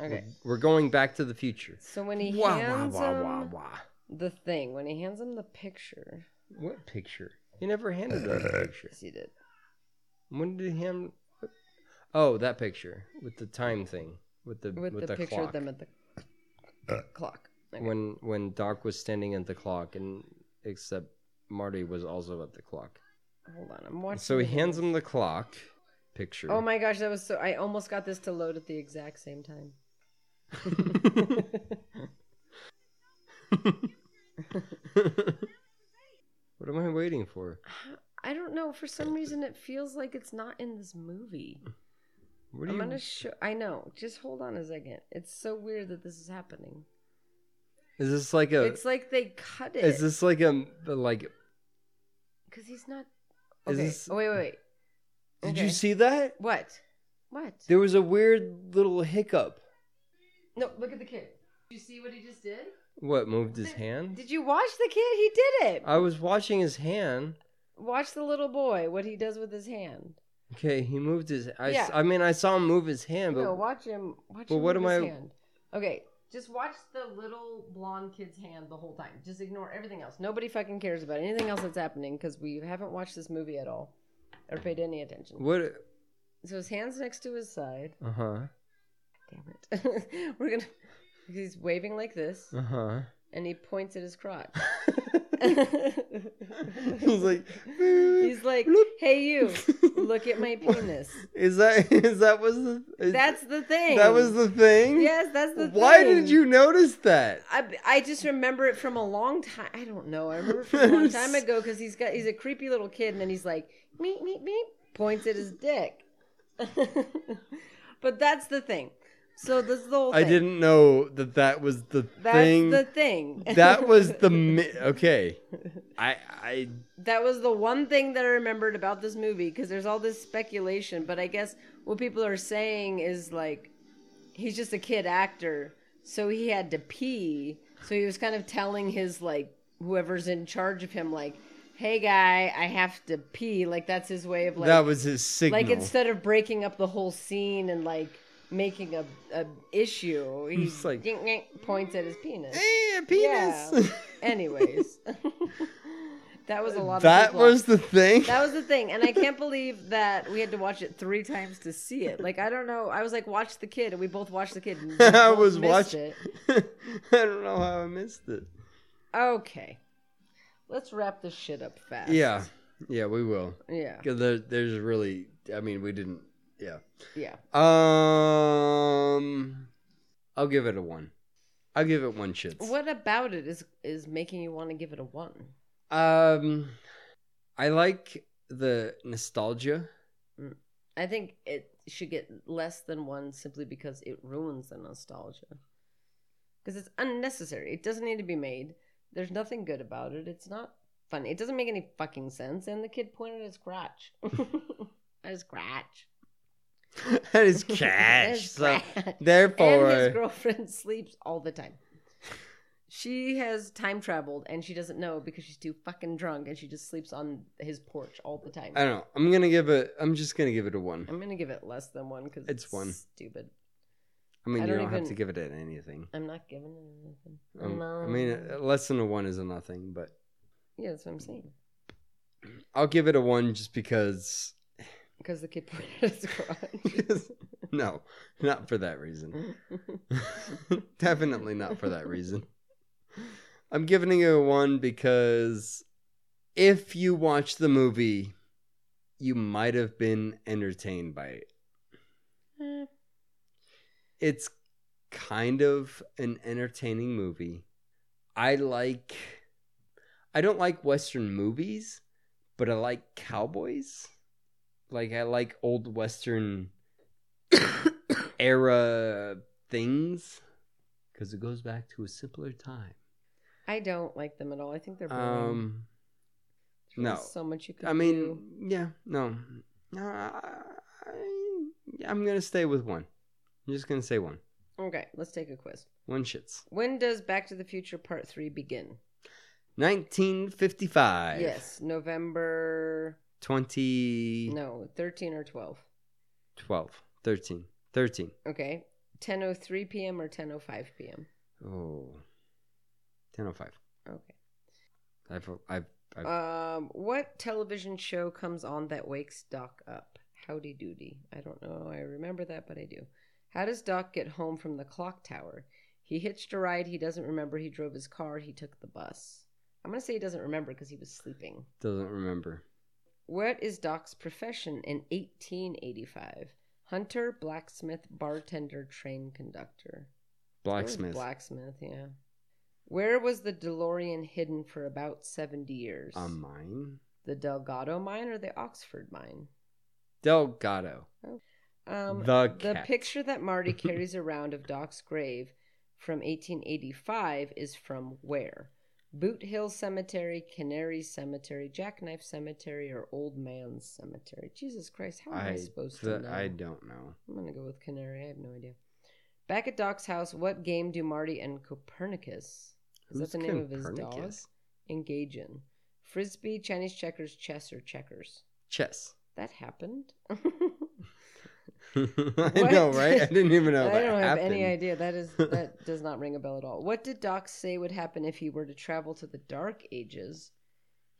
F: Okay.
G: We're going back to the future.
F: So when he
G: Wah, wah,
F: hands
G: wah,
F: him
G: wah, wah.
F: the thing, when he hands him the picture,
G: What picture? He never handed us a picture.
F: yes, he did.
G: When did he hand? Oh, that picture with the time thing with the
F: With,
G: with,
F: the, picture
G: clock.
F: of them at the clock. Okay.
G: When when Doc was standing at the clock, and except Marty was also at the clock.
F: Hold on. I'm watching.
G: So he
F: the-
G: hands him the clock picture.
F: Oh my gosh, that was so. I almost got this to load at the exact same time.
G: [laughs] what am I waiting for?
F: I don't know. For some reason, it feels like it's not in this movie.
G: What are
F: I'm
G: you?
F: gonna show. I know. Just hold on a second. It's so weird that this is happening.
G: Is this like a?
F: It's like they cut it.
G: Is this like a like?
F: Because he's not.
G: Is
F: Okay.
G: this-
F: Oh, wait, wait, wait.
G: Did
F: Okay.
G: you see that?
F: What? What?
G: There was a weird little hiccup.
F: No, look at the kid. Did you see what he just did?
G: What moved his hand?
F: Did you watch the kid? He did it.
G: I was watching his hand.
F: Watch the little boy. What he does with his hand.
G: Okay, he moved his. I, s-
F: Yeah.
G: I mean, I saw him move his hand, but
F: no, watch him. Watch
G: but
F: him
G: what
F: with
G: am
F: his
G: I-
F: hand. Okay, just watch the little blonde kid's hand the whole time. Just ignore everything else. Nobody fucking cares about anything else that's happening because we haven't watched this movie at all or paid any attention.
G: what?
F: So his hand's next to his side.
G: Uh huh.
F: Damn it. [laughs] We're gonna. He's waving like this,
G: Uh huh.
F: and he points at his crotch.
G: [laughs] He's like,
F: [laughs] he's like,
G: "Look."
F: "Hey, you, look at
G: [laughs]
F: my penis."
G: Is that [laughs] is that was the is-
F: That's the thing.
G: that was the thing?
F: Yes, that's the.
G: Why
F: thing.
G: did you notice that?
F: I, I just remember it from a long time. I don't know. I remember it from a
G: [laughs]
F: long time ago because he's got he's a creepy little kid, and then he's like meep meep meep, points at his
G: [laughs]
F: dick. but that's the thing. So this is the whole.
G: I
F: Thing.
G: didn't know that that was the
F: That's
G: thing.
F: the thing. [laughs]
G: that was the mi- okay. I I
F: that was the one thing that I remembered about this movie because there's all this speculation, but I guess what people are saying is like he's just a kid actor, so he had to pee. So he was kind of telling his like whoever's in charge of him like, "Hey guy, I have to pee." Like that's his way of like
G: that was his signal.
F: like instead of breaking up the whole scene and like making a, a issue, he
G: He's like-
F: ding, ding, points at his penis.
G: Eh, penis.
F: Yeah. Anyways, that was a lot. of
G: [laughs] that
F: people.
G: was the thing. [laughs]
F: that was the thing, and I can't believe that we had to watch it three times to see it. Like I don't know, I was like, watch the kid, and we both watched the
G: [laughs]
F: kid. And we
G: I
F: both
G: was
F: missed
G: watching.
F: It.
G: [laughs] I don't know how I missed it.
F: Okay, let's wrap this shit up fast.
G: Yeah, yeah, we will.
F: yeah,
G: 'Cause There, there's really. I mean, we didn't. Yeah.
F: yeah.
G: Um, I'll give it a one. I'll give it one shits.
F: What about it is is making you want to give it a one?
G: Um, I like the nostalgia. [laughs]
F: I think it should get less than one simply because it ruins the nostalgia. Because it's unnecessary. It doesn't need to be made. There's nothing good about it. It's not funny. It doesn't make any fucking sense. And the kid pointed at his crotch. [laughs] at his crotch.
G: that
F: [laughs]
G: is
F: At
G: cash.
F: his
G: so
F: crotch. And his
G: therefore,
F: [laughs] girlfriend sleeps all the time. She has time traveled and she doesn't know because she's too fucking drunk and she just sleeps on his porch all the time.
G: I don't know. I'm gonna give it. I'm just gonna give it a one.
F: I'm gonna give it less than one because
G: It's one.
F: Stupid.
G: I mean,
F: I
G: you
F: don't
G: don't have
F: even-
G: to give it at anything.
F: I'm not giving it anything.
G: Um, I mean, uh, less than a one is a nothing, but
F: yeah, that's what I'm saying.
G: I'll give it a one just because. [laughs]
F: Because the kid pointed at his
G: because- no, not for that reason.
F: garage.
G: [laughs] Definitely not for that reason. I'm giving it a one because if you watch the movie, you might have been entertained by it.
F: [laughs] Eh,
G: it's kind of an entertaining movie. I like I don't like western movies, but I like cowboys. Like I like
F: [coughs]
G: old western era things cuz it goes back to a simpler time.
F: I don't like them at all. I think they're boring.
G: Um
F: There's really
G: no.
F: so much you can
G: I mean, yeah, no. No, I, I'm going to stay with one. I'm just going to say one.
F: okay, let's take a quiz.
G: One shits.
F: When does Back to the Future Part Three begin?
G: 1955.
F: Yes, November.
G: 2012.
F: No, thirteen or twelve.
G: 13. 13.
F: Okay, ten o three p.m. or ten o five p.m.
G: Oh. 10.05.
F: Okay.
G: I've, I've, I've
F: Um, what television show comes on that wakes Doc up? Howdy Doody. I don't know. I remember that, but I do. How does Doc get home from the clock tower? He hitched a ride. He doesn't remember. He drove his car. He took the bus. I'm gonna say he doesn't remember because he was sleeping.
G: doesn't remember.
F: What is Doc's profession in 1885? Hunter, blacksmith, bartender, train conductor. I think it was
G: Blacksmith.
F: Blacksmith, yeah. Where was the DeLorean hidden for about 70 years?
G: On mine.
F: the Delgado mine or the Oxford mine?
G: Delgado.
F: Um,
G: The
F: the
G: cat.
F: picture that
G: [laughs]
F: Marty carries around of Doc's grave from 1885 is from where? Boot Hill Cemetery, Canary Cemetery, Jackknife Cemetery, or Old Man's Cemetery? Jesus Christ, how am I,
G: I,
F: supposed to
G: the-
F: know?
G: I don't know.
F: I'm gonna go with Canary. I have no idea. Back at Doc's house, what game do Marty and Copernicus? Is
G: Who's
F: that the name of his dog?
G: Copernicus?
F: Engage in frisbee, Chinese checkers, chess, or checkers.
G: Chess. [laughs]
F: That happened. [laughs]
G: I
F: What?
G: know, right? I didn't even
F: [laughs]
G: know
F: I
G: that
F: don't have
G: happened.
F: any idea. That
G: [laughs]
F: is that does not ring a bell at all. What did Doc say would happen if he were to travel to the Dark Ages?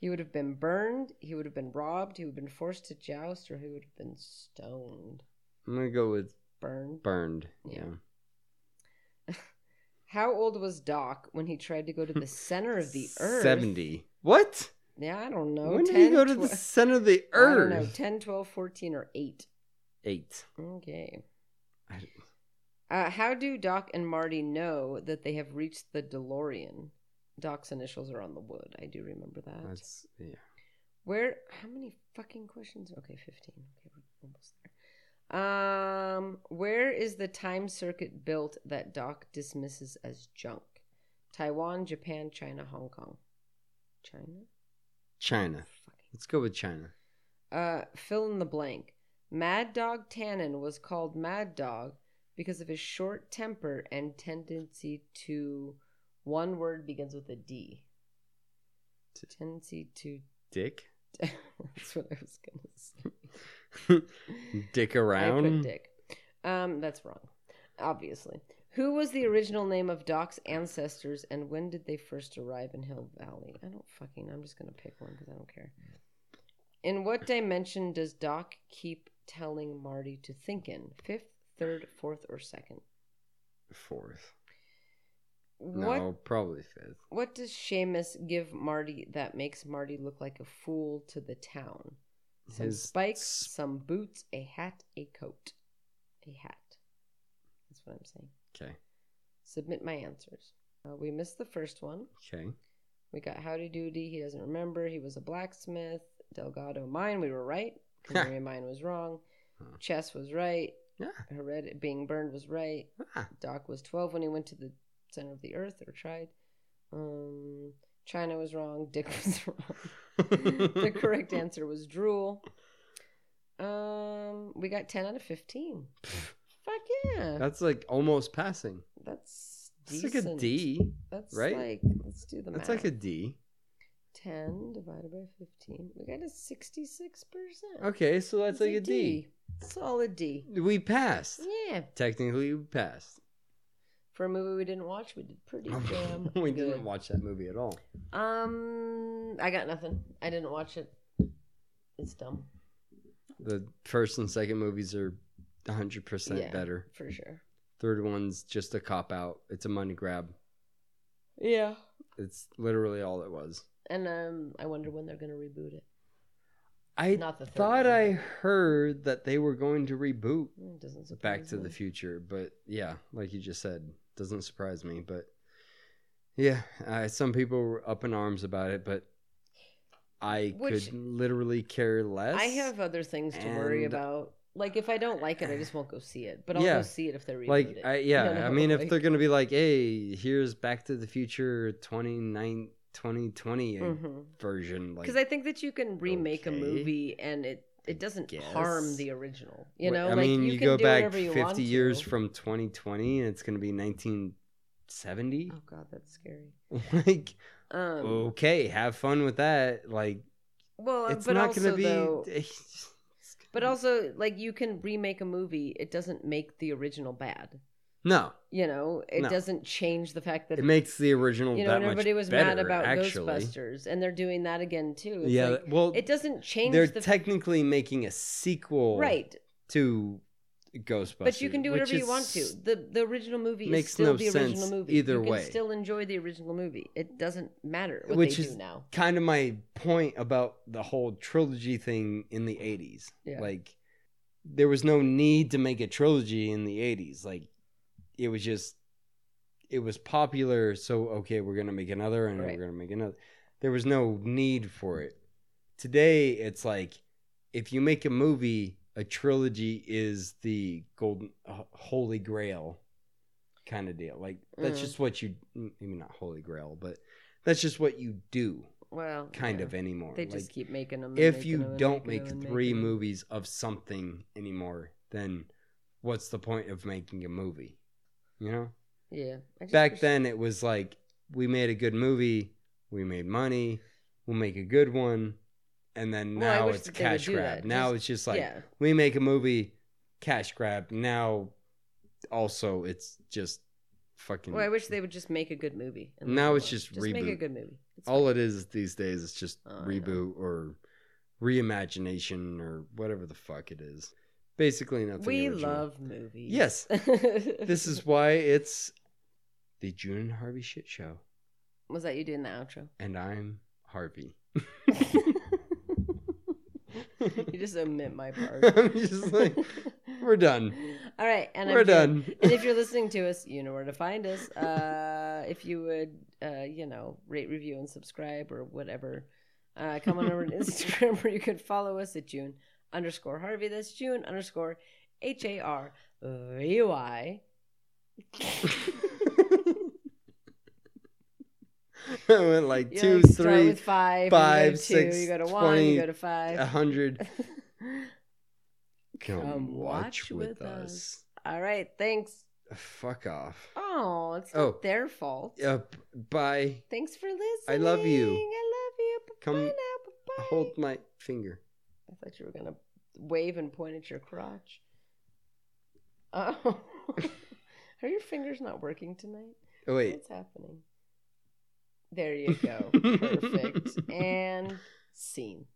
F: He would have been burned. He would have been robbed. He would have been forced to joust, or he would have been stoned.
G: I'm going to go with
F: Burned.
G: burned.
F: Yeah.
G: Yeah.
F: How old was Doc when he tried to go to the
G: [laughs]
F: center of the earth?
G: 70. What?
F: Yeah, I don't know.
G: when
F: 10,
G: did he go to the
F: twe-
G: center of the
F: I don't know,
G: earth?
F: 10, 12, 14, or 8.
G: Eight.
F: Okay.
G: I-
F: Uh, how do Doc and Marty know that they have reached the DeLorean? Doc's initials are on the wood. I do remember that.
G: That's, yeah.
F: Where? How many fucking questions? Okay, fifteen. Okay, we're almost there. Um, where is the time circuit built that Doc dismisses as junk? Taiwan, Japan, China, Hong Kong. China.
G: China.
F: Fucking.
G: Let's go with China.
F: Uh, fill in the blank. Mad Dog Tannen was called Mad Dog because of his short temper and tendency to. One word begins with a D. Tendency to. [laughs]
G: Dick? [laughs]
F: That's what I was gonna say.
G: Dick
F: I put
G: around?
F: Dick. Um, that's wrong, obviously. Who was the original name of Doc's ancestors, and when did they first arrive in Hill Valley? I don't fucking. I'm just gonna pick one because I don't care. In what dimension does Doc keep telling Marty to think in? Fifth, third, fourth, or second?
G: Fourth.
F: What
G: No, probably fifth.
F: What does Seamus give Marty that makes Marty look like a fool to the town? Some
G: His
F: spikes,
G: sp-
F: some boots, a hat, a coat. A hat. That's what I'm saying.
G: Okay.
F: Submit my answers. Uh, we missed the first one.
G: Okay.
F: We got Howdy Doody. He doesn't remember. He was a blacksmith. Delgado Mine. We were right. Canary Mine was wrong.
G: Huh.
F: Chess was right.
G: Yeah.
F: Hered- being burned was right.
G: Ah,
F: Doc was 12 when he went to the center of the earth or tried. Um, China was wrong. Dick [laughs] was
G: [laughs]
F: wrong. [laughs] the correct answer was drool. Um,
G: [laughs]
F: we got 10 out of 15. Fuck yeah.
G: that's like almost passing.
F: That's
G: It's
F: decent.
G: like a D.
F: That's
G: right?
F: like let's do the math.
G: That's like a D.
F: ten divided by fifteen. We got a sixty-six percent.
G: Okay, so that's like a D.
F: Solid D.
G: We passed.
F: Yeah,
G: Technically, we passed.
F: for a movie we didn't watch, we did pretty damn.
G: [laughs] we
F: good.
G: didn't watch that movie at all.
F: Um, I got nothing. I didn't watch it. It's dumb
G: The first and second movies are 100%
F: Yeah.
G: better.
F: for sure.
G: Third one's just a cop out. It's a money grab.
F: Yeah.
G: It's literally all it was.
F: And um, I wonder when they're gonna reboot it.
G: I
F: Not the third
G: thought
F: one.
G: I heard that they were going to reboot
F: Mm, It doesn't surprise
G: Back to the
F: me.
G: Future, but yeah, like you just said, doesn't surprise me. But yeah, uh, some people were up in arms about it, but I
F: Which-
G: could literally care less.
F: I have other things to worry
G: and-
F: about. Like if I don't like it, I just won't go see it. But I'll
G: Yeah.
F: go see it if they reboot
G: like
F: it. [laughs]
G: I, yeah
F: No, no,
G: i mean if
F: like-
G: they're gonna be like hey here's back to the future 29 2020
F: Mhm.
G: version like
F: because I think that you can remake a
G: okay,
F: movie and it it doesn't
G: guess.
F: harm the original. You
G: wh-
F: know,
G: i
F: like
G: mean
F: you,
G: you,
F: can
G: go
F: do
G: back
F: whatever you
G: 50
F: want
G: years
F: to.
G: from 2020 and it's gonna be 1970
F: Oh god, that's scary.
G: [laughs] like
F: Um,
G: okay have fun with that like
F: well,
G: it's
F: but
G: not
F: also
G: gonna be [laughs] eh,
F: though,
G: it's gonna
F: but
G: be-
F: also like you can remake a movie, it doesn't make the original bad.
G: no
F: You know, it
G: No.
F: doesn't change the fact that
G: it makes the original
F: you know
G: that
F: and everybody
G: much
F: was
G: better,
F: mad about
G: actually
F: Ghostbusters, and they're doing that again too. It's
G: yeah
F: like,
G: well
F: it doesn't change
G: they're
F: the
G: technically making a sequel
F: right,
G: to Ghostbusters.
F: but you can do
G: which
F: whatever you
G: is-
F: want to. the The original movie
G: makes
F: is still
G: no
F: the original
G: sense
F: movie.
G: either
F: you can
G: way.
F: still enjoy the original movie. It doesn't matter what
G: Which
F: they
G: is-
F: do now.
G: Kind of my point about the whole trilogy thing in the 80s.
F: Yeah.
G: Like, there was no need to make a trilogy in the 80s. Like, it was just, it was popular. So, okay, we're going to make another and
F: Right.
G: we're going to make another. There was no need for it. Today, it's like, if you make a movie, a trilogy is the golden uh, holy grail kind of deal. Like that's
F: Mm.
G: just what you maybe not holy grail, but that's just what you do
F: Well,
G: kind
F: yeah.
G: of anymore.
F: They
G: like,
F: just keep making them. and
G: if
F: making
G: you
F: 'em and
G: don't
F: making 'em
G: make
F: and
G: three
F: making 'em.
G: movies of something anymore, then what's the point of making a movie? You know?
F: yeah. I just
G: Back
F: wish-
G: then it was like we made a good movie, we made money, we'll make a good one, and then
F: Well, I
G: now
F: wish
G: it's
F: that they would
G: cash
F: do
G: grab.
F: that,
G: Now
F: just-
G: it's just like
F: yeah,
G: we make a movie, cash grab. Now, also, it's just fucking.
F: well, I wish they would just make a good movie. and let
G: Now
F: it
G: it's
F: alone.
G: just
F: make a
G: reboot.
F: good movie. It's
G: all it is these days is just
F: Oh, I know.
G: reboot or reimagination or whatever the fuck it is. Basically, nothing.
F: we
G: original.
F: love movies. [laughs]
G: Yes.
F: this
G: This is why it's the June and Harvey shit show,
F: Was that you doing the
G: [laughs]
F: outro? [laughs]
G: and I'm Harvey.
F: You just omit my part.
G: [laughs] I'm just like, we're done.
F: [laughs] All right, and
G: we're
F: I'm Jade. [laughs]
G: done.
F: and if you're listening to us, you know where to find us. Uh, if you would, uh, you know, rate, review, and subscribe or whatever, uh, come on over
G: [laughs]
F: to Instagram where you can follow us at June underscore Harvey. That's June underscore H A R V Y.
G: [laughs] I went like
F: You
G: two,
F: like, start
G: three,
F: with five,
G: five,
F: you go to two,
G: six,
F: you go to one,
G: twenty,
F: you go to five.
G: a hundred. Come,
F: Come
G: watch,
F: watch
G: with
F: with
G: us.
F: [laughs] All right, thanks.
G: Fuck off.
F: Oh, it's not
G: Oh.
F: their fault.
G: Uh, bye.
F: Thanks for listening.
G: I love you.
F: I love you. Bye
G: Come-
F: bye now. Bye.
G: Hold my finger.
F: I thought you were gonna wave and point at your crotch. Oh, [laughs] are your fingers not working tonight?
G: Oh wait.
F: What's happening? There you go. Perfect. and scene.